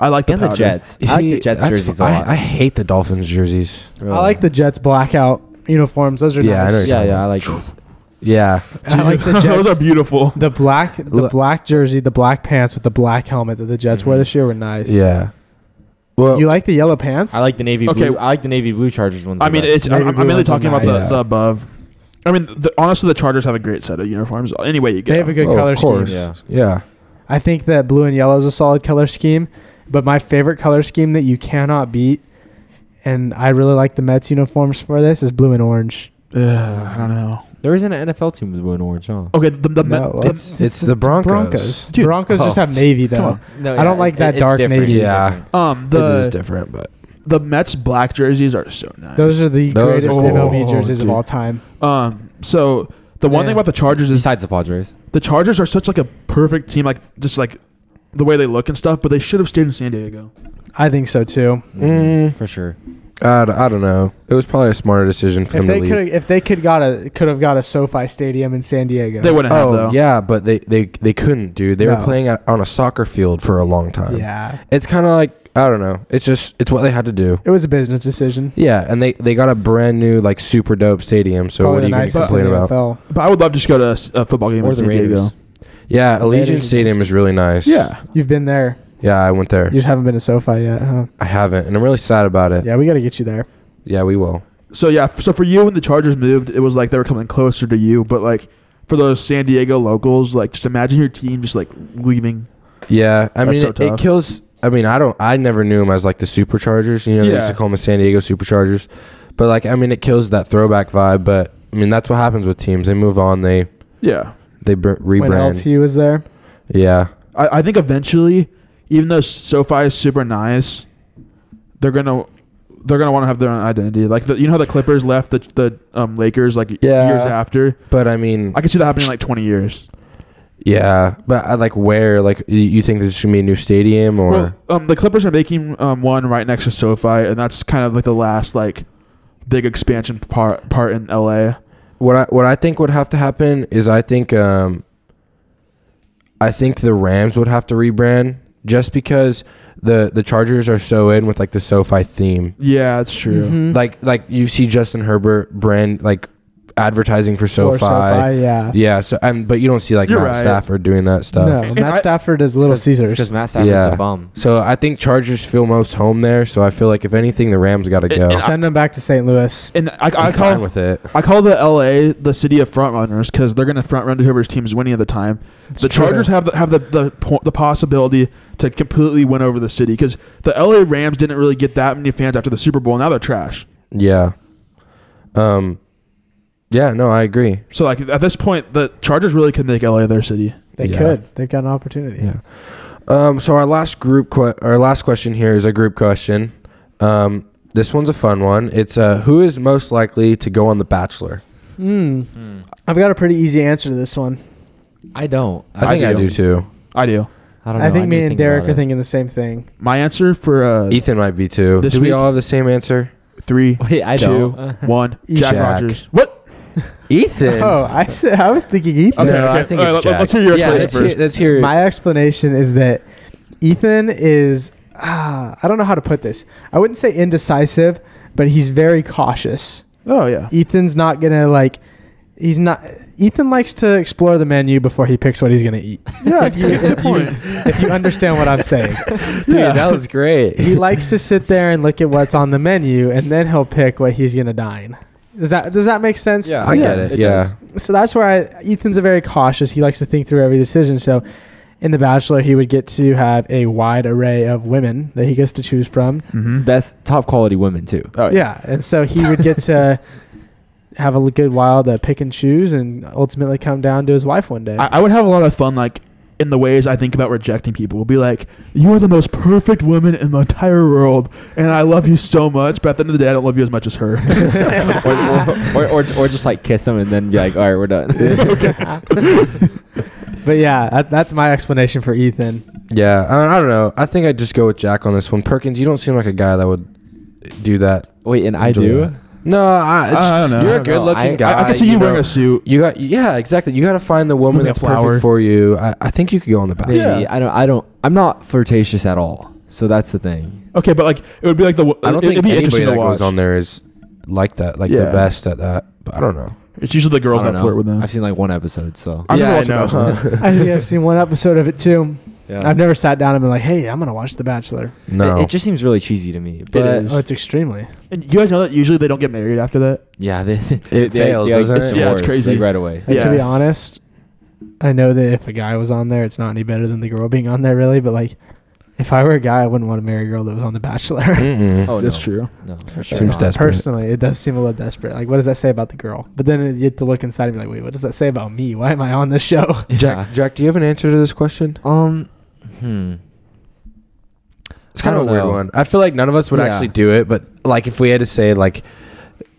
[SPEAKER 2] I like the
[SPEAKER 4] and
[SPEAKER 2] powder.
[SPEAKER 4] the Jets.
[SPEAKER 3] You
[SPEAKER 4] I like the
[SPEAKER 3] see,
[SPEAKER 4] Jets
[SPEAKER 3] that's
[SPEAKER 4] jerseys a
[SPEAKER 3] fu- I-
[SPEAKER 4] lot.
[SPEAKER 3] I, hate the Dolphins jerseys.
[SPEAKER 1] I like the Jets blackout uniforms. Those are
[SPEAKER 3] Oh. Yeah, I know
[SPEAKER 1] nice.
[SPEAKER 3] you're
[SPEAKER 4] yeah, yeah, I like those.
[SPEAKER 3] Yeah,
[SPEAKER 1] I like the
[SPEAKER 2] Those are
[SPEAKER 1] Jets.
[SPEAKER 2] beautiful.
[SPEAKER 1] the black, the
[SPEAKER 3] Look.
[SPEAKER 1] Mm-hmm. black jersey, the black pants with the black helmet that the Jets wear this year were nice.
[SPEAKER 3] yeah. Well,
[SPEAKER 1] You like the yellow pants?
[SPEAKER 4] I like the navy.
[SPEAKER 2] Okay.
[SPEAKER 4] Blue, I like the navy blue Chargers ones.
[SPEAKER 2] I
[SPEAKER 4] the
[SPEAKER 2] mean,
[SPEAKER 4] best.
[SPEAKER 2] it's, I'm,
[SPEAKER 1] Navy
[SPEAKER 2] I'm
[SPEAKER 1] blue
[SPEAKER 2] mainly
[SPEAKER 1] ones are
[SPEAKER 2] talking about
[SPEAKER 1] nice.
[SPEAKER 2] the, the above. I mean, the, honestly, the Chargers have a great set of uniforms. Any way you go,
[SPEAKER 1] They have a good
[SPEAKER 3] oh,
[SPEAKER 1] color
[SPEAKER 3] of course.
[SPEAKER 1] scheme.
[SPEAKER 4] Yeah.
[SPEAKER 3] Yeah.
[SPEAKER 1] I think that blue and yellow is a solid color scheme, but my favorite color scheme that you cannot beat, and I really like the Mets uniforms for this, is blue and orange.
[SPEAKER 2] Ugh, I don't know.
[SPEAKER 4] there isn't an NFL team with blue and orange, huh?
[SPEAKER 2] Okay, the, the, Met-
[SPEAKER 1] No,
[SPEAKER 2] the-
[SPEAKER 1] it's-
[SPEAKER 3] It's, the Broncos.
[SPEAKER 1] Broncos.
[SPEAKER 2] Dude,
[SPEAKER 1] Broncos just
[SPEAKER 3] oh,
[SPEAKER 1] have navy
[SPEAKER 2] come
[SPEAKER 1] though.
[SPEAKER 2] on.
[SPEAKER 4] No,
[SPEAKER 1] I don't like that
[SPEAKER 4] it's
[SPEAKER 1] dark
[SPEAKER 4] different.
[SPEAKER 1] navy.
[SPEAKER 4] It's
[SPEAKER 3] Yeah.
[SPEAKER 4] different.
[SPEAKER 2] um
[SPEAKER 3] This is
[SPEAKER 2] the
[SPEAKER 3] different, but
[SPEAKER 2] the Mets black jerseys are so nice.
[SPEAKER 1] Those are the
[SPEAKER 3] Those
[SPEAKER 1] greatest
[SPEAKER 3] are-
[SPEAKER 1] MLB
[SPEAKER 2] Oh,
[SPEAKER 1] jerseys
[SPEAKER 2] dude.
[SPEAKER 1] of all time.
[SPEAKER 2] um, so the one
[SPEAKER 1] Yeah.
[SPEAKER 2] thing about the Chargers is
[SPEAKER 4] Besides the Padres,
[SPEAKER 2] the Chargers are such like a perfect team, like just like the way they look and stuff. But they should have stayed in San Diego.
[SPEAKER 1] I think so too.
[SPEAKER 3] Mm.
[SPEAKER 4] for sure.
[SPEAKER 3] I, d- I don't know. It was probably a smarter decision for
[SPEAKER 1] If
[SPEAKER 3] them
[SPEAKER 1] they
[SPEAKER 3] to leave.
[SPEAKER 1] could, if they could got a, could have got a SoFi Stadium in San Diego.
[SPEAKER 2] They wouldn't have
[SPEAKER 3] Oh
[SPEAKER 2] though.
[SPEAKER 3] yeah, but they, they they couldn't, dude. They were
[SPEAKER 1] No.
[SPEAKER 3] playing at, on a soccer field for a long time.
[SPEAKER 1] Yeah,
[SPEAKER 3] It's kind of like I don't know. It's just it's what they had to do.
[SPEAKER 1] it was a business decision.
[SPEAKER 3] Yeah, and they they got a brand new like super dope stadium. So
[SPEAKER 1] Probably
[SPEAKER 3] what are
[SPEAKER 1] the
[SPEAKER 3] you going to
[SPEAKER 1] nicest
[SPEAKER 3] complain
[SPEAKER 1] in the
[SPEAKER 3] about?
[SPEAKER 1] NFL.
[SPEAKER 2] But I would love to just go to a s- a, football game
[SPEAKER 4] Or
[SPEAKER 2] in
[SPEAKER 4] the
[SPEAKER 2] San Diego.
[SPEAKER 4] Raiders.
[SPEAKER 3] Yeah, Allegiant
[SPEAKER 1] Raiders.
[SPEAKER 3] Stadium is really nice.
[SPEAKER 2] Yeah,
[SPEAKER 1] You've been there.
[SPEAKER 3] yeah, I went there.
[SPEAKER 1] You just haven't been to SoFi yet, huh?
[SPEAKER 3] I haven't, and I'm really sad about it. Yeah,
[SPEAKER 1] Yeah, we got to get you there.
[SPEAKER 3] we will.
[SPEAKER 2] So yeah, f- so for you when the Chargers moved, it was like they were coming closer to you. But like for those San Diego locals, like just imagine your team just like leaving.
[SPEAKER 3] Yeah, I
[SPEAKER 2] That's
[SPEAKER 3] mean
[SPEAKER 2] so
[SPEAKER 3] it, it
[SPEAKER 2] tough.
[SPEAKER 3] kills. I mean I don't. I never knew them as like the Superchargers. You know, they
[SPEAKER 2] Yeah.
[SPEAKER 3] used to call them San Diego Superchargers. But like I mean, it kills that throwback vibe. But I mean that's what happens with teams. They move on. They
[SPEAKER 2] Yeah,
[SPEAKER 3] they br-
[SPEAKER 1] When
[SPEAKER 3] rebrand.
[SPEAKER 1] LT was there,
[SPEAKER 3] Yeah.
[SPEAKER 2] I, I think eventually, even though SoFi is super nice, they're gonna they're gonna want to have their own identity. Like the, you know how the Clippers left the the um, Lakers like
[SPEAKER 3] Yeah.
[SPEAKER 2] years after.
[SPEAKER 3] But I mean,
[SPEAKER 2] I could see that happening in like twenty years.
[SPEAKER 3] yeah. But I, like, where? Like, y- you think there's gonna be a new stadium or?
[SPEAKER 2] Well, um, the Clippers are making um, one right next to SoFi, and that's kind of like the last like big expansion part part in LA.
[SPEAKER 3] what I what I think would have to happen is I think um I think the Rams would have to rebrand just because the the Chargers are so in with like the SoFi theme.
[SPEAKER 2] Yeah, it's true.
[SPEAKER 1] Mm-hmm.
[SPEAKER 3] Like like you see Justin Herbert brand like advertising for
[SPEAKER 1] Or
[SPEAKER 3] SoFi.
[SPEAKER 1] SoFi, yeah.
[SPEAKER 3] Yeah, so and but you don't see like
[SPEAKER 2] You're
[SPEAKER 3] Matt
[SPEAKER 2] right.
[SPEAKER 3] Stafford doing that stuff.
[SPEAKER 1] No,
[SPEAKER 2] And
[SPEAKER 1] Matt
[SPEAKER 2] I-
[SPEAKER 1] Stafford is Little
[SPEAKER 4] because
[SPEAKER 1] Caesars.
[SPEAKER 4] Matt Stafford's
[SPEAKER 3] Yeah.
[SPEAKER 4] a bum.
[SPEAKER 3] So I think Chargers feel most home there. So I feel like if anything, the Rams got to
[SPEAKER 2] And-
[SPEAKER 3] go.
[SPEAKER 2] and
[SPEAKER 1] Send him back to St. Louis.
[SPEAKER 2] And I, I
[SPEAKER 3] I'm fine
[SPEAKER 2] call
[SPEAKER 3] with it.
[SPEAKER 2] I call the LA the city of front runners because they're gonna front run to whoever's team is winning at the time. the
[SPEAKER 1] true.
[SPEAKER 2] Chargers have the, have the the po- the possibility to completely win over the city because the LA Rams didn't really get that many fans after the Super Bowl. Now they're trash.
[SPEAKER 3] Yeah. Um. Yeah. No, I agree.
[SPEAKER 2] So like at this point, the Chargers really could make LA their city.
[SPEAKER 1] They
[SPEAKER 3] Yeah.
[SPEAKER 1] could. They've got an opportunity.
[SPEAKER 3] Yeah. Um, so our last group, que- our last question here is a group question. Um, this one's a fun one. It's uh, who is most likely to go on The Bachelor?
[SPEAKER 1] Hmm. I've got a pretty easy answer to this one.
[SPEAKER 4] I don't.
[SPEAKER 3] I think I do, too.
[SPEAKER 2] I do.
[SPEAKER 4] I don't. Know.
[SPEAKER 1] I, think
[SPEAKER 4] need
[SPEAKER 1] me
[SPEAKER 4] to
[SPEAKER 1] and
[SPEAKER 4] think
[SPEAKER 1] Derek
[SPEAKER 4] about
[SPEAKER 1] are
[SPEAKER 4] it.
[SPEAKER 1] thinking the same thing.
[SPEAKER 2] My answer for uh,
[SPEAKER 3] Ethan might be too.
[SPEAKER 2] This
[SPEAKER 3] Do we
[SPEAKER 2] week-
[SPEAKER 3] all have the same answer?
[SPEAKER 2] three,
[SPEAKER 4] Wait, I
[SPEAKER 2] two,
[SPEAKER 4] don't.
[SPEAKER 2] one. Jack,
[SPEAKER 3] Jack.
[SPEAKER 2] Rogers. What?
[SPEAKER 3] Ethan.
[SPEAKER 1] Oh, I, s- I was thinking Ethan.
[SPEAKER 3] Okay, I think it's
[SPEAKER 2] let-
[SPEAKER 3] Jack.
[SPEAKER 2] Let's hear your
[SPEAKER 3] yeah,
[SPEAKER 2] explanation
[SPEAKER 3] let's hear,
[SPEAKER 2] first.
[SPEAKER 3] let's hear.
[SPEAKER 1] My explanation is that Ethan is, ah, I don't know how to put this. I wouldn't say indecisive, but he's very cautious.
[SPEAKER 2] Oh yeah.
[SPEAKER 1] Ethan's not going to like, he's not, Ethan likes to explore the menu before he picks what he's going to eat.
[SPEAKER 2] Yeah,
[SPEAKER 1] if, you, if, you, if you understand what I'm saying.
[SPEAKER 4] Dude, that was great.
[SPEAKER 1] he likes to sit there and look at what's on the menu, and then he'll pick what he's gonna dine. Does that does that make sense?
[SPEAKER 3] I get it.
[SPEAKER 4] it
[SPEAKER 3] yeah.
[SPEAKER 4] does.
[SPEAKER 1] So that's where I, Ethan's a very cautious. He likes to think through every decision. So in The Bachelor, he would get to have a wide array of women that he gets to choose from.
[SPEAKER 2] Mm-hmm.
[SPEAKER 4] Best top quality women too.
[SPEAKER 2] Oh,
[SPEAKER 1] Yeah, and so he would get to have a good while to pick and choose, and ultimately come down to his wife one day.
[SPEAKER 2] I, I would have a lot of fun, like in the ways I think about rejecting people. Be like, you are the most perfect woman in the entire world, and I love you so much. But at the end of the day, I don't love you as much as her.
[SPEAKER 4] or, or, or, or, or just like kiss them and then be like, all right, we're done.
[SPEAKER 1] but yeah, that, that's my explanation for Ethan.
[SPEAKER 3] Yeah. I, I don't know. I think I'd just go with Jack on this one. Perkins, you don't seem like a guy that would do that.
[SPEAKER 4] Wait, and I
[SPEAKER 3] Enjoy
[SPEAKER 4] do.
[SPEAKER 3] that. No, I, it's,
[SPEAKER 2] I don't know. Uh, I
[SPEAKER 3] You're a
[SPEAKER 4] don't know.
[SPEAKER 3] good looking
[SPEAKER 4] I- I- I
[SPEAKER 3] guy.
[SPEAKER 2] I, I can see you,
[SPEAKER 3] know.
[SPEAKER 2] wearing a suit.
[SPEAKER 3] You got yeah, exactly. You got to find the woman
[SPEAKER 2] Maybe a
[SPEAKER 3] that's
[SPEAKER 2] flower.
[SPEAKER 3] perfect for you. I, I think you could go on the
[SPEAKER 4] Maybe.
[SPEAKER 3] bachelor.
[SPEAKER 2] Yeah.
[SPEAKER 4] I don't. I don't. I'm not flirtatious at all. So that's the thing.
[SPEAKER 2] Okay, but like it would be like the.
[SPEAKER 3] I don't
[SPEAKER 2] it'd
[SPEAKER 3] think
[SPEAKER 2] be
[SPEAKER 3] anybody
[SPEAKER 2] interesting
[SPEAKER 3] that
[SPEAKER 2] to watch.
[SPEAKER 3] goes on there is like that, like
[SPEAKER 2] Yeah.
[SPEAKER 3] the best at that. But I don't know.
[SPEAKER 2] It's usually the girls
[SPEAKER 4] I don't
[SPEAKER 2] that
[SPEAKER 4] know.
[SPEAKER 2] flirt with them.
[SPEAKER 4] I've seen like one episode. So
[SPEAKER 2] I've never watched
[SPEAKER 3] I
[SPEAKER 2] The Bachelor.
[SPEAKER 1] I think I've seen one episode of it too.
[SPEAKER 4] Yeah.
[SPEAKER 1] I've never sat down and been like, "Hey, I'm gonna watch The Bachelor."
[SPEAKER 3] No.
[SPEAKER 4] It, it just seems really cheesy to me. But
[SPEAKER 2] is.
[SPEAKER 1] Oh, it's extremely.
[SPEAKER 2] And you guys know that usually they don't get married after that.
[SPEAKER 4] yeah, they, it
[SPEAKER 3] fails, doesn't
[SPEAKER 4] it's
[SPEAKER 3] it?
[SPEAKER 2] Yeah, it's
[SPEAKER 4] divorce,
[SPEAKER 2] crazy.
[SPEAKER 4] like, right away.
[SPEAKER 1] Like, To be
[SPEAKER 2] Yeah.
[SPEAKER 1] honest, I know that if a guy was on there, it's not any better than the girl being on there, really. But like, if I were a guy, I wouldn't want to marry a girl that was on The Bachelor.
[SPEAKER 3] Mm-mm.
[SPEAKER 4] Oh,
[SPEAKER 2] That's
[SPEAKER 4] no.
[SPEAKER 2] true.
[SPEAKER 4] No, for sure.
[SPEAKER 3] Seems
[SPEAKER 4] not.
[SPEAKER 3] desperate.
[SPEAKER 1] Personally, it does seem a little desperate. Like, what does that say about the girl? But then you have to look inside and be like, "Wait, what does that say about me? Why am I on this show?"
[SPEAKER 4] Yeah.
[SPEAKER 3] Jack, Jack, do you have an answer to this question?
[SPEAKER 4] Um, hmm.
[SPEAKER 3] It's kind
[SPEAKER 4] I
[SPEAKER 3] of a
[SPEAKER 4] don't
[SPEAKER 3] weird
[SPEAKER 4] know.
[SPEAKER 3] one. I feel like none of us would
[SPEAKER 4] Yeah.
[SPEAKER 3] actually do it, but like if we had to say like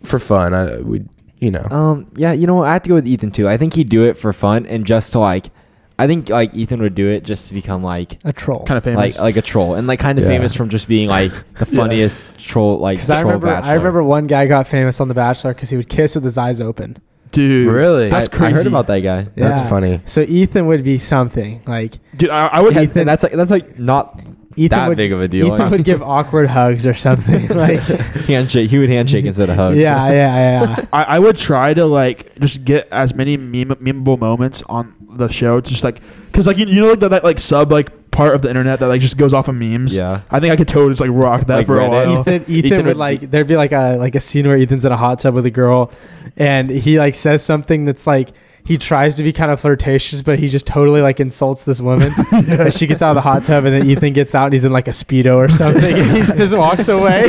[SPEAKER 3] for fun, I would, you know.
[SPEAKER 4] Um, yeah, you know what? I have to go with Ethan too. I think he'd do it for fun and just to like, I think like Ethan would do it just to become like,
[SPEAKER 1] A troll.
[SPEAKER 2] Kind of famous.
[SPEAKER 4] like like a troll and like kind of
[SPEAKER 3] Yeah.
[SPEAKER 4] famous from just being like the
[SPEAKER 2] Yeah.
[SPEAKER 4] funniest troll like.
[SPEAKER 1] Because I
[SPEAKER 4] troll
[SPEAKER 1] remember, I
[SPEAKER 4] bachelor.
[SPEAKER 1] remember one guy got famous on The Bachelor because he would kiss with his eyes open.
[SPEAKER 2] Dude,
[SPEAKER 3] Really?
[SPEAKER 2] That's
[SPEAKER 4] I-
[SPEAKER 2] crazy.
[SPEAKER 4] I heard about that guy.
[SPEAKER 1] Yeah.
[SPEAKER 3] That's funny.
[SPEAKER 1] So Ethan would be something like
[SPEAKER 2] Dude, I, I would.
[SPEAKER 1] He-
[SPEAKER 4] And-
[SPEAKER 1] Ethan-
[SPEAKER 4] and that's like that's like not
[SPEAKER 1] Ethan
[SPEAKER 4] that
[SPEAKER 1] would,
[SPEAKER 4] big of a deal.
[SPEAKER 1] Ethan would give awkward hugs or something. like,
[SPEAKER 4] handshake. He would handshake instead of
[SPEAKER 1] yeah,
[SPEAKER 4] hugs.
[SPEAKER 1] yeah, yeah.
[SPEAKER 2] I, I would try to like just get as many meme, memeable moments on the show. Just like, cause like you, you know like that, that like sub like part of the internet that like just goes off of memes.
[SPEAKER 4] yeah.
[SPEAKER 2] I think I could totally just like rock that
[SPEAKER 4] Like
[SPEAKER 2] for a
[SPEAKER 4] Reddit?
[SPEAKER 2] while.
[SPEAKER 1] Ethan, Ethan,
[SPEAKER 4] Ethan
[SPEAKER 1] would,
[SPEAKER 4] would-
[SPEAKER 1] like there'd be like a like a scene where Ethan's in a hot tub with a girl, and he like says something that's like he tries to be kind of flirtatious, but he just totally like insults this woman. And she gets out of the hot tub, and then Ethan gets out and he's in like a speedo or something, and he just walks away.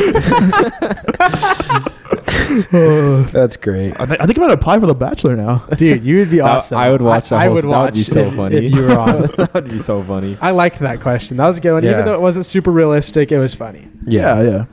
[SPEAKER 3] That's great.
[SPEAKER 2] I, thi- I think I'm gonna apply for The Bachelor now.
[SPEAKER 1] Dude, you would be
[SPEAKER 4] That-
[SPEAKER 1] awesome.
[SPEAKER 4] I would watch that.
[SPEAKER 1] I,
[SPEAKER 4] whole-
[SPEAKER 1] would
[SPEAKER 4] that
[SPEAKER 1] watch.
[SPEAKER 4] would be so
[SPEAKER 1] if-
[SPEAKER 4] funny.
[SPEAKER 1] If you were on.
[SPEAKER 4] that would be so funny.
[SPEAKER 1] I liked that question. That was a good one.
[SPEAKER 3] Yeah.
[SPEAKER 1] Even though it wasn't super realistic, it was funny.
[SPEAKER 3] Yeah.
[SPEAKER 2] yeah. yeah.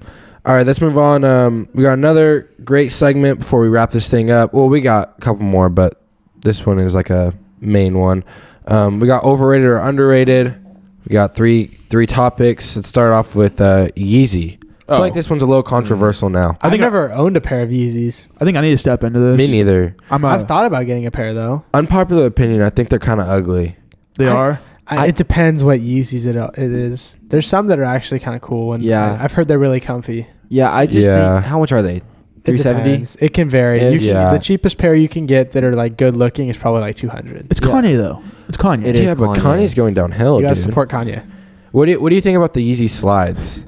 [SPEAKER 3] All right, let's move on. Um, we got another great segment before we wrap this thing up. Well, we got a couple more, but this one is like a main one. Um, we got overrated or underrated. We got three three topics. Let's start off with uh, Yeezy. I
[SPEAKER 2] Oh.
[SPEAKER 3] feel like this one's a little controversial now.
[SPEAKER 1] I
[SPEAKER 2] I
[SPEAKER 1] have
[SPEAKER 2] think I-
[SPEAKER 1] never owned a pair of Yeezys.
[SPEAKER 2] I think I need to step into this.
[SPEAKER 3] Me neither.
[SPEAKER 2] I'm uh, a,
[SPEAKER 1] I've thought about getting a pair though.
[SPEAKER 3] Unpopular opinion. I think they're kind of ugly.
[SPEAKER 2] they
[SPEAKER 1] I-
[SPEAKER 2] are.
[SPEAKER 1] I,
[SPEAKER 4] I-
[SPEAKER 1] it depends what Yeezys it, uh, it is. There's some that are actually kind of cool, and
[SPEAKER 4] Yeah.
[SPEAKER 1] I, have heard they're really comfy.
[SPEAKER 4] Yeah, I just
[SPEAKER 3] Yeah.
[SPEAKER 4] think how much are they?
[SPEAKER 1] It
[SPEAKER 4] 370?
[SPEAKER 1] depends. It can vary.
[SPEAKER 4] It-
[SPEAKER 1] You can-
[SPEAKER 3] Yeah.
[SPEAKER 1] the cheapest pair you can get that are like good looking is probably like 200.
[SPEAKER 2] It's
[SPEAKER 4] Yeah.
[SPEAKER 2] Kanye though. It's Kanye.
[SPEAKER 4] It
[SPEAKER 3] yeah,
[SPEAKER 4] is
[SPEAKER 3] but
[SPEAKER 4] Kanye.
[SPEAKER 3] Kanye's going downhill,
[SPEAKER 1] you gotta
[SPEAKER 3] dude.
[SPEAKER 1] support Kanye.
[SPEAKER 3] what do you, What do you think about the Yeezy slides?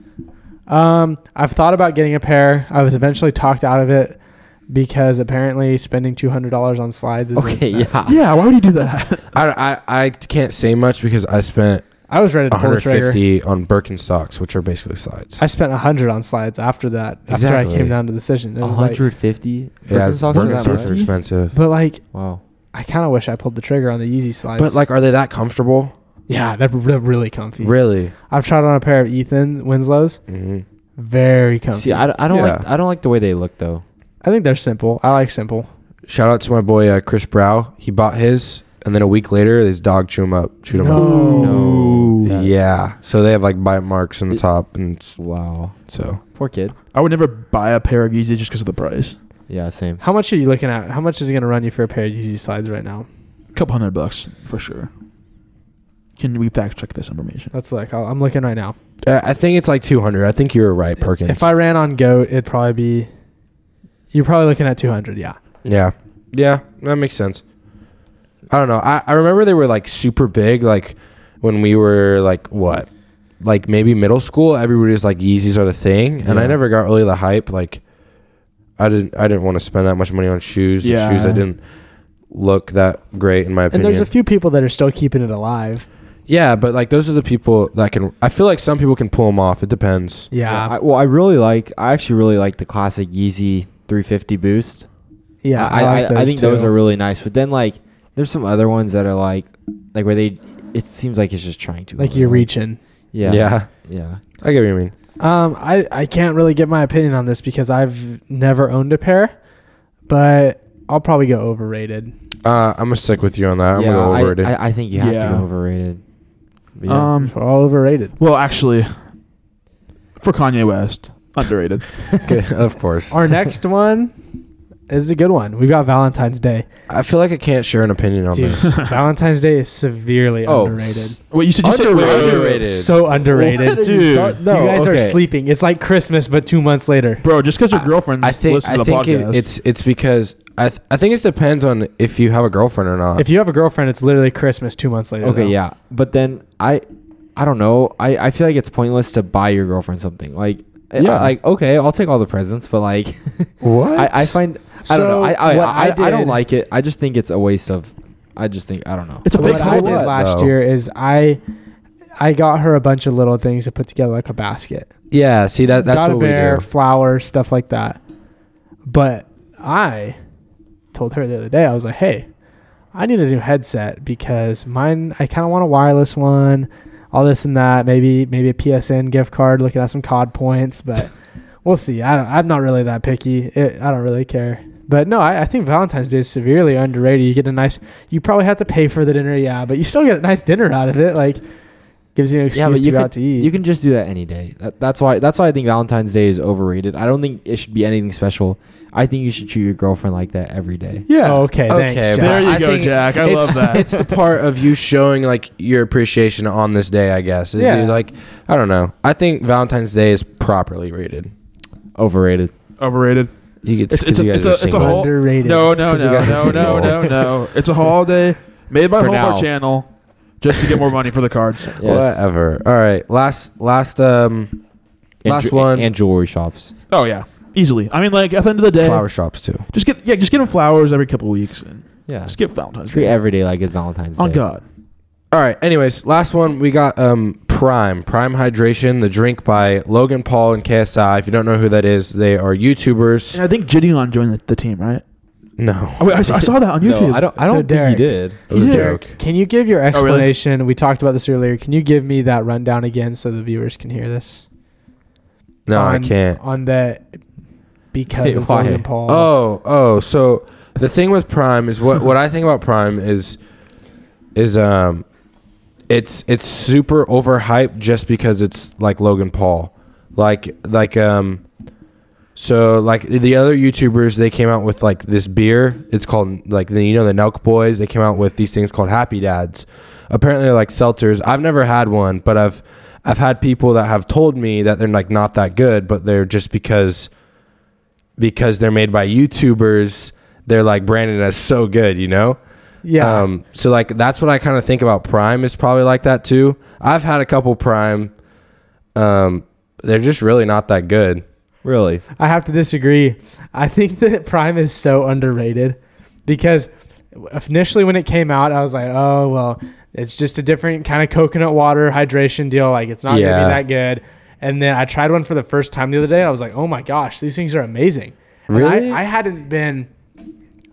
[SPEAKER 1] Um, I've thought about getting a pair. I was eventually talked out of it because apparently spending $200 on slides. Is
[SPEAKER 4] Okay, yeah.
[SPEAKER 2] Yeah. Why would you do that?
[SPEAKER 3] I, I I can't say much because I spent
[SPEAKER 1] I was ready to pull the trigger.
[SPEAKER 3] 150 on Birkenstocks, which are basically slides.
[SPEAKER 1] I spent 100 on slides after that. After I
[SPEAKER 3] Exactly.
[SPEAKER 1] came down to the decision, it was like,
[SPEAKER 4] 150?
[SPEAKER 3] Yeah,
[SPEAKER 4] Birkenstocks are that
[SPEAKER 3] Birkenstocks
[SPEAKER 4] much?
[SPEAKER 3] are expensive.
[SPEAKER 1] but like
[SPEAKER 4] Wow.
[SPEAKER 1] I kind of wish I pulled the trigger on the Yeezy slides.
[SPEAKER 3] But like, are they that comfortable?
[SPEAKER 1] yeah, they're, they're really comfy.
[SPEAKER 3] Really?
[SPEAKER 1] I've tried on a pair of Ethan Winslows.
[SPEAKER 3] Mhm.
[SPEAKER 1] Very comfy.
[SPEAKER 4] See, I, d- I don't
[SPEAKER 3] Yeah.
[SPEAKER 4] like I don't like the way they look though.
[SPEAKER 1] I think they're simple. I like simple.
[SPEAKER 3] Shout out to my boy uh, Chris Brow. He bought his, and then a week later, his dog chewed him up. Chewed him up.
[SPEAKER 2] No.
[SPEAKER 4] No.
[SPEAKER 3] Yeah. So they have like bite marks on the top, and s-
[SPEAKER 4] Wow.
[SPEAKER 3] so
[SPEAKER 4] Poor kid.
[SPEAKER 2] I would never buy a pair of Yeezys just because of the price.
[SPEAKER 4] Yeah, same.
[SPEAKER 1] How much are you looking at? How much is it going to run you for a pair of Yeezy slides right now?
[SPEAKER 2] A couple hundred bucks for sure. Can we fact check this information?
[SPEAKER 1] Let's look. I'll, I'm looking right now.
[SPEAKER 3] uh, I think it's like 200. I think you were right, Perkins.
[SPEAKER 1] If I ran on Goat, it'd probably be. You're probably looking at 200. Yeah.
[SPEAKER 3] yeah, yeah, that makes sense. I don't know. I, I remember they were like super big, like when we were like what, like maybe middle school. Everybody was like Yeezys are the thing, and I
[SPEAKER 4] Yeah.
[SPEAKER 3] never got really the hype. Like, I didn't I didn't want to spend that much money on shoes. The
[SPEAKER 2] Yeah.
[SPEAKER 3] shoes that didn't look that great in my
[SPEAKER 1] And
[SPEAKER 3] opinion.
[SPEAKER 1] there's a few people that are still keeping it alive.
[SPEAKER 3] yeah, but like those are the people that can. I feel like some people can pull them off. It depends.
[SPEAKER 1] Yeah.
[SPEAKER 4] I, well, I really like I actually really like the classic Yeezy 350 Boost.
[SPEAKER 1] Yeah.
[SPEAKER 4] I, I, I,
[SPEAKER 1] like
[SPEAKER 4] think
[SPEAKER 1] too.
[SPEAKER 4] those are really nice. But then like there's some other ones that are like like where they it seems like it's just trying to
[SPEAKER 1] like you're reaching.
[SPEAKER 4] Yeah.
[SPEAKER 3] yeah,
[SPEAKER 4] Yeah.
[SPEAKER 3] I get what you mean.
[SPEAKER 1] Um, I, I can't really give my opinion on this because I've never owned a pair, but I'll probably go overrated.
[SPEAKER 3] Uh, I'm gonna stick with you on that. I'm
[SPEAKER 4] yeah,
[SPEAKER 3] gonna go over it.
[SPEAKER 4] I, I, I think you have to
[SPEAKER 2] Yeah.
[SPEAKER 4] go overrated. But Yeah.
[SPEAKER 2] Um.
[SPEAKER 1] We're all overrated.
[SPEAKER 2] Well, actually, for Kanye West, underrated.
[SPEAKER 3] Okay, of course.
[SPEAKER 1] Our next one is a good one. We've got Valentine's Day.
[SPEAKER 3] I feel like I can't share an opinion on
[SPEAKER 1] Dude,
[SPEAKER 3] this.
[SPEAKER 1] Valentine's Day is severely
[SPEAKER 3] Oh,
[SPEAKER 1] underrated.
[SPEAKER 3] s-
[SPEAKER 2] Wait, you said you said
[SPEAKER 3] Underrated.
[SPEAKER 1] So underrated.
[SPEAKER 2] What are you
[SPEAKER 1] Dude,
[SPEAKER 2] ta-
[SPEAKER 1] you
[SPEAKER 3] no,
[SPEAKER 1] guys
[SPEAKER 3] okay.
[SPEAKER 1] are sleeping. It's like Christmas, but two months later.
[SPEAKER 2] bro. Just because your girlfriend's
[SPEAKER 3] I think
[SPEAKER 2] listens
[SPEAKER 3] I
[SPEAKER 2] to the
[SPEAKER 3] think
[SPEAKER 2] podcast,
[SPEAKER 3] it, it's it's because I th- I think it depends on if you have a girlfriend or not.
[SPEAKER 1] If you have a girlfriend, it's literally Christmas two months later.
[SPEAKER 4] okay,
[SPEAKER 1] though.
[SPEAKER 4] yeah. But then I I don't know. I, I feel like it's pointless to buy your girlfriend something. Like, I-
[SPEAKER 2] Yeah.
[SPEAKER 4] I- like okay, I'll take all the presents, but like,
[SPEAKER 3] What?
[SPEAKER 4] I, I find I don't know.
[SPEAKER 2] So,
[SPEAKER 4] I I,
[SPEAKER 2] what
[SPEAKER 4] I,
[SPEAKER 2] I
[SPEAKER 4] I don't
[SPEAKER 2] did-
[SPEAKER 4] like it. I just think it's a waste of. I just think I don't know.
[SPEAKER 2] It's a
[SPEAKER 3] What
[SPEAKER 2] big
[SPEAKER 1] what I
[SPEAKER 3] hole
[SPEAKER 1] did
[SPEAKER 3] up,
[SPEAKER 1] last
[SPEAKER 3] though.
[SPEAKER 1] year is I I got her a bunch of little things to put together like a basket.
[SPEAKER 3] yeah, see that that's
[SPEAKER 1] got
[SPEAKER 3] what
[SPEAKER 1] a bear,
[SPEAKER 3] we do.
[SPEAKER 1] flowers, stuff like that. But I told her the other day, I was like, hey, I need a new headset because mine I kinda want a wireless one, all this and that, maybe maybe a PSN gift card, looking at some COD points, but we'll see. I don't I'm not really that picky. It, I don't really care. But no, I, I think Valentine's Day is severely underrated. You get a nice you probably have to pay for the dinner, yeah, but you still get a nice dinner out of it. Like gives you an excuse
[SPEAKER 4] yeah, but
[SPEAKER 1] to
[SPEAKER 4] you
[SPEAKER 1] go
[SPEAKER 4] can,
[SPEAKER 1] out to eat.
[SPEAKER 4] you can just do that any day. That, that's why that's why I think Valentine's Day is overrated. I don't think it should be anything special. I think you should treat your girlfriend like that every day.
[SPEAKER 2] Yeah.
[SPEAKER 1] okay, thanks. Jack.
[SPEAKER 3] Okay, but
[SPEAKER 2] There you
[SPEAKER 3] I
[SPEAKER 2] go,
[SPEAKER 3] think
[SPEAKER 2] Jack. I
[SPEAKER 3] it's-
[SPEAKER 2] love that.
[SPEAKER 3] It's the part of you showing like your appreciation on this day, I guess. It'd be
[SPEAKER 1] Yeah.
[SPEAKER 3] like I don't know. I think Valentine's Day is properly rated.
[SPEAKER 4] Overrated.
[SPEAKER 2] Overrated.
[SPEAKER 3] You get
[SPEAKER 2] It's-
[SPEAKER 3] because
[SPEAKER 2] it's a-
[SPEAKER 3] you guys
[SPEAKER 2] it's a-
[SPEAKER 3] are
[SPEAKER 2] it's a
[SPEAKER 3] single.
[SPEAKER 2] whole-
[SPEAKER 1] Underrated.
[SPEAKER 2] No, no,
[SPEAKER 3] 'Cause you
[SPEAKER 2] no,
[SPEAKER 3] guys
[SPEAKER 2] no,
[SPEAKER 3] are
[SPEAKER 2] no, no,
[SPEAKER 3] single.
[SPEAKER 2] no. It's a holiday made by
[SPEAKER 4] For now.
[SPEAKER 2] Homer Channel just to get more money for the cards.
[SPEAKER 4] Yes.
[SPEAKER 3] Whatever. All right. Last last um
[SPEAKER 4] And
[SPEAKER 3] Last
[SPEAKER 4] ju-
[SPEAKER 3] one.
[SPEAKER 4] And jewelry shops.
[SPEAKER 2] Oh yeah, easily. I mean, like at the end of the day,
[SPEAKER 3] flower shops too.
[SPEAKER 2] just get yeah, just get him flowers every couple of weeks and
[SPEAKER 4] Yeah.
[SPEAKER 2] just get Valentine's
[SPEAKER 4] Treat
[SPEAKER 2] Day.
[SPEAKER 4] every day like it's Valentine's
[SPEAKER 2] On
[SPEAKER 4] Day.
[SPEAKER 2] God,
[SPEAKER 3] All right. Anyways, last one we got um Prime Prime Hydration, the drink by Logan Paul and KSI. If you don't know who that is, they are YouTubers.
[SPEAKER 2] and I think Gideon joined the, the team, right?
[SPEAKER 3] No,
[SPEAKER 2] Oh, wait, I, I saw that on YouTube.
[SPEAKER 4] No, I don't. I
[SPEAKER 1] So
[SPEAKER 4] don't think
[SPEAKER 1] Derek-
[SPEAKER 4] you did.
[SPEAKER 3] it was a
[SPEAKER 2] Yeah.
[SPEAKER 3] joke.
[SPEAKER 1] Can you give your
[SPEAKER 2] Oh, really?
[SPEAKER 1] explanation? We talked about this earlier. Can you give me that rundown again so the viewers can hear this?
[SPEAKER 3] No, I
[SPEAKER 1] On-
[SPEAKER 3] can't.
[SPEAKER 1] On the because
[SPEAKER 4] Hey,
[SPEAKER 1] it's
[SPEAKER 4] why?
[SPEAKER 1] Logan Paul.
[SPEAKER 3] Oh, oh. So the thing with Prime is what what I think about Prime is is um it's it's super overhyped just because it's like Logan Paul. Like like um so like the other YouTubers they came out with like this beer. It's called like the you know the Nelk Boys, they came out with these things called Happy Dads. Apparently they're like seltzers. I've never had one, but I've I've had people that have told me that they're like not that good, but they're just because because they're made by YouTubers, they're like branded as so good, you know?
[SPEAKER 1] yeah.
[SPEAKER 3] Um, so like that's what I kind of think about Prime is probably like that too. I've had a couple Prime. Um, they're just really not that good.
[SPEAKER 4] Really?
[SPEAKER 1] I have to disagree. I think that Prime is so underrated because initially when it came out, I was like, oh, well, it's just a different kind of coconut water hydration deal. Like, it's not
[SPEAKER 3] Yeah.
[SPEAKER 1] going to be that good. And then I tried one for the first time the other day, and I was like, oh my gosh, these things are amazing. And
[SPEAKER 3] Really?
[SPEAKER 1] I, I hadn't been,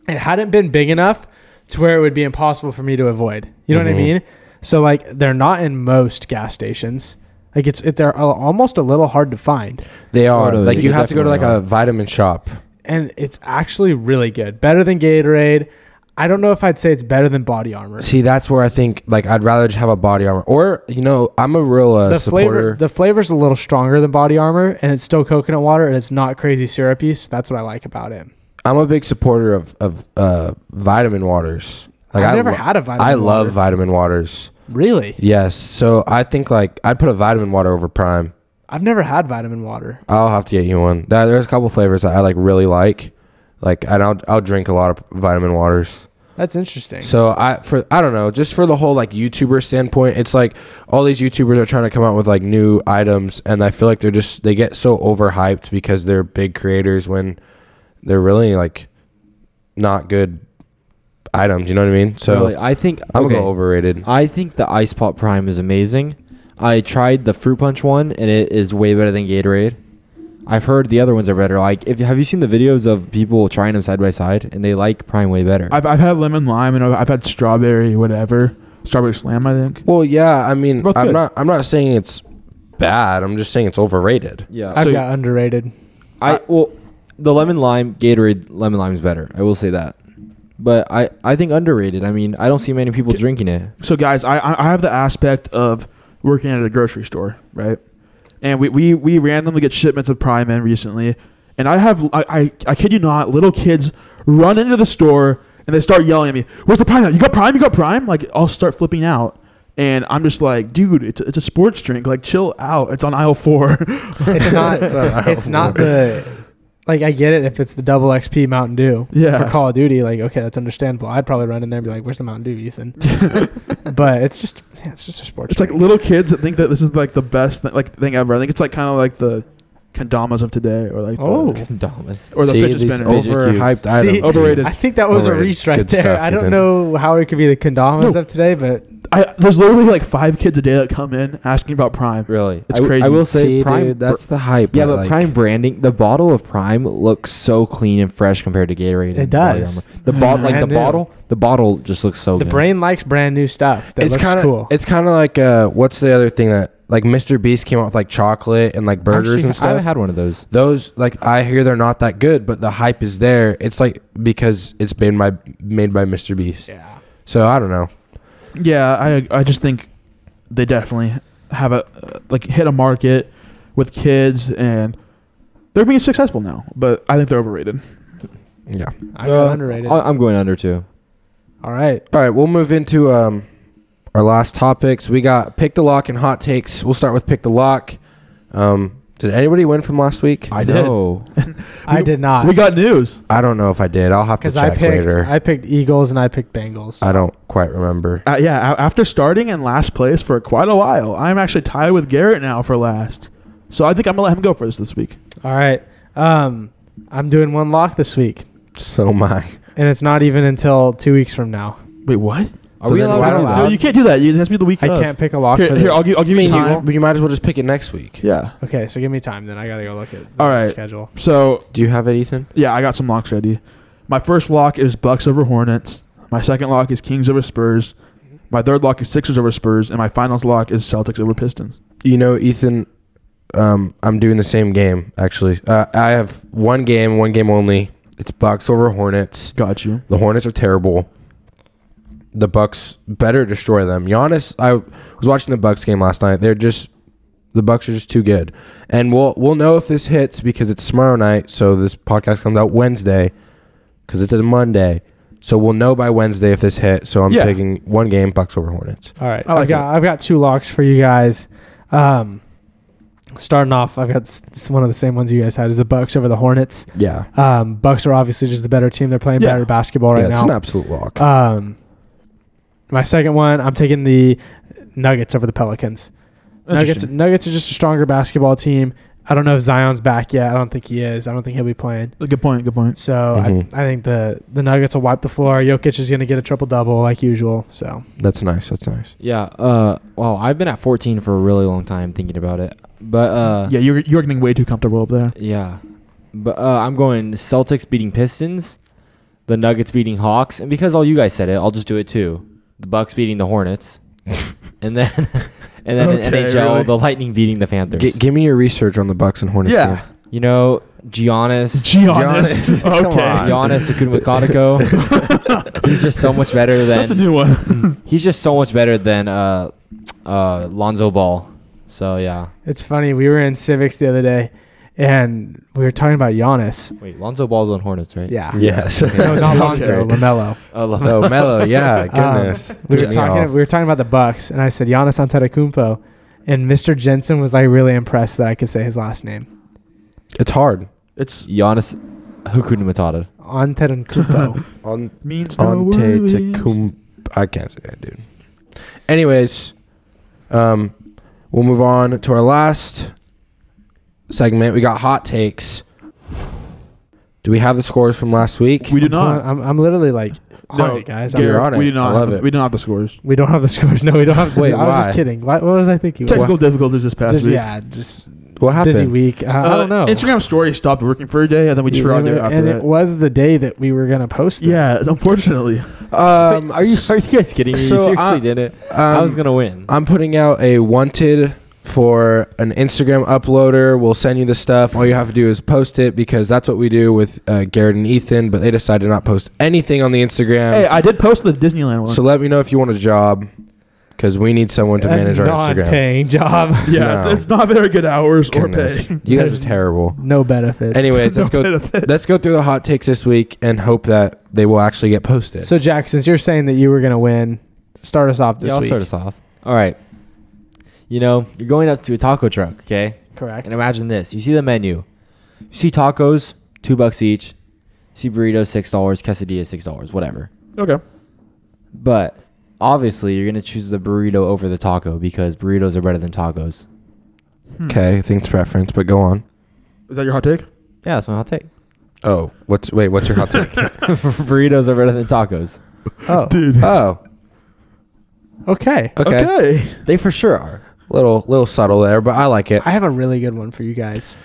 [SPEAKER 1] it hadn't been big enough to where it would be impossible for me to avoid. You know what I
[SPEAKER 3] Mhm.
[SPEAKER 1] mean? So, like, they're not in most gas stations. Like, it's, it, they're al- almost a little hard to find
[SPEAKER 3] They are
[SPEAKER 4] no,
[SPEAKER 3] like
[SPEAKER 4] they
[SPEAKER 3] you have to go to like
[SPEAKER 4] definitely
[SPEAKER 3] a vitamin shop.
[SPEAKER 1] and it's actually really good. Better than Gatorade. I don't know if I'd say it's better than Body Armor.
[SPEAKER 3] See, that's where I think like I'd rather just have a body armor, or you know, I'm a real uh,
[SPEAKER 1] the flavor,
[SPEAKER 3] supporter.
[SPEAKER 1] the flavor's a little stronger than Body Armor, and it's still coconut water, and it's not crazy syrupy. So that's what I like about it.
[SPEAKER 3] I'm a big supporter of of uh, vitamin waters. Like
[SPEAKER 1] I've
[SPEAKER 3] I
[SPEAKER 1] never
[SPEAKER 3] lo-
[SPEAKER 1] had a vitamin.
[SPEAKER 3] I love
[SPEAKER 1] water.
[SPEAKER 3] vitamin waters.
[SPEAKER 1] really.
[SPEAKER 3] Yes, so I think like I'd put a vitamin water over Prime.
[SPEAKER 1] I've never had vitamin water.
[SPEAKER 3] I'll have to get you one. There- There's a couple flavors that I like really like, like and I'll I'll drink a lot of vitamin waters.
[SPEAKER 1] That's interesting.
[SPEAKER 3] So I for I don't know, just for the whole like YouTuber standpoint, it's like all these YouTubers are trying to come out with like new items, and I feel like they're just they get so overhyped because they're big creators when they're really like not good items. You know what I mean? So
[SPEAKER 4] really? I think.
[SPEAKER 3] I'm
[SPEAKER 4] okay.
[SPEAKER 3] gonna go overrated.
[SPEAKER 4] I think the Ice Pop Prime is amazing. I tried the Fruit Punch one, and it is way better than Gatorade. I've heard the other ones are better. Like, if have you seen the videos of people trying them side by side, and they like Prime way better?
[SPEAKER 2] I've, I've had lemon lime and I've, I've had strawberry whatever strawberry slam. I think.
[SPEAKER 3] well, yeah, I mean,
[SPEAKER 2] Both
[SPEAKER 3] I'm
[SPEAKER 2] good.
[SPEAKER 3] not I'm not saying it's bad. I'm just saying it's overrated.
[SPEAKER 4] yeah,
[SPEAKER 1] I've
[SPEAKER 2] so-
[SPEAKER 1] got underrated.
[SPEAKER 4] I well, the lemon lime Gatorade lemon lime is better. I will say that, but I I think underrated. I mean, I don't see many people
[SPEAKER 2] K-
[SPEAKER 4] drinking it.
[SPEAKER 2] So guys, I I I have the aspect of working at a grocery store, right? And we we, we randomly get shipments of Prime in recently, and I have I, I I kid you not, little kids run into the store and they start yelling at me, "Where's the Prime? at? You got Prime? You got Prime?" Like I'll start flipping out. And I'm just like, dude, it's, it's a sports drink. Like, chill out. It's on aisle four.
[SPEAKER 1] It's not. it's not the like I get it if it's the double XP Mountain Dew
[SPEAKER 2] Yeah.
[SPEAKER 1] for Call of Duty. Like okay, that's understandable. I'd probably run in there and be like, "Where's the Mountain Dew, Ethan?" but it's just yeah, it's just a sports.
[SPEAKER 2] It's like
[SPEAKER 1] drink.
[SPEAKER 2] little kids that think that this is like the best th- like thing ever. I think it's like kind of like the kendamas of today, or like
[SPEAKER 1] Oh.
[SPEAKER 2] the,
[SPEAKER 4] Condoms.
[SPEAKER 2] or the
[SPEAKER 3] See,
[SPEAKER 2] fidget
[SPEAKER 3] these
[SPEAKER 2] spinner.
[SPEAKER 4] fidget
[SPEAKER 3] Overhyped
[SPEAKER 4] cubes.
[SPEAKER 3] items.
[SPEAKER 1] See,
[SPEAKER 2] Overrated.
[SPEAKER 1] I think that was a
[SPEAKER 3] Overrated.
[SPEAKER 1] reach right
[SPEAKER 3] Good
[SPEAKER 1] there.
[SPEAKER 3] stuff,
[SPEAKER 1] I don't
[SPEAKER 3] Ethan.
[SPEAKER 1] know how it could be the kendamas
[SPEAKER 2] No.
[SPEAKER 1] of today, but
[SPEAKER 2] I, there's literally like five kids a day that come in asking about Prime.
[SPEAKER 4] Really,
[SPEAKER 2] It's
[SPEAKER 4] I w-
[SPEAKER 2] crazy.
[SPEAKER 4] I will say,
[SPEAKER 3] See,
[SPEAKER 4] Prime.
[SPEAKER 3] dude, that's the hype.
[SPEAKER 4] yeah,
[SPEAKER 3] I
[SPEAKER 4] but
[SPEAKER 3] like.
[SPEAKER 4] Prime branding. The bottle of Prime looks so clean and fresh compared to Gatorade.
[SPEAKER 1] It
[SPEAKER 4] and Body
[SPEAKER 1] does.
[SPEAKER 4] Armor. The bottle, like the
[SPEAKER 1] Brand new.
[SPEAKER 4] bottle, the bottle just looks so
[SPEAKER 1] the
[SPEAKER 4] good.
[SPEAKER 1] brain likes brand new stuff. That
[SPEAKER 3] it's
[SPEAKER 1] looks
[SPEAKER 3] kind of
[SPEAKER 1] cool.
[SPEAKER 3] it's kind of like uh, what's the other thing that like Mr. Beast came out with like chocolate and like burgers
[SPEAKER 4] Actually,
[SPEAKER 3] and
[SPEAKER 4] I
[SPEAKER 3] stuff.
[SPEAKER 4] haven't had one of those.
[SPEAKER 3] those like I hear they're not that good, but the hype is there. It's like because it's been by made by Mr. Beast.
[SPEAKER 1] yeah.
[SPEAKER 3] So I don't know.
[SPEAKER 2] Yeah, I I just think they definitely have a uh, like hit a market with kids and they're being successful now, but I think they're overrated.
[SPEAKER 3] Yeah.
[SPEAKER 1] I got
[SPEAKER 4] Uh,
[SPEAKER 1] underrated.
[SPEAKER 4] I- I'm going under too.
[SPEAKER 1] All right.
[SPEAKER 3] All right, we'll move into um, our last topics. We got pick the lock and hot takes. We'll start with pick the lock. Um, did anybody win from last week?
[SPEAKER 2] I did.
[SPEAKER 4] no.
[SPEAKER 1] I did not
[SPEAKER 2] We got news.
[SPEAKER 3] I don't know if I did. I'll have to
[SPEAKER 1] because
[SPEAKER 3] check
[SPEAKER 1] I picked
[SPEAKER 3] later.
[SPEAKER 1] I picked Eagles and I picked Bengals.
[SPEAKER 3] I don't quite remember.
[SPEAKER 2] Uh, yeah, a- after starting in last place for quite a while, I'm actually tied with Garrett now for last. So I think I'm gonna let him go first this week.
[SPEAKER 1] All right. Um, I'm doing one lock this week,
[SPEAKER 3] So my.
[SPEAKER 1] and it's not even until two weeks from now.
[SPEAKER 2] Wait, what?
[SPEAKER 4] Are
[SPEAKER 3] But
[SPEAKER 4] we
[SPEAKER 3] then
[SPEAKER 4] allowed
[SPEAKER 1] why
[SPEAKER 4] to do
[SPEAKER 1] don't
[SPEAKER 2] No,
[SPEAKER 1] Uh,
[SPEAKER 4] that?
[SPEAKER 2] you can't do that. It has to be the week.
[SPEAKER 1] I
[SPEAKER 2] of.
[SPEAKER 1] can't pick a lock.
[SPEAKER 2] Here,
[SPEAKER 1] for
[SPEAKER 2] here
[SPEAKER 1] the-
[SPEAKER 2] I'll give, I'll give you
[SPEAKER 3] you,
[SPEAKER 2] time.
[SPEAKER 3] but you might as well just pick it next week.
[SPEAKER 2] Yeah.
[SPEAKER 1] okay, so give me time. Then I gotta go look at
[SPEAKER 2] All
[SPEAKER 1] the
[SPEAKER 2] right.
[SPEAKER 1] schedule.
[SPEAKER 2] So
[SPEAKER 3] Do you have it, Ethan?
[SPEAKER 2] Yeah, I got some locks ready. My first lock is Bucks over Hornets. My second lock is Kings over Spurs. My third lock is Sixers over Spurs, and my finals lock is Celtics over Pistons.
[SPEAKER 3] You know, Ethan, um, I'm doing the same game actually. Uh, I have one game, one game only. It's Bucks over Hornets.
[SPEAKER 2] Got you.
[SPEAKER 3] The Hornets are terrible. The Bucks better destroy them. Giannis, I was watching the Bucks game last night. They're just the Bucks are just too good. And we'll we'll know if this hits because it's tomorrow night. So this podcast comes out Wednesday because it's a Monday. So we'll know by Wednesday if this hit. So I'm
[SPEAKER 2] Yeah.
[SPEAKER 3] picking one game, Bucks over Hornets.
[SPEAKER 1] All right.
[SPEAKER 2] I like
[SPEAKER 1] I've Oh, got I've got two locks for you guys. Um, starting off, I've got s- s- one of the same ones you guys had is the Bucks over the Hornets.
[SPEAKER 3] Yeah,
[SPEAKER 1] Um, Bucks are obviously just the better team. They're playing
[SPEAKER 2] Yeah.
[SPEAKER 1] better basketball
[SPEAKER 3] yeah,
[SPEAKER 1] right
[SPEAKER 3] it's
[SPEAKER 1] now.
[SPEAKER 3] an absolute lock.
[SPEAKER 1] Um, my second one, I'm taking the Nuggets over the Pelicans. Nuggets,
[SPEAKER 2] Interesting.
[SPEAKER 1] Nuggets are just a stronger basketball team. I don't know if Zion's back yet. I don't think he is. I don't think he'll be playing.
[SPEAKER 2] Good point. Good point.
[SPEAKER 1] So
[SPEAKER 3] Mhm.
[SPEAKER 1] I, I think the the Nuggets will wipe the floor. Jokic is going to get a triple double like usual. So
[SPEAKER 3] that's nice. That's nice.
[SPEAKER 4] Yeah. Uh. Wow. I've been at 14 for a really long time thinking about it, but uh.
[SPEAKER 2] yeah, you're you're getting way too comfortable up there.
[SPEAKER 4] Yeah. But uh, I'm going Celtics beating Pistons, the Nuggets beating Hawks, and because all you guys said it, I'll just do it too. The Bucks beating the Hornets, and then and then in
[SPEAKER 2] Okay,
[SPEAKER 4] NHL,
[SPEAKER 2] really?
[SPEAKER 4] the Lightning beating the Panthers.
[SPEAKER 3] G- give me your research on the Bucks and Hornets.
[SPEAKER 2] Yeah.
[SPEAKER 3] game.
[SPEAKER 4] you know, Giannis,
[SPEAKER 2] Giannis. okay.
[SPEAKER 4] Giannis Akunwakadako. he's just so much better
[SPEAKER 2] That's a
[SPEAKER 4] than
[SPEAKER 2] new one.
[SPEAKER 4] he's just so much better than uh, uh, Lonzo Ball. So yeah,
[SPEAKER 1] it's funny. We were in civics the other day, and we were talking about Giannis.
[SPEAKER 4] wait, Lonzo Ball's on Hornets, right?
[SPEAKER 1] Yeah.
[SPEAKER 3] Yes.
[SPEAKER 1] No, not
[SPEAKER 2] Okay.
[SPEAKER 1] Lonzo, Lamelo.
[SPEAKER 4] I love
[SPEAKER 3] oh, Mello. Yeah. Goodness.
[SPEAKER 1] We were
[SPEAKER 3] Took me off.
[SPEAKER 1] talking. We were talking about the Bucks, and I said Giannis Antetokounmpo, and Mr. Jensen was like really impressed that I could say his last name,
[SPEAKER 3] It's hard.
[SPEAKER 2] It's
[SPEAKER 4] Giannis Hukunimatata.
[SPEAKER 1] Antetokounmpo.
[SPEAKER 3] On
[SPEAKER 2] means no
[SPEAKER 3] Ante
[SPEAKER 2] worries.
[SPEAKER 3] Tecum. I can't say that, dude. Anyways, um, we'll move on to our last segment. We got hot takes. Do we have the scores from last week?
[SPEAKER 2] We do
[SPEAKER 1] I'm pulling-
[SPEAKER 2] not.
[SPEAKER 1] I'm, I'm literally like on
[SPEAKER 2] No,
[SPEAKER 1] it, guys. I'm-
[SPEAKER 2] Garrett,
[SPEAKER 3] You're on it.
[SPEAKER 2] We do not.
[SPEAKER 3] I love
[SPEAKER 2] have,
[SPEAKER 3] it.
[SPEAKER 2] We do not have the scores.
[SPEAKER 1] we don't have the scores. No, we don't have.
[SPEAKER 3] Wait,
[SPEAKER 1] I was
[SPEAKER 3] why?
[SPEAKER 1] just kidding. Why, what was I thinking?
[SPEAKER 2] Technical difficulties this past
[SPEAKER 1] Just-
[SPEAKER 2] week.
[SPEAKER 1] yeah, just
[SPEAKER 3] what
[SPEAKER 1] busy
[SPEAKER 3] happened?
[SPEAKER 1] week. Uh, I don't know.
[SPEAKER 2] Instagram story stopped working for a day, and then we just forgot to do it after
[SPEAKER 1] and it
[SPEAKER 2] that.
[SPEAKER 1] was the day that we were gonna post. it.
[SPEAKER 2] Yeah, unfortunately.
[SPEAKER 3] Um,
[SPEAKER 4] are you are you guys kidding me?
[SPEAKER 3] So,
[SPEAKER 4] you seriously
[SPEAKER 3] uh,
[SPEAKER 4] did it.
[SPEAKER 3] um,
[SPEAKER 4] I was gonna win.
[SPEAKER 3] I'm putting out a wanted for an Instagram uploader. We'll send you the stuff. All you have to do is post it because that's what we do with uh, Garrett and Ethan. But they decided to not post anything on the Instagram.
[SPEAKER 2] Hey, I did post the Disneyland one.
[SPEAKER 3] So let me know if you want a job because we need someone to
[SPEAKER 1] A
[SPEAKER 3] manage our Instagram.
[SPEAKER 1] non-paying job,
[SPEAKER 2] yeah, it's,
[SPEAKER 3] No.
[SPEAKER 2] it's not very good hours
[SPEAKER 3] Goodness.
[SPEAKER 2] or pay.
[SPEAKER 3] You guys are terrible.
[SPEAKER 1] no benefits.
[SPEAKER 3] Anyways, let's
[SPEAKER 2] No
[SPEAKER 3] go.
[SPEAKER 2] benefits.
[SPEAKER 3] Let's go through the hot takes this week and hope that they will actually get posted.
[SPEAKER 1] so Jack, since you're saying that you were gonna win, start us off this
[SPEAKER 4] Yeah, I'll
[SPEAKER 1] week.
[SPEAKER 4] start us off. All right. You know, you're going up to a taco truck, okay?
[SPEAKER 1] Correct.
[SPEAKER 4] And imagine this: you see the menu, you see tacos, two bucks each. Sea burrito six dollars, quesadilla six dollars, whatever.
[SPEAKER 2] Okay.
[SPEAKER 4] But obviously, you're gonna choose the burrito over the taco because burritos are better than tacos.
[SPEAKER 3] Okay, I think it's preference, but go on.
[SPEAKER 2] Is that your hot take?
[SPEAKER 4] Yeah, that's my hot take.
[SPEAKER 3] Oh, what's wait? What's your hot take?
[SPEAKER 4] burritos are better than tacos.
[SPEAKER 1] Oh,
[SPEAKER 2] Dude.
[SPEAKER 3] oh,
[SPEAKER 1] okay.
[SPEAKER 3] okay.
[SPEAKER 2] Okay.
[SPEAKER 4] They for sure are.
[SPEAKER 3] Little little subtle there, but I like it.
[SPEAKER 1] I have a really good one for you guys.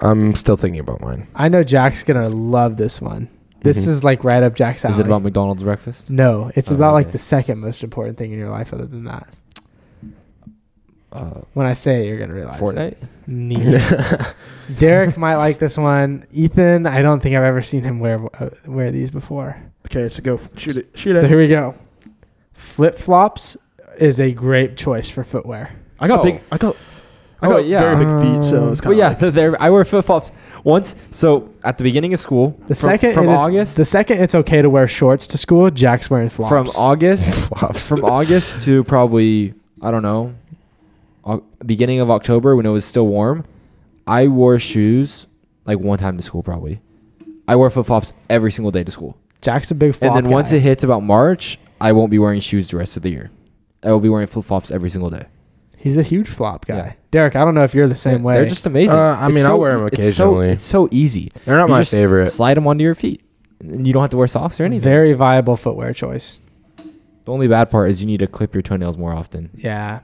[SPEAKER 3] I'm still thinking about mine.
[SPEAKER 1] I know Jack's gonna love this one. This
[SPEAKER 3] Mhm.
[SPEAKER 1] is like right up Jack's alley.
[SPEAKER 4] Mm-hmm. Is it about McDonald's breakfast?
[SPEAKER 1] No, it's
[SPEAKER 4] Oh,
[SPEAKER 1] about like
[SPEAKER 4] okay.
[SPEAKER 1] the second most important thing in your life, other than that.
[SPEAKER 4] Uh,
[SPEAKER 1] When I say it, you're gonna realize it.
[SPEAKER 4] Fortnite.
[SPEAKER 1] Neither. Derek might like this one. Ethan, I don't think I've ever seen him wear uh, wear these before.
[SPEAKER 2] Okay, so go shoot it. Shoot
[SPEAKER 1] So
[SPEAKER 2] it.
[SPEAKER 1] here we go. Flip flops is a great choice for footwear.
[SPEAKER 2] I got
[SPEAKER 4] Oh.
[SPEAKER 2] big. I got. I
[SPEAKER 4] Oh,
[SPEAKER 2] got
[SPEAKER 4] yeah.
[SPEAKER 2] very big feet, so
[SPEAKER 1] Um,
[SPEAKER 2] it's
[SPEAKER 4] But
[SPEAKER 2] kind of.
[SPEAKER 4] yeah, there I wear flip flops once. So at the beginning of school,
[SPEAKER 1] The
[SPEAKER 4] from,
[SPEAKER 1] second
[SPEAKER 4] from
[SPEAKER 1] it is-
[SPEAKER 4] August,
[SPEAKER 1] the second it's okay to wear shorts to school. Jack's wearing flops.
[SPEAKER 4] from August,
[SPEAKER 3] Flops.
[SPEAKER 4] from August to probably I don't know, Au- beginning of October when it was still warm, I wore shoes like one time to school probably. I wore flip flops every single day to school,
[SPEAKER 1] Jack's a big flop.
[SPEAKER 4] and then once
[SPEAKER 1] guy.
[SPEAKER 4] it hits about March, I won't be wearing shoes the rest of the year. I will be wearing flip flops every single day.
[SPEAKER 1] he's a huge flop guy.
[SPEAKER 4] Yeah.
[SPEAKER 1] Derek, I don't know if you're the same
[SPEAKER 4] They're-
[SPEAKER 1] way.
[SPEAKER 4] They're just amazing.
[SPEAKER 3] Uh, I
[SPEAKER 4] It's
[SPEAKER 3] mean, I'll wear 'em
[SPEAKER 4] it's so-
[SPEAKER 3] occasionally.
[SPEAKER 4] It's so, easy.
[SPEAKER 3] They're not
[SPEAKER 4] You
[SPEAKER 3] my
[SPEAKER 4] just
[SPEAKER 3] favorite.
[SPEAKER 4] Slide them onto your feet, and you don't have to wear socks or anything.
[SPEAKER 1] very viable footwear choice.
[SPEAKER 4] The only bad part is you need to clip your toenails more often.
[SPEAKER 1] Yeah,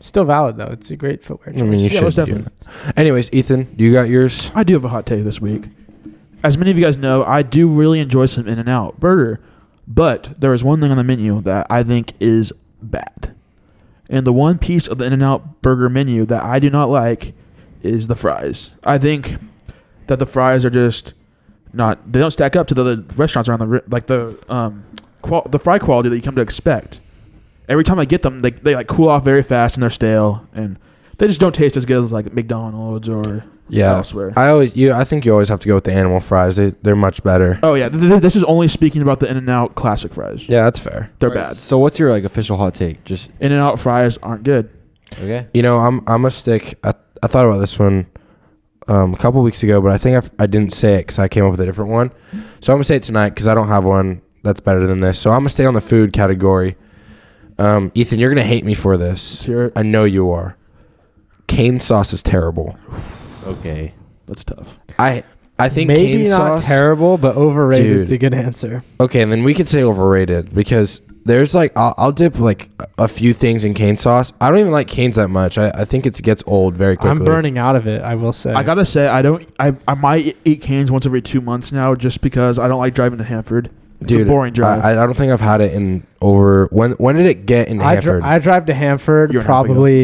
[SPEAKER 1] still valid though. It's a great footwear
[SPEAKER 3] I
[SPEAKER 1] choice.
[SPEAKER 3] mean, you
[SPEAKER 2] Yeah,
[SPEAKER 3] should.
[SPEAKER 2] most
[SPEAKER 3] be doing that. Anyways, Ethan, you got yours.
[SPEAKER 2] I do have a hot take this week. As many of you guys know, I do really enjoy some In and Out burger, but there is one thing on the menu that I think is bad. And the one piece of the In and Out burger menu that I do not like is the fries. I think that the fries are just not they don't stack up to the other restaurants around the ri- like the um qual- the fry quality that you come to expect. Every time I get them, they they like cool off very fast and they're stale and they just don't taste as good as like McDonald's or
[SPEAKER 3] Yeah,
[SPEAKER 2] elsewhere.
[SPEAKER 3] I always you. I think you always have to go with the animal fries. They they're much better.
[SPEAKER 2] Oh yeah, th- th- this is only speaking about the In-N-Out classic fries.
[SPEAKER 3] Yeah, that's fair.
[SPEAKER 2] They're
[SPEAKER 4] Alright,
[SPEAKER 2] bad.
[SPEAKER 4] So what's your like official hot take? Just
[SPEAKER 2] In-N-Out fries aren't good.
[SPEAKER 4] okay.
[SPEAKER 3] You know, I'm I'm a stick. I, I thought about this one um, a couple weeks ago, but I think I f- I, didn't say it because I came up with a different one. So I'm gonna say it tonight because I don't have one that's better than this. So I'm gonna stay on the food category. Um, Ethan, you're gonna hate me for
[SPEAKER 2] Let's
[SPEAKER 3] this.
[SPEAKER 2] hear it.
[SPEAKER 3] I know you are. Cane sauce is terrible.
[SPEAKER 4] Okay.
[SPEAKER 2] That's tough.
[SPEAKER 3] I I think
[SPEAKER 1] maybe
[SPEAKER 3] cane
[SPEAKER 1] not
[SPEAKER 3] sauce.
[SPEAKER 1] terrible, but overrated. It's a
[SPEAKER 3] Dude.
[SPEAKER 1] good answer.
[SPEAKER 3] okay, and then we could say overrated because there's like I'll, I'll dip like a- a few things in cane sauce. I don't even like canes that much. I, I think it gets old very quickly.
[SPEAKER 1] I'm burning out of it. I will say.
[SPEAKER 2] I gotta say, I don't. I, I might e-, eat cans once every two months now, just because I don't like driving to Hanford. It's a boring drive.
[SPEAKER 3] I, I don't think I've had it in over when when did it get in
[SPEAKER 1] I, dri-
[SPEAKER 3] Hanford?
[SPEAKER 1] I drive to Hanford
[SPEAKER 2] Year and a half ago.
[SPEAKER 1] probably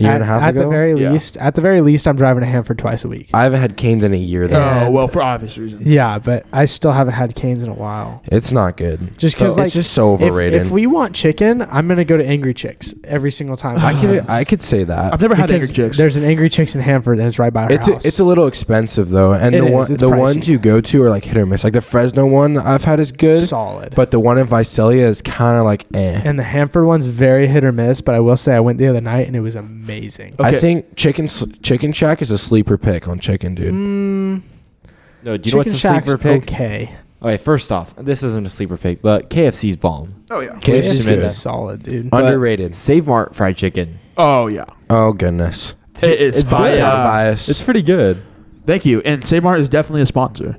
[SPEAKER 3] a year
[SPEAKER 1] at,
[SPEAKER 3] and a half
[SPEAKER 1] at
[SPEAKER 3] ago.
[SPEAKER 1] the very
[SPEAKER 2] Yeah.
[SPEAKER 1] least. At the very least, I'm driving to Hanford twice a week.
[SPEAKER 3] I haven't had canes in a year though.
[SPEAKER 1] Yeah.
[SPEAKER 2] oh well, for obvious reasons.
[SPEAKER 1] yeah, but I still haven't had canes in a while.
[SPEAKER 3] It's not good.
[SPEAKER 1] Just 'cause,
[SPEAKER 3] So-
[SPEAKER 1] like,
[SPEAKER 3] it's just so
[SPEAKER 1] If-
[SPEAKER 3] overrated.
[SPEAKER 1] If, we want chicken, I'm gonna go to Angry Chicks every single time.
[SPEAKER 3] I could I could say that.
[SPEAKER 2] I've never had
[SPEAKER 1] Because
[SPEAKER 2] Angry Chicks.
[SPEAKER 1] There's an Angry Chicks in Hanford, and it's right by our
[SPEAKER 3] It's a,
[SPEAKER 1] house.
[SPEAKER 3] it's a little expensive though, and
[SPEAKER 1] It
[SPEAKER 3] the
[SPEAKER 1] is,
[SPEAKER 3] one
[SPEAKER 1] it's
[SPEAKER 3] the
[SPEAKER 1] pricey.
[SPEAKER 3] ones you go to are like hit or miss. Like the Fresno one I've had is good,
[SPEAKER 1] solid.
[SPEAKER 3] but the one in Visalia is kind of like eh.
[SPEAKER 1] and the Hanford one's very hit or miss. But I will say I went the other night and it was amazing.
[SPEAKER 2] okay.
[SPEAKER 3] I think chicken Sl- Chicken Shack is a sleeper pick on chicken, dude.
[SPEAKER 1] Mm,
[SPEAKER 4] No, do you know what's a
[SPEAKER 1] Shack's
[SPEAKER 4] sleeper pick? Okay.
[SPEAKER 1] Okay,
[SPEAKER 4] first off, this isn't a sleeper pick, but KFC's bomb.
[SPEAKER 2] oh yeah.
[SPEAKER 3] KFC
[SPEAKER 1] it's
[SPEAKER 3] is
[SPEAKER 4] submit
[SPEAKER 3] good.
[SPEAKER 4] that.
[SPEAKER 1] solid, dude.
[SPEAKER 4] But
[SPEAKER 3] underrated.
[SPEAKER 4] Save Mart fried chicken.
[SPEAKER 2] Oh yeah.
[SPEAKER 3] Oh goodness,
[SPEAKER 2] It is.
[SPEAKER 4] It's
[SPEAKER 2] fine.
[SPEAKER 4] good.
[SPEAKER 2] Yeah.
[SPEAKER 4] Uh,
[SPEAKER 3] bias.
[SPEAKER 4] pretty good.
[SPEAKER 2] Thank you. And Save Mart is definitely a sponsor.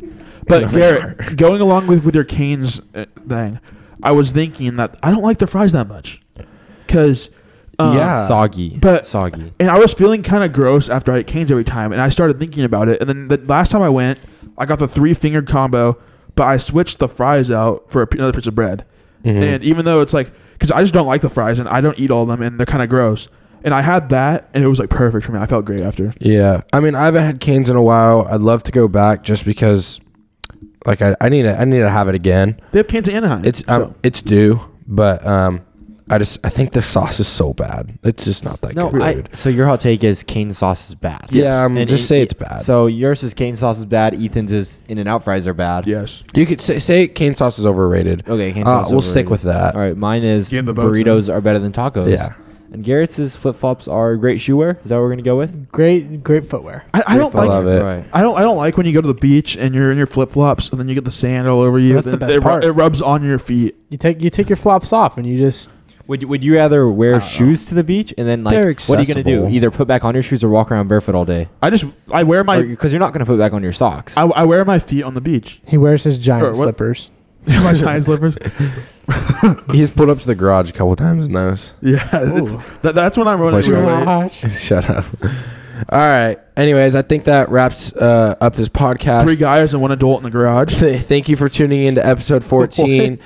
[SPEAKER 2] But Garrett, going along with, with your Canes uh, thing, I was thinking that I don't like the fries that much. um, Because.
[SPEAKER 3] Yeah.
[SPEAKER 4] Uh, Soggy.
[SPEAKER 2] But-
[SPEAKER 4] soggy.
[SPEAKER 2] And I was feeling kind of gross after I ate canes every time, and I started thinking about it. And then the last time I went, I got the three finger combo, but I switched the fries out for a, p- another piece of bread.
[SPEAKER 3] Mhm.
[SPEAKER 2] And even though it's like, because I just don't like the fries, and I don't eat all of them, and they're kind of gross. And I had that, and it was like perfect for me. I felt great after.
[SPEAKER 3] Yeah, I mean, I haven't had canes in a while. I'd love to go back just because, like, I, I need to, I need to have it again.
[SPEAKER 2] They have canes in Anaheim.
[SPEAKER 3] It's um,
[SPEAKER 2] so.
[SPEAKER 3] it's due, but um, I just I think the sauce is so bad. It's just not that
[SPEAKER 4] No,
[SPEAKER 3] good.
[SPEAKER 4] I,
[SPEAKER 3] dude.
[SPEAKER 4] so your hot take is cane sauce is bad.
[SPEAKER 3] Yeah, um,
[SPEAKER 4] And
[SPEAKER 3] just
[SPEAKER 4] it-
[SPEAKER 3] say
[SPEAKER 4] it-
[SPEAKER 3] it's bad.
[SPEAKER 4] So yours is cane sauce is bad. Ethan's is in and out fries are bad.
[SPEAKER 2] yes.
[SPEAKER 3] you could say, say cane sauce is overrated.
[SPEAKER 4] Okay, cane
[SPEAKER 3] Uh,
[SPEAKER 4] sauce.
[SPEAKER 3] we'll stick
[SPEAKER 4] overrated.
[SPEAKER 3] with that.
[SPEAKER 4] All right, mine is
[SPEAKER 2] Get in the boat,
[SPEAKER 4] burritos are better than tacos.
[SPEAKER 3] Yeah.
[SPEAKER 4] And Garrett's flip flops are great shoe wear. Is that what we're gonna go with?
[SPEAKER 1] Great, great footwear.
[SPEAKER 2] I, I don't
[SPEAKER 3] I
[SPEAKER 2] like.
[SPEAKER 3] love it.
[SPEAKER 4] Right.
[SPEAKER 2] I don't. I don't like when you go to the beach and you're in your flip flops and then you get the sand all over you.
[SPEAKER 1] That's the
[SPEAKER 2] then
[SPEAKER 1] best
[SPEAKER 2] it, ru-
[SPEAKER 1] part.
[SPEAKER 2] it rubs on your feet.
[SPEAKER 1] You take you take your flops off and you just
[SPEAKER 4] Would you, would you rather wear shoes to the beach and then like
[SPEAKER 3] They're
[SPEAKER 4] what are you gonna do?
[SPEAKER 3] accessible.
[SPEAKER 4] Either put back on your shoes or walk around barefoot all day?
[SPEAKER 2] I just. I wear my.
[SPEAKER 4] Because you're not gonna put back on your socks.
[SPEAKER 2] I, I wear my feet on the beach.
[SPEAKER 1] he wears his giant
[SPEAKER 2] Or what-
[SPEAKER 1] slippers.
[SPEAKER 2] my giant slippers.
[SPEAKER 3] He's pulled up to the garage a couple times and those.
[SPEAKER 2] Yeah, it's, that, that's when I'm running.
[SPEAKER 3] Flush your
[SPEAKER 2] away.
[SPEAKER 3] Shut up. All right. Anyways, I think that wraps uh, up this podcast.
[SPEAKER 2] Three guys and one adult in the garage.
[SPEAKER 3] Th- thank you for tuning in to episode 14.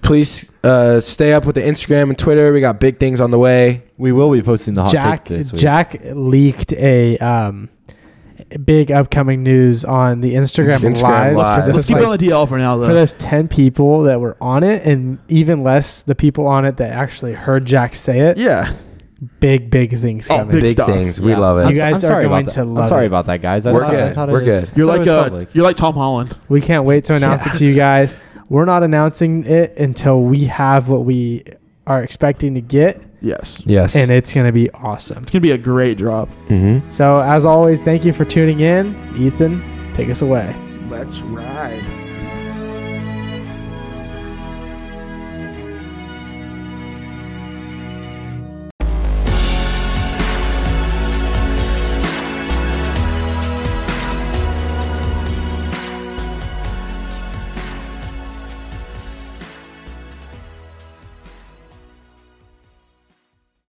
[SPEAKER 3] Please uh, stay up with the Instagram and Twitter. We got big things on the way.
[SPEAKER 4] we will be posting the hot
[SPEAKER 1] Jack
[SPEAKER 4] take this week.
[SPEAKER 1] Jack leaked a um, big upcoming news on the Instagram,
[SPEAKER 3] Instagram
[SPEAKER 1] live. For
[SPEAKER 3] Live. Let's
[SPEAKER 2] Let's
[SPEAKER 1] those,
[SPEAKER 2] keep
[SPEAKER 1] like,
[SPEAKER 2] it on the DL for now,
[SPEAKER 1] for
[SPEAKER 2] though.
[SPEAKER 1] those ten people that were on it, and even less the people on it that actually heard Jack say it.
[SPEAKER 2] Yeah,
[SPEAKER 1] Big, big things
[SPEAKER 2] Oh,
[SPEAKER 1] coming.
[SPEAKER 2] big
[SPEAKER 3] Big,
[SPEAKER 2] stuff.
[SPEAKER 3] things. We
[SPEAKER 4] Yeah.
[SPEAKER 3] love it.
[SPEAKER 1] You guys
[SPEAKER 4] I'm
[SPEAKER 1] are
[SPEAKER 4] sorry
[SPEAKER 1] going
[SPEAKER 4] about
[SPEAKER 1] to
[SPEAKER 4] that.
[SPEAKER 1] love
[SPEAKER 4] I'm sorry
[SPEAKER 1] it.
[SPEAKER 4] about that, guys. I
[SPEAKER 3] We're
[SPEAKER 4] thought, I
[SPEAKER 3] good.
[SPEAKER 4] thought it
[SPEAKER 3] We're
[SPEAKER 4] was-
[SPEAKER 3] good.
[SPEAKER 2] you're
[SPEAKER 4] I thought
[SPEAKER 2] like
[SPEAKER 4] it was
[SPEAKER 2] uh,
[SPEAKER 4] public.
[SPEAKER 2] you're like Tom Holland.
[SPEAKER 1] We can't wait to announce it to you guys. We're not announcing it until we have what we are expecting to get,
[SPEAKER 2] Yes,
[SPEAKER 3] Yes.
[SPEAKER 1] and it's going to be awesome.
[SPEAKER 2] it's gonna be a great drop.
[SPEAKER 3] mm-hmm.
[SPEAKER 1] So, as always, thank you for tuning in. Ethan, take us away.
[SPEAKER 2] Let's ride.